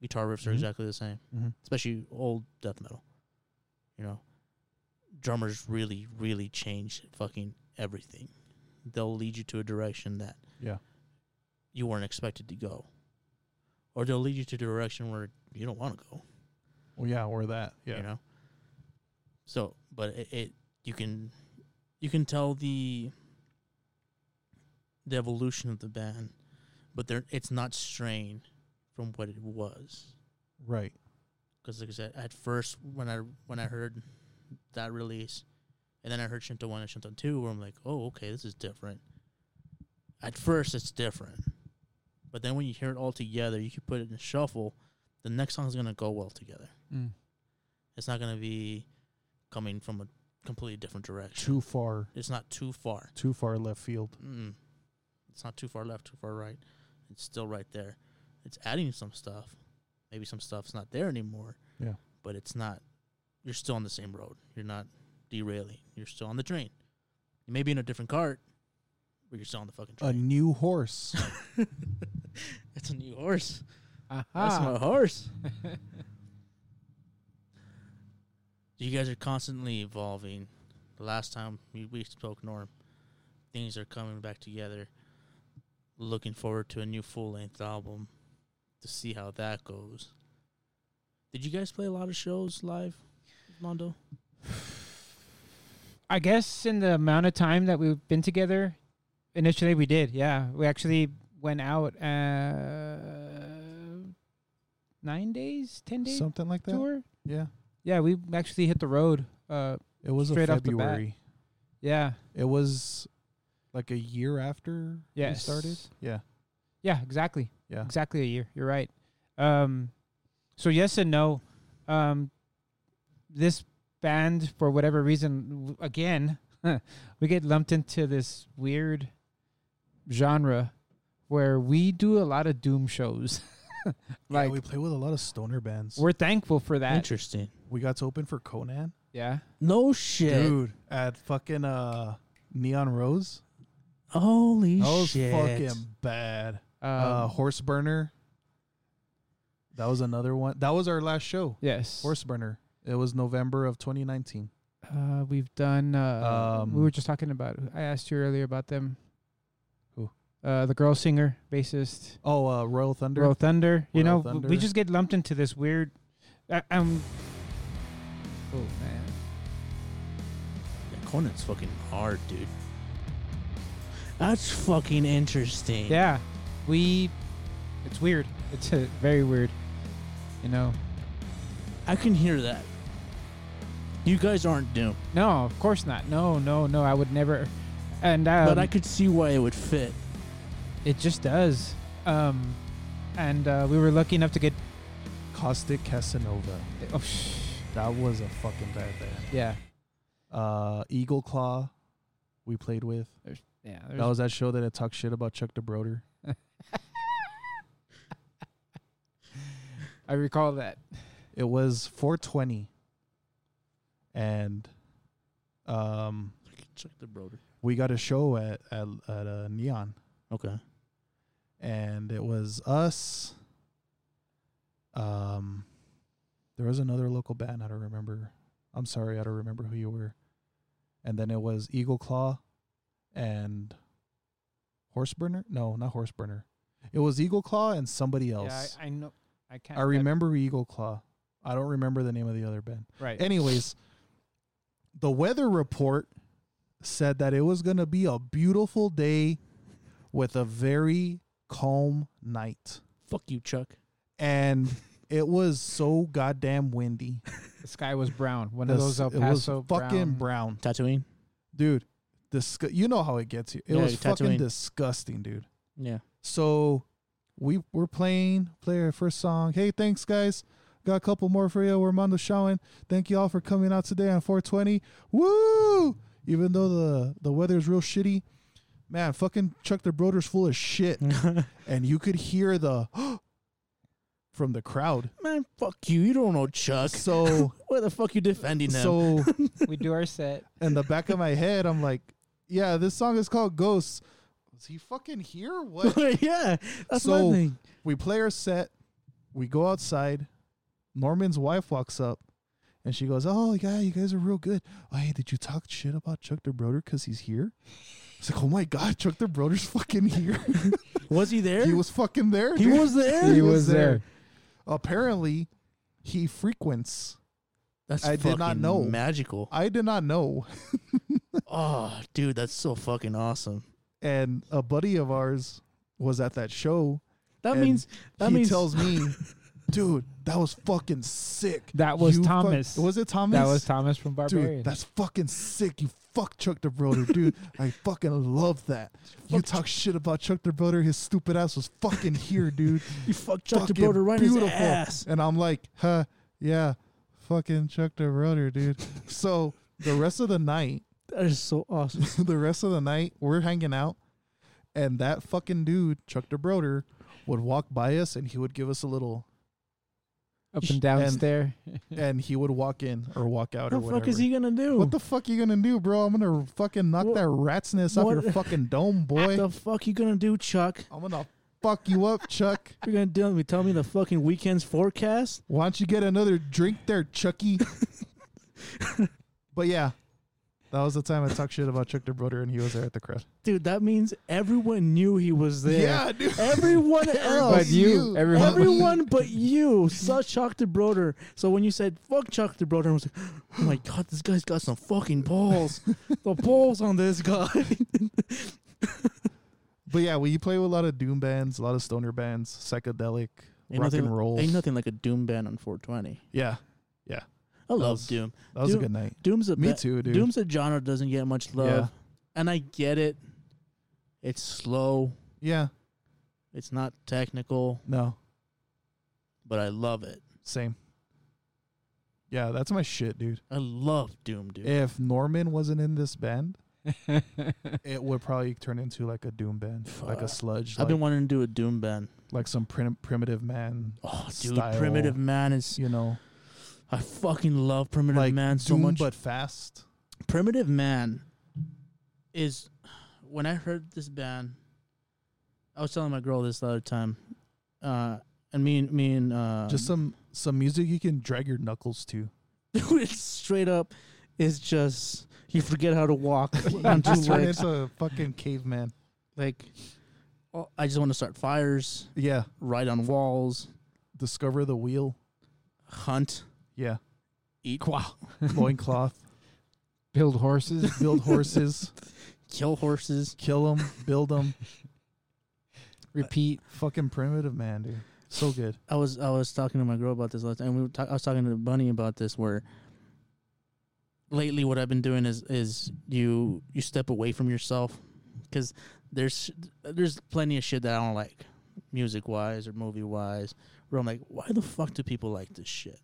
A: guitar riffs are
B: Mhm.
A: exactly the same, especially old death metal. You know, drummers really, really change fucking everything. They'll lead you to a direction that
B: Yeah.
A: you weren't expected to go, or they'll lead you to a direction where you don't want to go.
B: Well, yeah, or that. Yeah.
A: you know so but it, it you can you can tell the the evolution of the band but there it's not strained from what it was
B: Right.
A: because like i said at first when i when i heard that release and then i heard shinto 1 and shinto 2 where i'm like oh okay this is different at first it's different but then when you hear it all together you can put it in a shuffle the next song is going to go well together
C: Mm.
A: it's not going to be coming from a completely different direction.
B: Too far.
A: It's not too far.
B: Too far left field.
A: Mm. It's not too far left, too far right. It's still right there. It's adding some stuff. Maybe some stuff's not there anymore.
B: Yeah.
A: But it's not. You're still on the same road. You're not derailing. You're still on the train. You may be in a different cart, but you're still on the fucking
B: A
A: train.
B: new horse.
A: It's a new horse.
C: Aha.
A: That's my horse. you guys are constantly evolving. The last time we, we spoke, Norm, things are coming back together. Looking forward to a new full length album to see how that goes. Did you guys play a lot of shows live, Mondo?
C: I guess in the amount of time that we've been together, initially we did. Yeah, we actually went out uh, nine days, ten days
B: Something like that.
C: tour.
B: Yeah.
C: Yeah, we actually hit the road. Uh,
B: It was a
C: Straight off the bat.
B: February.
C: yeah,
B: It was like a year after
C: Yes.
B: we started. Yeah.
C: yeah, exactly.
B: Yeah.
C: exactly a year. You're right. Um, so yes and no. Um, this band, for whatever reason, w- again, we get lumped into this weird genre where we do a lot of doom shows.
B: Like
C: like
B: we play with a lot of stoner bands.
C: we're thankful for that.
A: Interesting.
B: We got to open for Conan.
C: Yeah.
A: No shit.
B: Dude, at fucking uh Neon Rose.
A: Holy
B: That was
A: shit.
B: fucking bad.
C: Um,
B: uh Horse Burner. That was another one. That was our last show.
C: yes.
B: Horse Burner. It was November of 2019.
C: Uh, we've done. Uh,
B: Um,
C: we were just talking about. I asked you earlier about them.
B: Who?
C: Uh, the girl singer, bassist.
B: Oh, uh Royal Thunder.
C: Royal Thunder. You
B: Royal
C: know, w- we
B: Thunder.
C: just get lumped into this weird. Uh, um. Oh man.
A: Yeah, Conan's fucking hard, dude. That's fucking interesting.
C: Yeah, we. It's weird. It's uh, very weird. You know.
A: I can hear that. You guys aren't doomed,
C: No, of course not. No, no, no. I would never. And um,
A: but I could see why it would fit.
C: it just does. Um, and uh, we were lucky enough to get.
B: Caustic Casanova.
C: Oh, sh-
B: That was a fucking bad band.
C: yeah.
B: Uh Eagle Claw we played with.
C: Yeah.
B: That was that show that I talked shit about Chuck DeBroder.
C: I recall that.
B: It was 420. And um
A: Check the brother.
B: we got a show at at, at uh, Neon.
A: Okay.
B: and it was us. Um, there was another local band. I don't remember. I'm sorry, I don't remember who you were. And then it was Eagle Claw, and Horseburner. No, not Horseburner. It was Eagle Claw and somebody else.
C: Yeah, I, I know. I can't.
B: I,
C: that-
B: remember Eagle Claw. I don't remember the name of the other band.
C: Right.
B: Anyways, the weather report said that it was going to be a beautiful day with a very calm night.
A: Fuck you, Chuck.
B: And it was so goddamn windy.
C: the sky was brown. One of those El
B: it was
C: Paso
B: fucking brown.
A: Tatooine.
B: Dude, disgu- you know how it gets you. It
A: Yeah,
B: was fucking
A: Tatooine.
B: disgusting, dude.
A: Yeah.
B: So we were playing, play our first song. Hey, thanks guys. Got a couple more for you. We're Mondo showing. Thank you all for coming out today on 420. Woo! Even though the the weather's real shitty, man, fucking Chuck the Broder's full of shit,
A: Mm.
B: and you could hear the from the crowd.
A: Man, fuck you. You don't know Chuck.
B: So
A: Why the fuck you defending him?
B: so
C: we do our set.
B: in the back of my head, I'm like, yeah, this song is called Ghosts. Was he fucking here? What?
A: yeah, that's
B: So-
A: my thing.
B: we play our set. we go outside. Norman's wife walks up, and she goes, "Oh yeah, you guys are real good. Oh, hey, did you talk shit about Chuck the Broder because he's here?" It's like, "Oh my god, Chuck the Broder's fucking here.
A: Was he there?
B: he was fucking there.
A: He
B: dude.
A: was there.
B: He was there. Apparently, he frequents.
A: That's
B: I did not
A: fucking
B: know.
A: Magical.
B: I did not know.
A: Oh, dude, that's so fucking awesome.
B: And a buddy of ours was at that show.
A: That
B: And
A: means that
B: he
A: means
B: tells me, "Dude, that was fucking sick."
C: That was
B: You fuck-
C: Thomas.
B: was it Thomas?
C: That was Thomas from Barbarian.
B: Dude, that's fucking sick. You fuck Chuck the Broder, dude. I fucking love that. You
A: Fuck
B: talk shit about Chuck the Broder. His stupid ass was fucking here, dude.
A: you fucked Chuck the
B: fucking
A: Broder right in his
B: beautiful.
A: ass.
B: And I'm like, huh, yeah, fucking Chuck the Broder, dude. so the rest of the night,
A: That is so awesome.
B: the rest of the night, we're hanging out, and that fucking dude, Chuck the Broder, would walk by us and he would give us a little,
C: Up and down
B: and-
C: stair.
B: and he would walk in or walk out or
A: What the
B: whatever.
A: fuck is he gonna do?
B: What the fuck you gonna do, bro? I'm gonna fucking knock
A: What-
B: that rat's nest off
A: what-
B: your fucking dome, boy.
A: What the fuck you gonna do, Chuck?
B: I'm gonna fuck you up, Chuck.
A: You're gonna tell me tell me the fucking weekend's forecast?
B: Why don't you get another drink there, Chucky? but yeah, that was the time I talked shit about Chuck the Broder, and he was there at the crowd.
A: Dude, that means everyone knew he was there.
B: dude.
A: Everyone
B: Everybody
A: else.
C: But you,
B: knew.
C: everyone-
B: But we-
A: Everyone but you saw Chuck the Broder. So when you said fuck Chuck the Broder, I was like, oh my god, this guy's got some fucking balls. the balls on this guy.
B: But yeah, we play with a lot of doom bands, a lot of stoner bands, psychedelic,
A: Ain't
B: rock
A: nothing-
B: and roll.
A: Ain't nothing like a Doom band on 420.
B: Yeah,
A: I love
B: was-
A: Doom.
B: that was
A: Doom-
B: a good night.
A: Doom's a
B: Me
A: ba-
B: too, dude.
A: Doom's a genre that doesn't get much love,
B: Yeah.
A: and I get it. It's slow.
B: Yeah,
A: It's not technical,
B: no,
A: but I love it.
B: same. Yeah, that's my shit, dude.
A: I love Doom, dude.
B: If Norman wasn't in this band, it would probably turn into like a doom band, like
A: Fuck.
B: a sludge,
A: I've
B: like,
A: been wanting to do a Doom band.
B: like some prim- primitive man,
A: Oh, dude,
B: Style.
A: Primitive Man is.
B: you know,
A: I fucking love Primitive
B: like
A: Man so
B: doom
A: much.
B: but fast.
A: Primitive Man is when I heard this band. I was telling my girl this the other time, uh, and me and me and uh,
B: Just some some music you can drag your knuckles to.
A: dude, it's straight up. It's just you forget how to walk on two
B: Just turn
A: legs.
B: into a fucking caveman.
A: Like, oh, I just want to start fires,
B: Yeah,
A: ride on walls,
B: discover the wheel.
A: hunt,
B: Yeah,
A: eat, quack,
B: loincloth,
C: Build horses.
B: build horses,
A: kill horses.
B: kill them, build them.
C: Repeat.
B: Fucking primitive man, dude. So good.
A: I was I was talking to my girl about this last, and we were ta- I was talking to Bunny about this. Where lately, what I've been doing is is you you step away from yourself because there's there's plenty of shit that I don't like, music wise or movie wise. Where I'm like, why the fuck do people like this shit,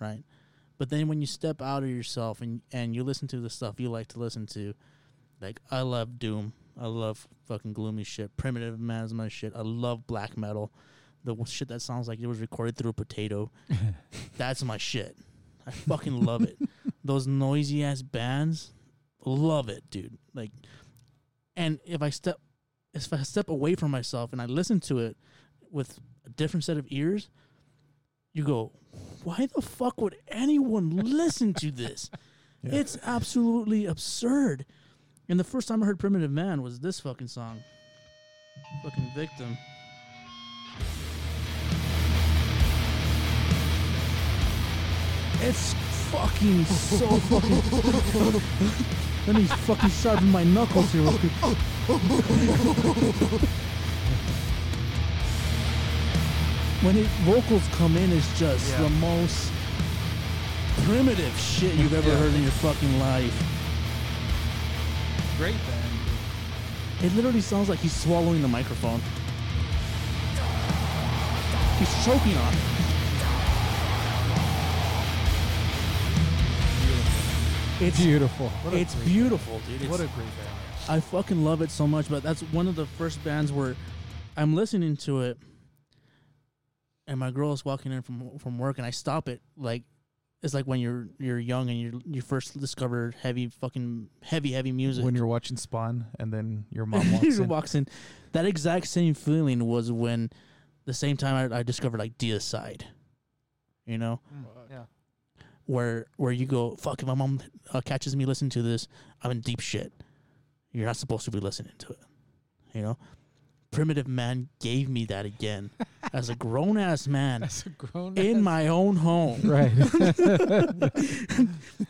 A: right? But then when you step out of yourself and and you listen to the stuff you like to listen to, like I love doom, I love fucking gloomy shit, primitive man's my shit. I love black metal the w- shit that sounds like it was recorded through a potato. That's my shit. I fucking love it. Those noisy ass bands, love it, dude. Like, and if I step, if I step away from myself and I listen to it with a different set of ears, you go, why the fuck would anyone listen to this?
B: Yeah.
A: It's absolutely absurd. And the first time I heard Primitive Man was this fucking song, fucking Victim. It's fucking so fucking. Let me fucking sharpen my knuckles here real quick. when his vocals come in, it's just
B: Yeah.
A: the most primitive shit you've ever
B: Yeah.
A: heard in your fucking life.
C: Great band.
A: It literally sounds like he's swallowing the microphone. He's choking on it. It's
C: Beautiful.
B: What a
A: it's
B: great-
A: beautiful, dude. It's,
B: What a great band.
A: I fucking love it so much, but that's one of the first bands where I'm listening to it and my girl is walking in from from work and I stop it like it's like when you're you're young and you you first discover heavy fucking heavy heavy music.
B: When you're watching Spawn and then your mom walks in.
A: That exact same feeling was when the same time I, I discovered like Deicide, you know,
C: Yeah.
A: where where you go, fuck, if my mom uh, catches me listening to this, I'm in deep shit. You're not supposed to be listening to it, you know. Primitive man gave me that again as a grown ass man
C: That's a grown
A: in my own home
C: right.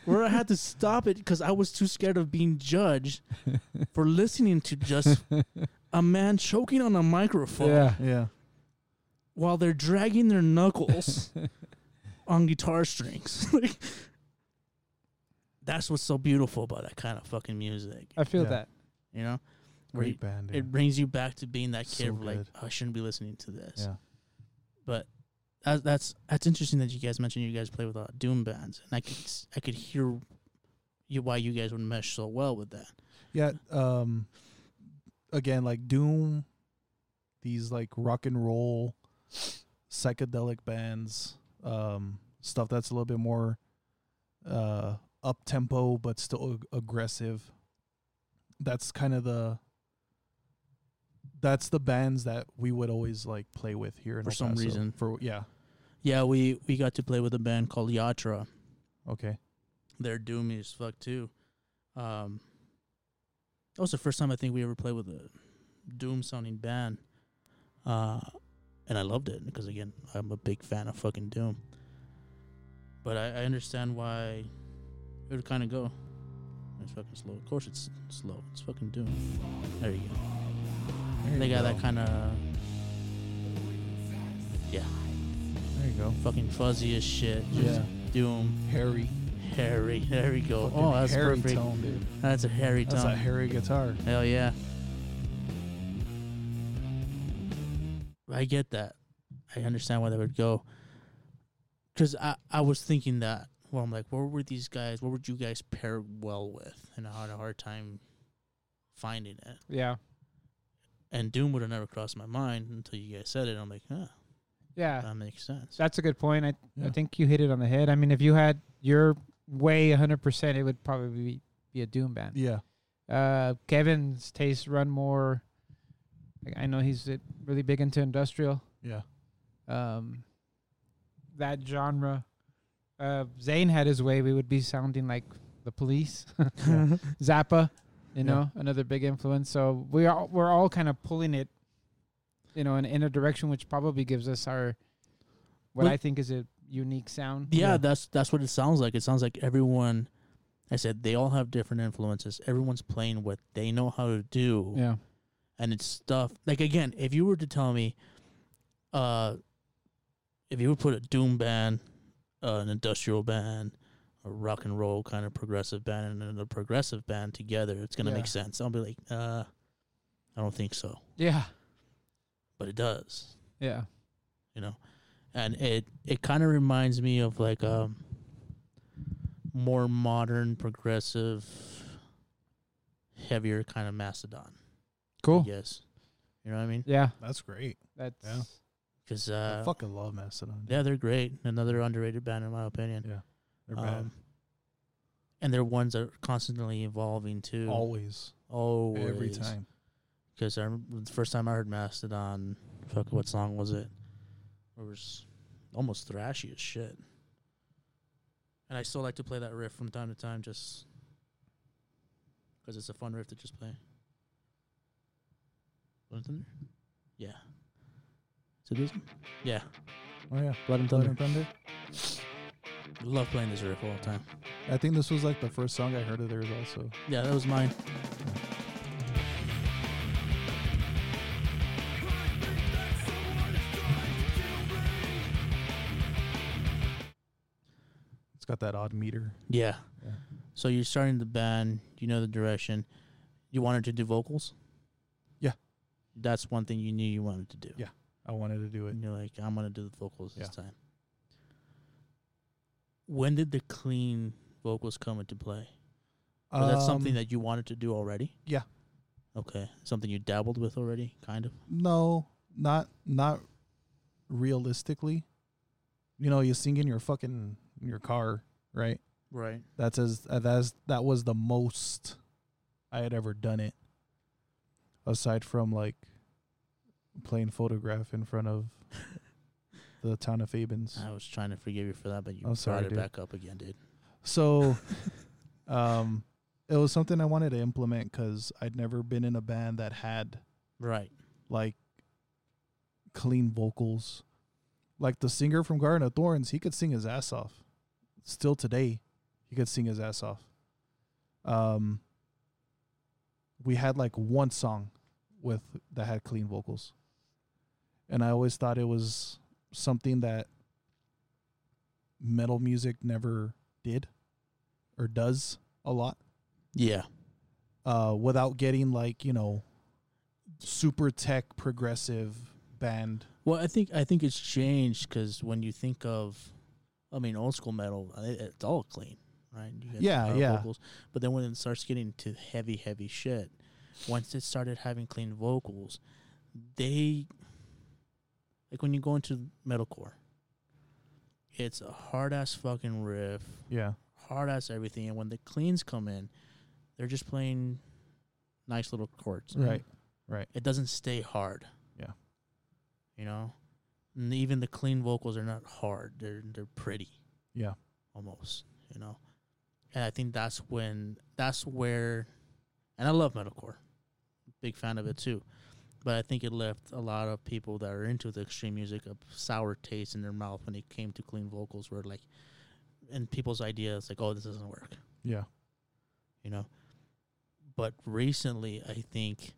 A: where I had to stop it because I was too scared of being judged for listening to just a man choking on a microphone
C: yeah.
B: Yeah.
A: while they're dragging their knuckles on guitar strings. Like, That's what's so beautiful about that kind of fucking music,
C: I feel
B: Yeah.
C: that.
A: you know? Where
B: Great
A: you-
B: band.
A: It brings you back to being that kid,
B: So
A: of like "Oh,
B: good.
A: I shouldn't be listening to this.
B: yeah.
A: But that's that's that's interesting that you guys mentioned you guys play with a lot of doom bands, and I could s- I could hear you, why you guys would mesh so well with that.
B: Yeah. Um, again, like Doom, these like rock and roll, psychedelic bands, um, stuff that's a little bit more uh, up tempo but still ag- aggressive. That's kind of the. That's the bands that we would always like play with here in
A: For
B: El
A: some
B: Paso.
A: reason.
B: For yeah,
A: Yeah, we we got to play with a band called Yatra.
B: okay,
A: They're doomy as fuck too. Um, that was the first time I think we ever played with a doom sounding band, uh, and I loved it because again I'm a big fan of fucking doom. But I, I understand why it would kind of go. It's fucking slow. Of course it's slow. It's fucking doom. There you go. They got that kind of
B: of. There you go.
A: fucking fuzzy as shit. Just
B: Yeah,
A: doom,
B: hairy.
A: hairy. There we go.
B: fucking
A: Oh, that's
B: hairy
A: perfect.
B: tone, dude.
A: That's a hairy
B: That's
A: tone.
B: a hairy guitar.
A: Hell yeah. I get that. I understand why they would go. Because I, I was thinking that. Well, I'm like, where were these guys? What would you guys pair well with? And I had a hard time finding it.
C: Yeah.
A: And Doom would have never crossed my mind until you guys said it. I'm like, huh,
C: Yeah.
A: that makes sense.
C: That's a good point. I
B: Yeah.
C: I think you hit it on the head. I mean, if you had your way 100%, it would probably be, be a doom band.
B: Yeah,
C: Uh, Kevin's tastes run more. Like, I know he's uh, really big into industrial.
B: yeah.
C: um, that genre. Uh, Zayn had his way, we would be sounding like the police,
B: Yeah.
C: Zappa,
B: Yeah.
C: you know, another big influence. So we are we're all kind of pulling it, you know, in, in a direction which probably gives us our what
A: Well-
C: I think is a unique sound.
A: yeah,
B: Yeah.
A: that's that's what it sounds like. It sounds like everyone. I said they all have different influences. Everyone's playing what they know how to do.
C: yeah,
A: and it's stuff like again if you were to tell me uh if you would put a doom band uh, an industrial band a rock and roll kind of progressive band and another progressive band together it's gonna
C: Yeah.
A: make sense i'll be like uh i don't think so
C: yeah,
A: but it does
C: yeah.
A: you know and it it kind of reminds me of like um more modern progressive heavier kind of mastodon
C: Cool.
A: yes you know what i mean
C: Yeah,
B: That's great.
C: that's
B: Yeah.
A: because
B: I
A: uh
B: fucking love Mastodon.
A: Yeah, they're great. Another underrated band, in my opinion.
B: Yeah. They're bad.
A: Um, and they're ones that are constantly evolving too.
B: Always.
A: Always.
B: Every time.
A: Because I remember the first time I heard Mastodon, fuck, what song was it? It was almost thrashy as shit. And I still like to play that riff from time to time, just because it's a fun riff to just play. Blood and Thunder? Yeah. Is it this one? Yeah.
B: Oh yeah.
A: Blood and
B: Thunder. Thunder.
A: Love playing this riff all the time.
B: I think this was like the first song I heard of theirs also.
A: Yeah, that was mine.
B: It's got that odd meter.
A: Yeah.
B: Yeah.
A: So you're starting the band, you know the direction. You wanted to do vocals?
B: Yeah.
A: That's one thing you knew you wanted to do.
B: Yeah. I wanted to do it.
A: And you're like, I'm gonna do the vocals this
B: Yeah.
A: time. When did the clean vocals come into play? Was that something
B: Um,
A: that you wanted to do already?
B: yeah.
A: Okay. Something you dabbled with already, kind of?
B: No, not not realistically. You know, you sing in your fucking in your car, right?
A: Right.
B: That's as uh, that's that was the most I had ever done it. Aside from like playing photograph in front of the town of Fabens.
A: I was trying to forgive you for that, but you
B: I'm sorry,
A: brought it
B: dude.
A: back up again, dude.
B: So, um, it was something I wanted to implement because I'd never been in a band that had
A: Right.
B: like clean vocals. Like the singer from Garden of Thorns, he could sing his ass off. Still today, he could sing his ass off. Um, we had like one song with that had clean vocals, and I always thought it was something that metal music never did or does a lot
A: Yeah.
B: uh, without getting like you know super tech progressive band.
A: Well, I think I think it's changed because when you think of, I mean, old school metal, i- it's all clean, right? You got
B: Yeah,
A: power
B: yeah.
A: Vocals, but then when it starts getting to heavy, heavy shit, once it started having clean vocals, they like when you go into metalcore, it's a hard ass fucking riff,
B: Yeah,
A: hard ass everything, and when the cleans come in, they're just playing nice little chords,
C: Mm-hmm.
B: right.
A: it doesn't stay hard.
B: Yeah.
A: You know, and even the clean vocals are not hard. They're they're pretty
B: Yeah,
A: almost. You know, and I think that's when that's where, and I love metalcore, big fan of it too, but I think it left a lot of people that are into the extreme music a sour taste in their mouth when it came to clean vocals. Where like, and people's ideas like, oh, this doesn't work
B: yeah,
A: you know. But recently, I think,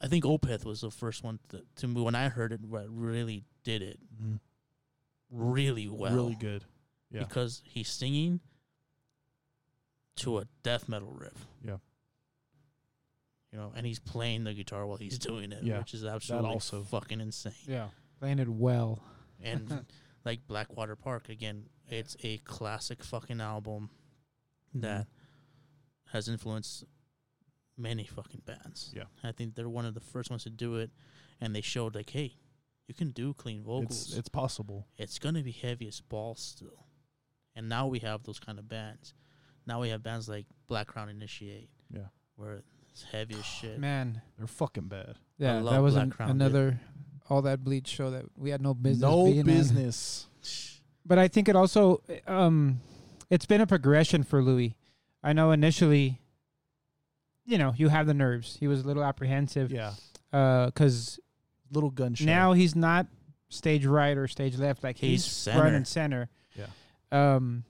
A: I think Opeth was the first one to, to move. When I heard it, what really did it
C: Mm-hmm.
A: really well,
B: really good. yeah.
A: because he's singing to a death metal riff.
B: Yeah.
A: You know, and he's playing the guitar while he's doing it,
B: Yeah,
A: which is absolutely
B: also.
A: fucking insane.
C: Yeah. Playing it well.
A: and like Blackwater Park again, it's a classic fucking album
C: Mm-hmm.
A: that has influenced many fucking bands.
B: Yeah.
A: I think they're one of the first ones to do it, and they showed like, hey, you can do clean vocals.
B: It's it's possible.
A: it's gonna be heavy as balls still, and now we have those kind of bands. Now we have bands like Black Crown Initiate.
B: Yeah.
A: where it's heavy as shit.
C: Man.
B: They're fucking bad.
C: Yeah,
A: love
C: that was
A: Black
C: an,
A: Crown, dude.
C: another all that bleach show that we had no business.
B: no
C: being on.
B: business.
C: But I think it also um it's been a progression for Louis. I know initially you know, you have the nerves. He was a little apprehensive
B: Yeah,
C: uh 'cause
B: little gun show.
C: Now he's not stage right or stage left. Like
A: He's
C: he's,
A: center.
C: front and center. Yeah. Um,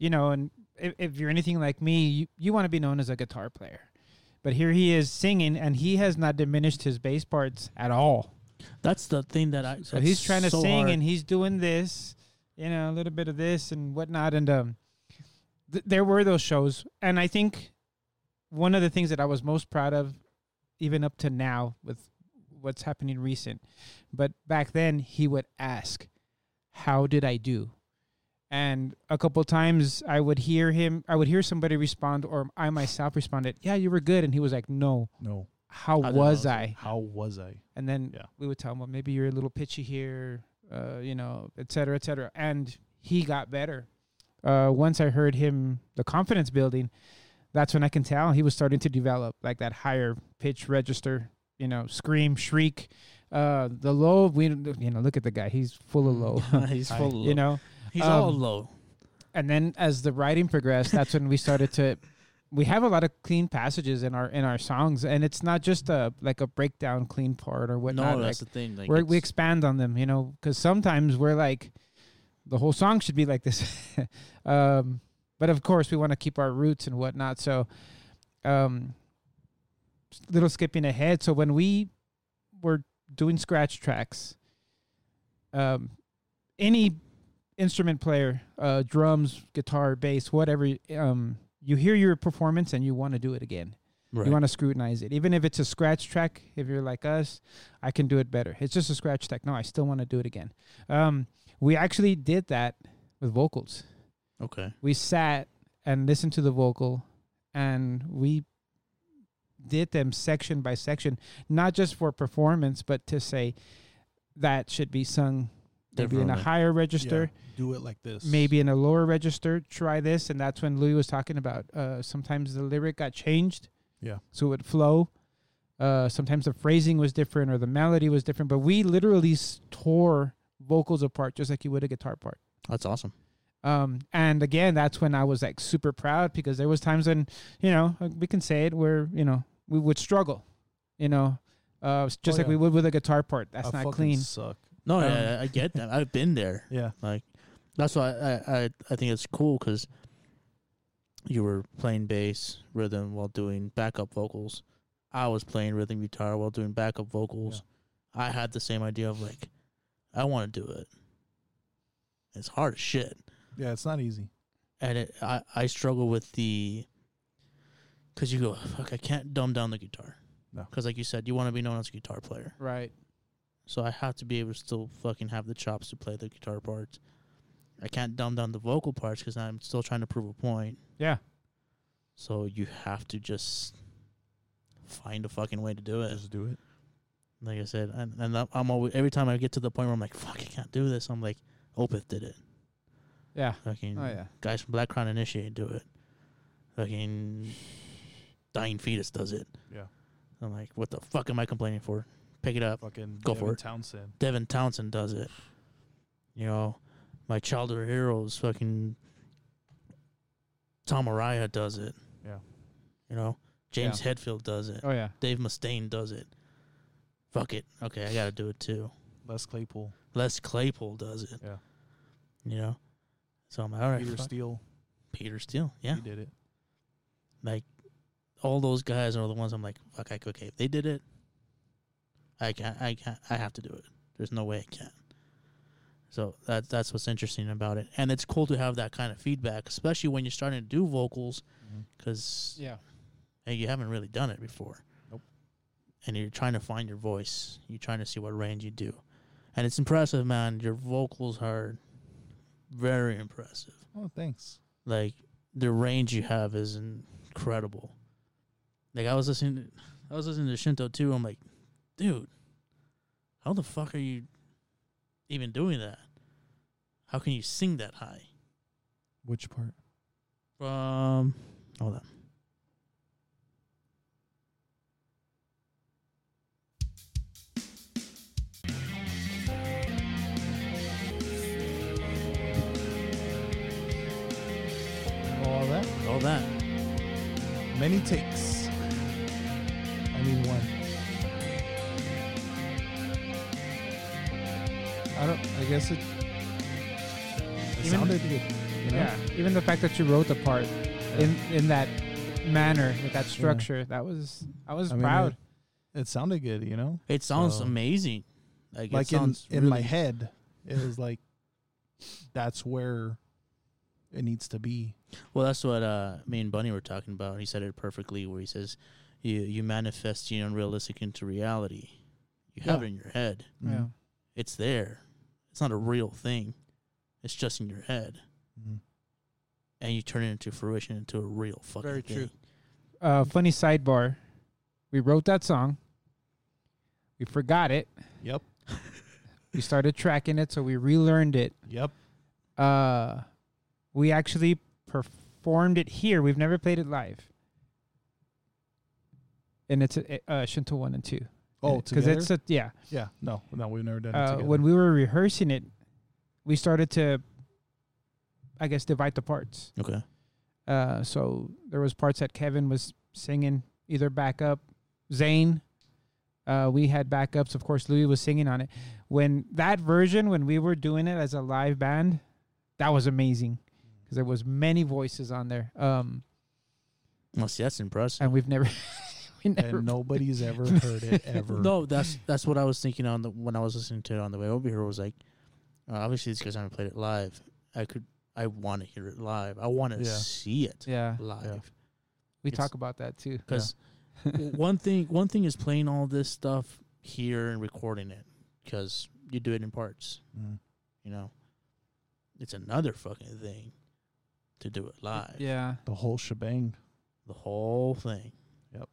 C: you know, and if, if you're anything like me, you, you want to be known as a guitar player. But here he is singing, and he has not diminished his bass parts at all.
A: That's the thing that I.
C: So he's
A: that's
C: trying to
A: so
C: sing,
A: hard.
C: and he's doing this, you know, a little bit of this and whatnot. And um, th- there were those shows, and I think one of the things that I was most proud of, even up to now, with what's happening recent, but back then he would ask, "How did I do?" And a couple times I would hear him, I would hear somebody respond, or I myself responded, "Yeah, you were good," and he was like, "No,
B: no.
C: how
A: How did I
C: was
A: do it?"
C: I?"
B: How was I?
C: and then
B: Yeah.
C: we would tell him, well, maybe you're a little pitchy here, uh, you know, et cetera, et cetera. And he got better. Uh, once I heard him, the confidence building, that's when I can tell he was starting to develop like that higher pitch register, you know, scream, shriek. Uh, the low, we, you know, look at the guy, he's full of low,
A: he's
B: I-
A: full of low.
C: you know.
A: he's
C: um,
A: all low.
C: And then as the writing progressed, that's when we started to. We have a lot of clean passages in our in our songs, and it's not just a like a breakdown clean part or whatnot.
A: no,
C: like,
A: that's the thing. Like
C: we're, we
A: it's-
C: expand on them, you know, because sometimes we're like, the whole song should be like this. um, but of course, we want to keep our roots and whatnot. So, um, s- little skipping ahead. So, when we were doing scratch tracks, um, any instrument player, uh, drums, guitar, bass, whatever, um, you hear your performance and you want to do it again. You want to scrutinize it. Even if it's a scratch track, if you're like us, I can do it better. It's just a scratch track. No, I still want to do it again. Um, we actually did that with vocals.
A: okay.
C: We sat and listened to the vocal and we did them section by section, not just for performance, but to say that should be sung maybe in a
A: Differently.
C: higher register
B: Yeah, Do it like this.
C: maybe in a lower register try this and that's when louis was talking about uh sometimes the lyric got changed
B: Yeah.
C: so it would flow Uh, sometimes the phrasing was different or the melody was different, but we literally s- tore vocals apart just like you would a guitar part.
A: That's awesome.
C: Um, and again, that's when I was like super proud because there was times when you know like, we can say it where you know we would struggle, you know, uh, s- just
B: Oh,
C: like
B: yeah.
C: we would with a guitar part. That's
B: I
C: not
B: fucking
C: clean.
B: Suck.
A: No,
C: Um,
A: yeah, I, I get that. I've been there.
B: Yeah.
A: Like, that's why I I, I think it's cool because you were playing bass rhythm while doing backup vocals. I was playing rhythm guitar while doing backup vocals. I had the same idea of like, I want to do it. It's hard as shit,
B: Yeah, it's not easy.
A: and it, I I struggle with the because you go fuck I can't dumb down the guitar
B: No.
A: because like you said you want to be known as a guitar player.
C: Right.
A: So I have to be able to still fucking have the chops to play the guitar parts. I can't dumb down the vocal parts because I'm still trying to prove a point.
C: Yeah.
A: So you have to just find a fucking way to do it.
B: Just do it.
A: Like I said, and, and I'm- I'm always every time I get to the point where I'm like, "Fuck, I can't do this." I'm like, "Opeth did it.
C: Yeah.
A: Fucking
B: Mm.
C: Oh yeah.
A: guys from Black Crown Initiate do it. Fucking Dying Fetus does it."
B: Yeah.
A: I'm like, "What the fuck am I complaining for? Pick it up."
B: Fucking
A: Go
B: Devin
A: for it.
B: Townsend.
A: Devin Townsend does it. You know, my childhood heroes, fucking Tom Araya does it.
B: Yeah.
A: You know, James Hetfield does it.
C: Oh yeah.
A: Dave Mustaine does it. Fuck it. Okay, I gotta do it too.
B: Les Claypool.
A: Les Claypool does it.
B: Yeah.
A: You know, so I'm like, all right,
B: Peter
A: fuck-
B: Steele.
A: Peter Steele. Yeah,
B: He did it.
A: like all those guys are the ones I'm like, fuck, I could okay. If they did it, I can not I can not I have to do it. There's no way I can. So that that's what's interesting about it, and it's cool to have that kind of feedback, especially when you're starting to do vocals,
B: Mhm.
A: because
C: Yeah.
A: you haven't really done it before.
B: Nope.
A: And you're trying to find your voice. You're trying to see what range you do, and it's impressive, man. Your vocals are very impressive
B: Oh, thanks.
A: like the range you have is incredible. Like I was listening, I was listening to Shinto too. I'm like, dude, how the fuck are you even doing that? How can you sing that high?
B: Which part?
A: From hold on.
B: All that.
A: All that.
B: Many takes. I need one. I don't. I guess it. It
C: Even-
B: sounded good. You know?
C: Yeah. Even the fact that you wrote the part in in that manner with that structure, that was I was
B: I mean,
C: proud.
B: It sounded good. You know.
A: It sounds
B: So-
A: amazing. Like,
B: like
A: it
B: in
A: sounds
B: in my
A: really-
B: head, it was like that's where it needs to be.
A: Well, that's what uh, me and Bunny were talking about. He said it perfectly, where he says, "You you manifest the unrealistic into reality. You have
C: Yeah.
A: it in your head."
B: Mm-hmm.
C: Yeah.
A: it's there. It's not a real thing. It's just in your head,
B: Mhm.
A: and you turn it into fruition into a real fucking
C: Very
A: thing.
C: true. uh, funny sidebar. We wrote that song. We forgot it.
B: Yep.
C: We started tracking it, so we relearned it.
B: Yep.
C: Uh, we actually performed it here. We've never played it live. And it's a, uh, Shinto one and two.
B: Oh,
C: because
B: together.
C: it's a yeah.
B: yeah. No, no, we've never done it
C: Uh,
B: together.
C: when we were rehearsing it, we started to, I guess, divide the parts.
A: Okay.
C: Uh, so there was parts that Kevin was singing either backup, Zane. Uh, we had backups, of course. Louis was singing on it. When that version, when we were doing it as a live band, that was amazing because there was many voices on there. Um,
A: Well, see, that's impressive.
C: and we've never, we never.
B: and nobody's ever heard it ever.
A: No, that's that's what I was thinking on the when I was listening to it on the way over here. Was like, uh, obviously, it's because I haven't played it live. I could, I want to hear it live. I want to
B: Yeah.
A: see it
C: Yeah,
A: live.
C: we
A: It's-
C: talk about that too.
A: Because one thing, one thing is playing all this stuff here and recording it. Because you do it in parts.
B: Mm.
A: you know it's another fucking thing to do it live
C: Yeah,
B: The whole shebang.
A: the whole thing
B: Yep.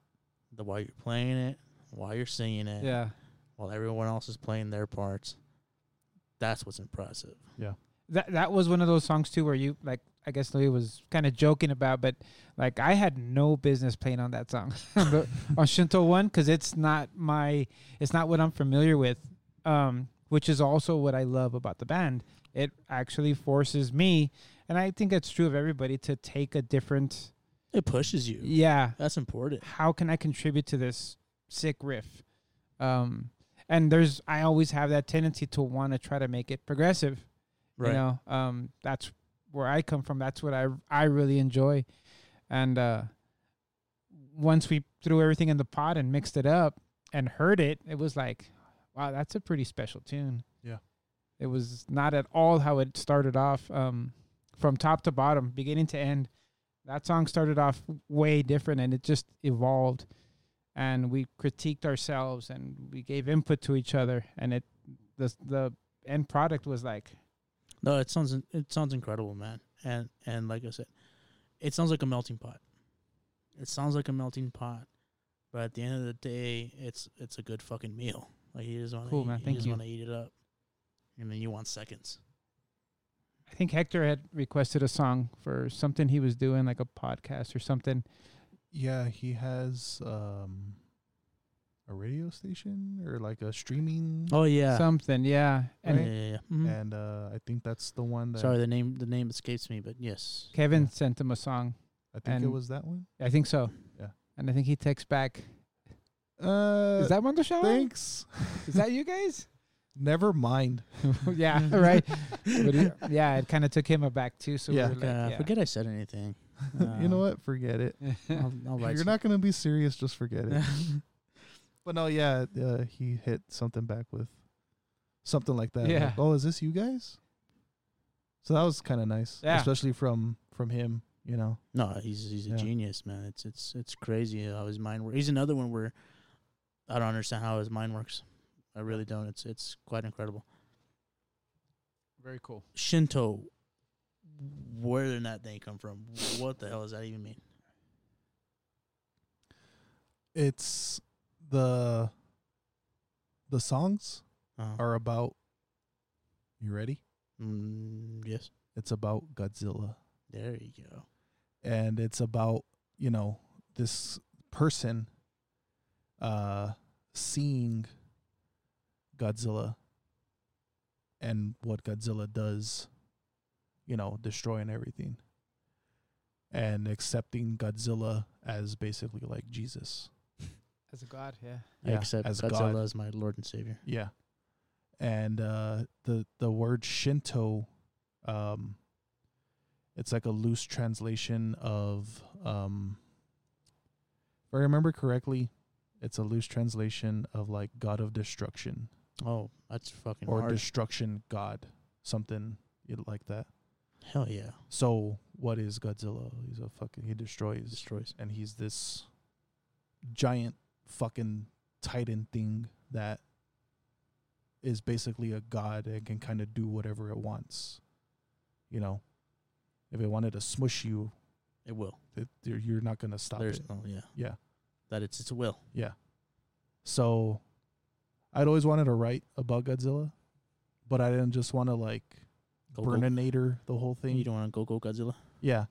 A: the while you're playing it while you're singing it
C: yeah.
A: while everyone else is playing their parts that's what's impressive
C: that that was one of those songs too where you like I guess Louis was kind of joking about, but like I had no business playing on that song on, the, on Shinto One because it's not my it's not what I'm familiar with, um, which is also what I love about the band. It actually forces me, and I think that's true of everybody, to take a different
A: It pushes you.
C: yeah
A: That's important.
C: how can I contribute to this sick riff? Um, and there's I always have that tendency to want to try to make it progressive.
A: Right.
C: You know, um, that's where I come from. That's what I I really enjoy. And uh, once we threw everything in the pot and mixed it up and heard it, it was like, wow, that's a pretty special tune.
B: Yeah.
C: It was not at all how it started off. Um, from top to bottom, beginning to end, that song started off way different, and it just evolved. And we critiqued ourselves, and we gave input to each other, and it the the end product was like
A: No, it sounds it sounds incredible, man. And and like I said, it sounds like a melting pot. It sounds like a melting pot, but at the end of the day, it's it's a good fucking meal. Like you just want
C: Cool,
A: eat,
C: man. Thank
A: just
C: you.
A: want to eat it up, and then you want seconds.
C: I think Hector had requested a song for something he was doing, like a podcast or something.
B: Yeah, he has um a radio station or like a streaming
A: Oh yeah,
C: Something, yeah. And
A: yeah, yeah. yeah.
C: mm-hmm.
A: Mhm.
B: and uh I think that's the one that
A: Sorry, the name the name escapes me, but yes,
C: Kevin
B: Yeah.
C: sent him a song.
B: I think it
C: and-
B: was that one.
C: I think so.
B: Yeah.
C: And I think he texts back.
B: Uh
C: Is that Wondershine?
B: thanks.
C: Is that you guys?
B: Never mind.
C: yeah, right. But he- yeah, it kind of took him aback too. So we
B: Yeah.
C: were
A: Like, uh,
C: like,
A: forget I said anything.
B: you know
A: Um,
C: Oh.
B: what? Forget it.
C: yeah.
A: I'll, I'll
B: If
A: write
B: you're
A: some-
B: not gonna be serious, just forget it. but no, yeah, uh, he hit something back with something like that. like,
C: Yeah.
B: oh, is this you guys? So that was kind of nice,
C: Yeah.
B: especially from from him. You know,
A: No, he's he's a
B: Yeah.
A: genius, man. It's it's it's crazy how his mind works. He's another one where I don't understand how his mind works. I really don't. It's it's quite incredible.
C: Very cool.
A: Shinto, where did that name come from? What the hell does that even mean?
B: it's the the songs
A: Uh,
B: are about. You ready?
A: mm, yes,
B: It's about Godzilla,
A: there you go.
B: and it's about you know this person, uh, seeing Godzilla and what Godzilla does, you know, destroying everything and accepting Godzilla as basically like Jesus.
C: As a god, yeah.
A: I
B: Yeah,
A: accept
B: as
A: Godzilla
B: God.
A: as my Lord and Savior.
B: Yeah. And uh the the word Shinto um it's like a loose translation of um if I remember correctly, it's a loose translation of like god of destruction.
A: Oh, that's fucking
B: or
A: hard.
B: destruction god, something you know, like that.
A: hell yeah,
B: So what is Godzilla? He's a fucking he destroys,
A: destroys.
B: and he's this giant fucking titan thing that is basically a god and can kind of do whatever it wants. You know, if it wanted to smush you,
A: It will.
B: it, you're you're not gonna stop
A: There's
B: it.
A: no yeah
B: Yeah.
A: that it's it's a will.
B: So I'd always wanted to write about Godzilla, but I didn't just want to like
A: Go, go.
B: burninator the whole thing.
A: You don't want to go go Godzilla.
B: Yeah.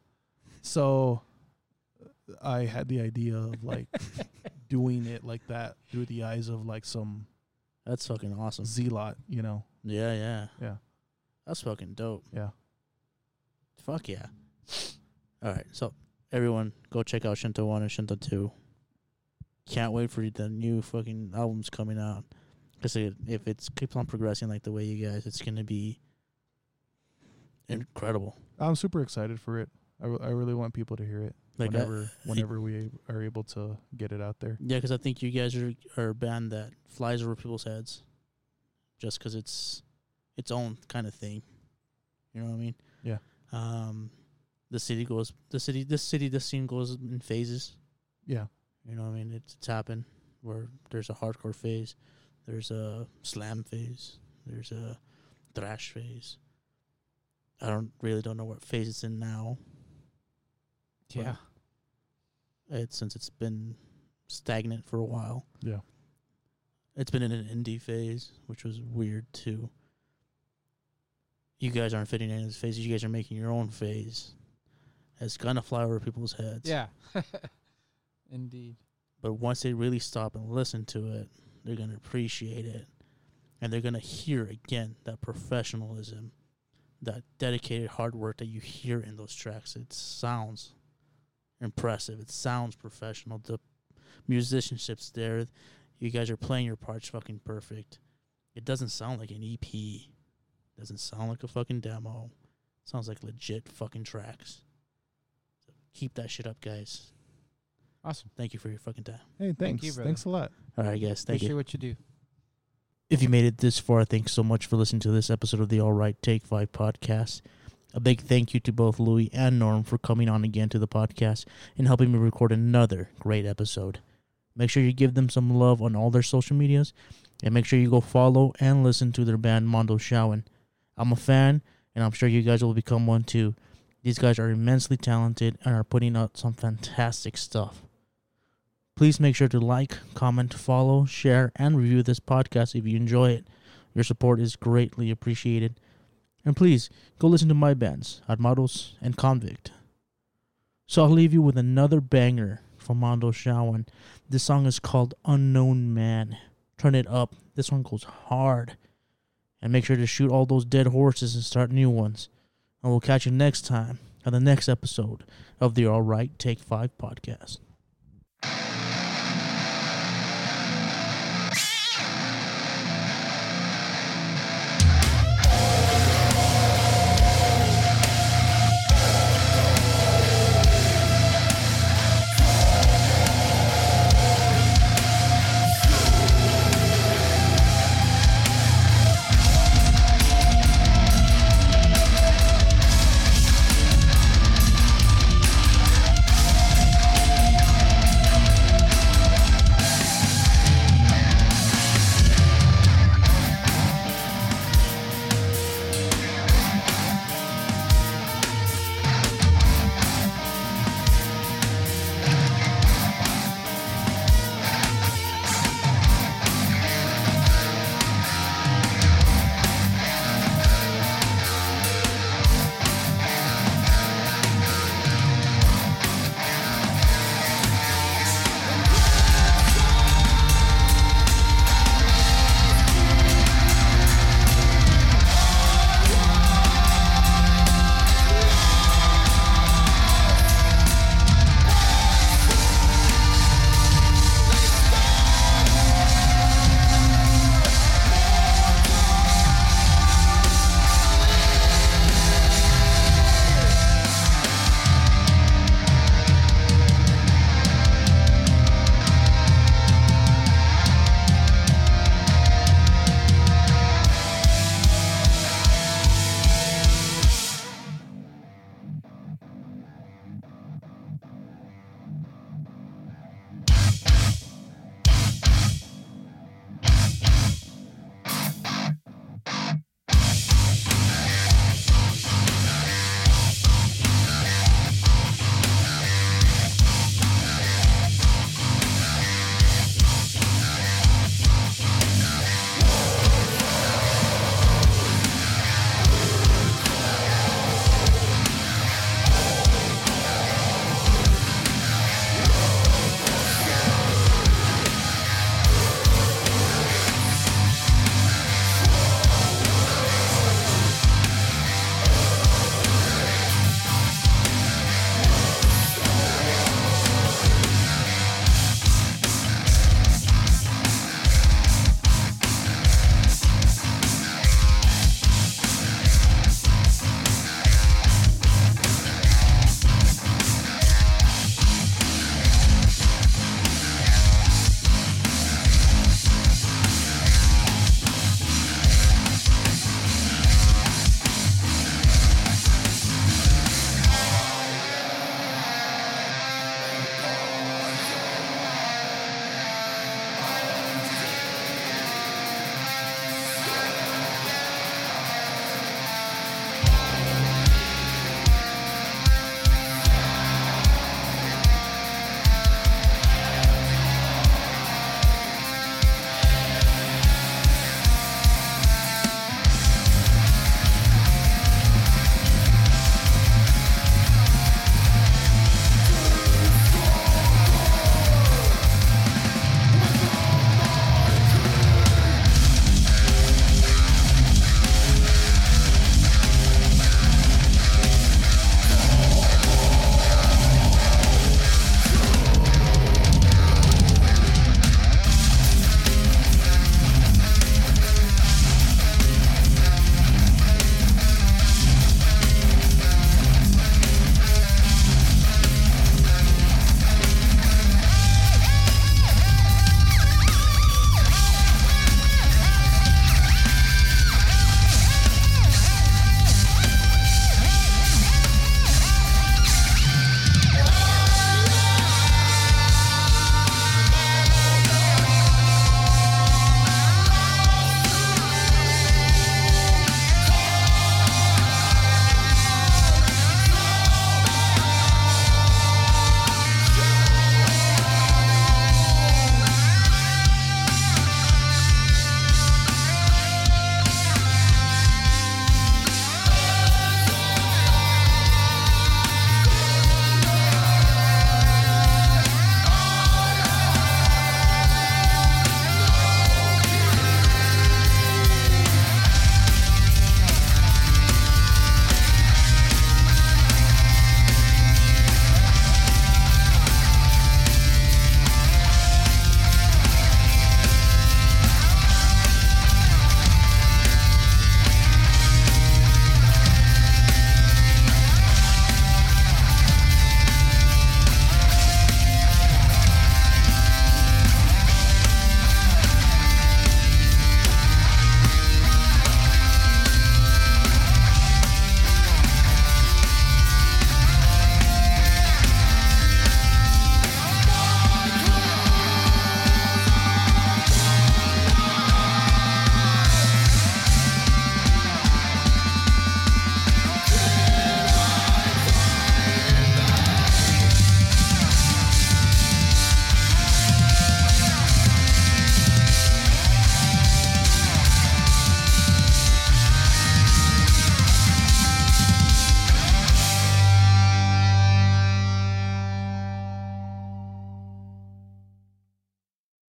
B: So I had the idea of like doing it like that through the eyes of like some
A: That's fucking awesome.
B: zealot, you know.
A: Yeah, yeah.
B: Yeah.
A: That's fucking dope.
B: Yeah.
A: Fuck yeah. All right. So, everyone, go check out Shinto 1 and Shinto 2. Can't wait for the new fucking albums coming out. Because if it keeps on progressing like the way you guys, it's going to be incredible.
B: I'm super excited for it. I, re- I really want people to hear it
A: Like, I-
B: whenever whenever we ab- are able to get it out there.
A: Yeah, because I think you guys are are a band that flies over people's heads, just because it's its own kind of thing. You know what I mean?
B: Yeah.
A: Um, the city goes. The city. This city. This scene goes in phases.
B: Yeah.
A: You know what I mean? It's it's happened where there's a hardcore phase, there's a slam phase, there's a thrash phase. I don't really don't know what phase it's in now.
C: Yeah.
A: It since it's been stagnant for a while.
B: Yeah.
A: It's been in an indie phase, which was weird too. you guys aren't fitting any of his phases. You guys are making your own phase. That's gonna fly over people's heads.
C: Yeah. Indeed.
A: But once they really stop and listen to it, they're going to appreciate it. And they're going to hear again that professionalism, that dedicated hard work that you hear in those tracks. It sounds impressive. It sounds professional. The musicianship's there. You guys are playing your parts fucking perfect. It doesn't sound like an EP. Doesn't sound like a fucking demo. Sounds like legit fucking tracks. So keep that shit up, guys.
C: Awesome.
A: Thank you for your fucking time.
B: Hey, thanks.
C: you, brother.
B: thanks a lot.
A: All right, guys. Thank you.
C: Appreciate what you do.
A: If you made it this far, thanks so much for listening to this episode of the All Right Take Five podcast. A big thank you to both Louis and Norm for coming on again to the podcast and helping me record another great episode. Make sure you give them some love on all their social medias and make sure you go follow and listen to their band Mondo Shawan. I'm a fan and I'm sure you guys will become one too. These guys are immensely talented and are putting out some fantastic stuff. Please make sure to like, comment, follow, share, and review this podcast if you enjoy it. Your support is greatly appreciated. And please go listen to my bands, Armados and Convict. So I'll leave you with another banger from Mondo Shawan. This song is called Unknown Man. Turn it up. This one goes hard. And make sure to shoot all those dead horses and start new ones. And we'll catch you next time on the next episode of the Alright Take 5 podcast.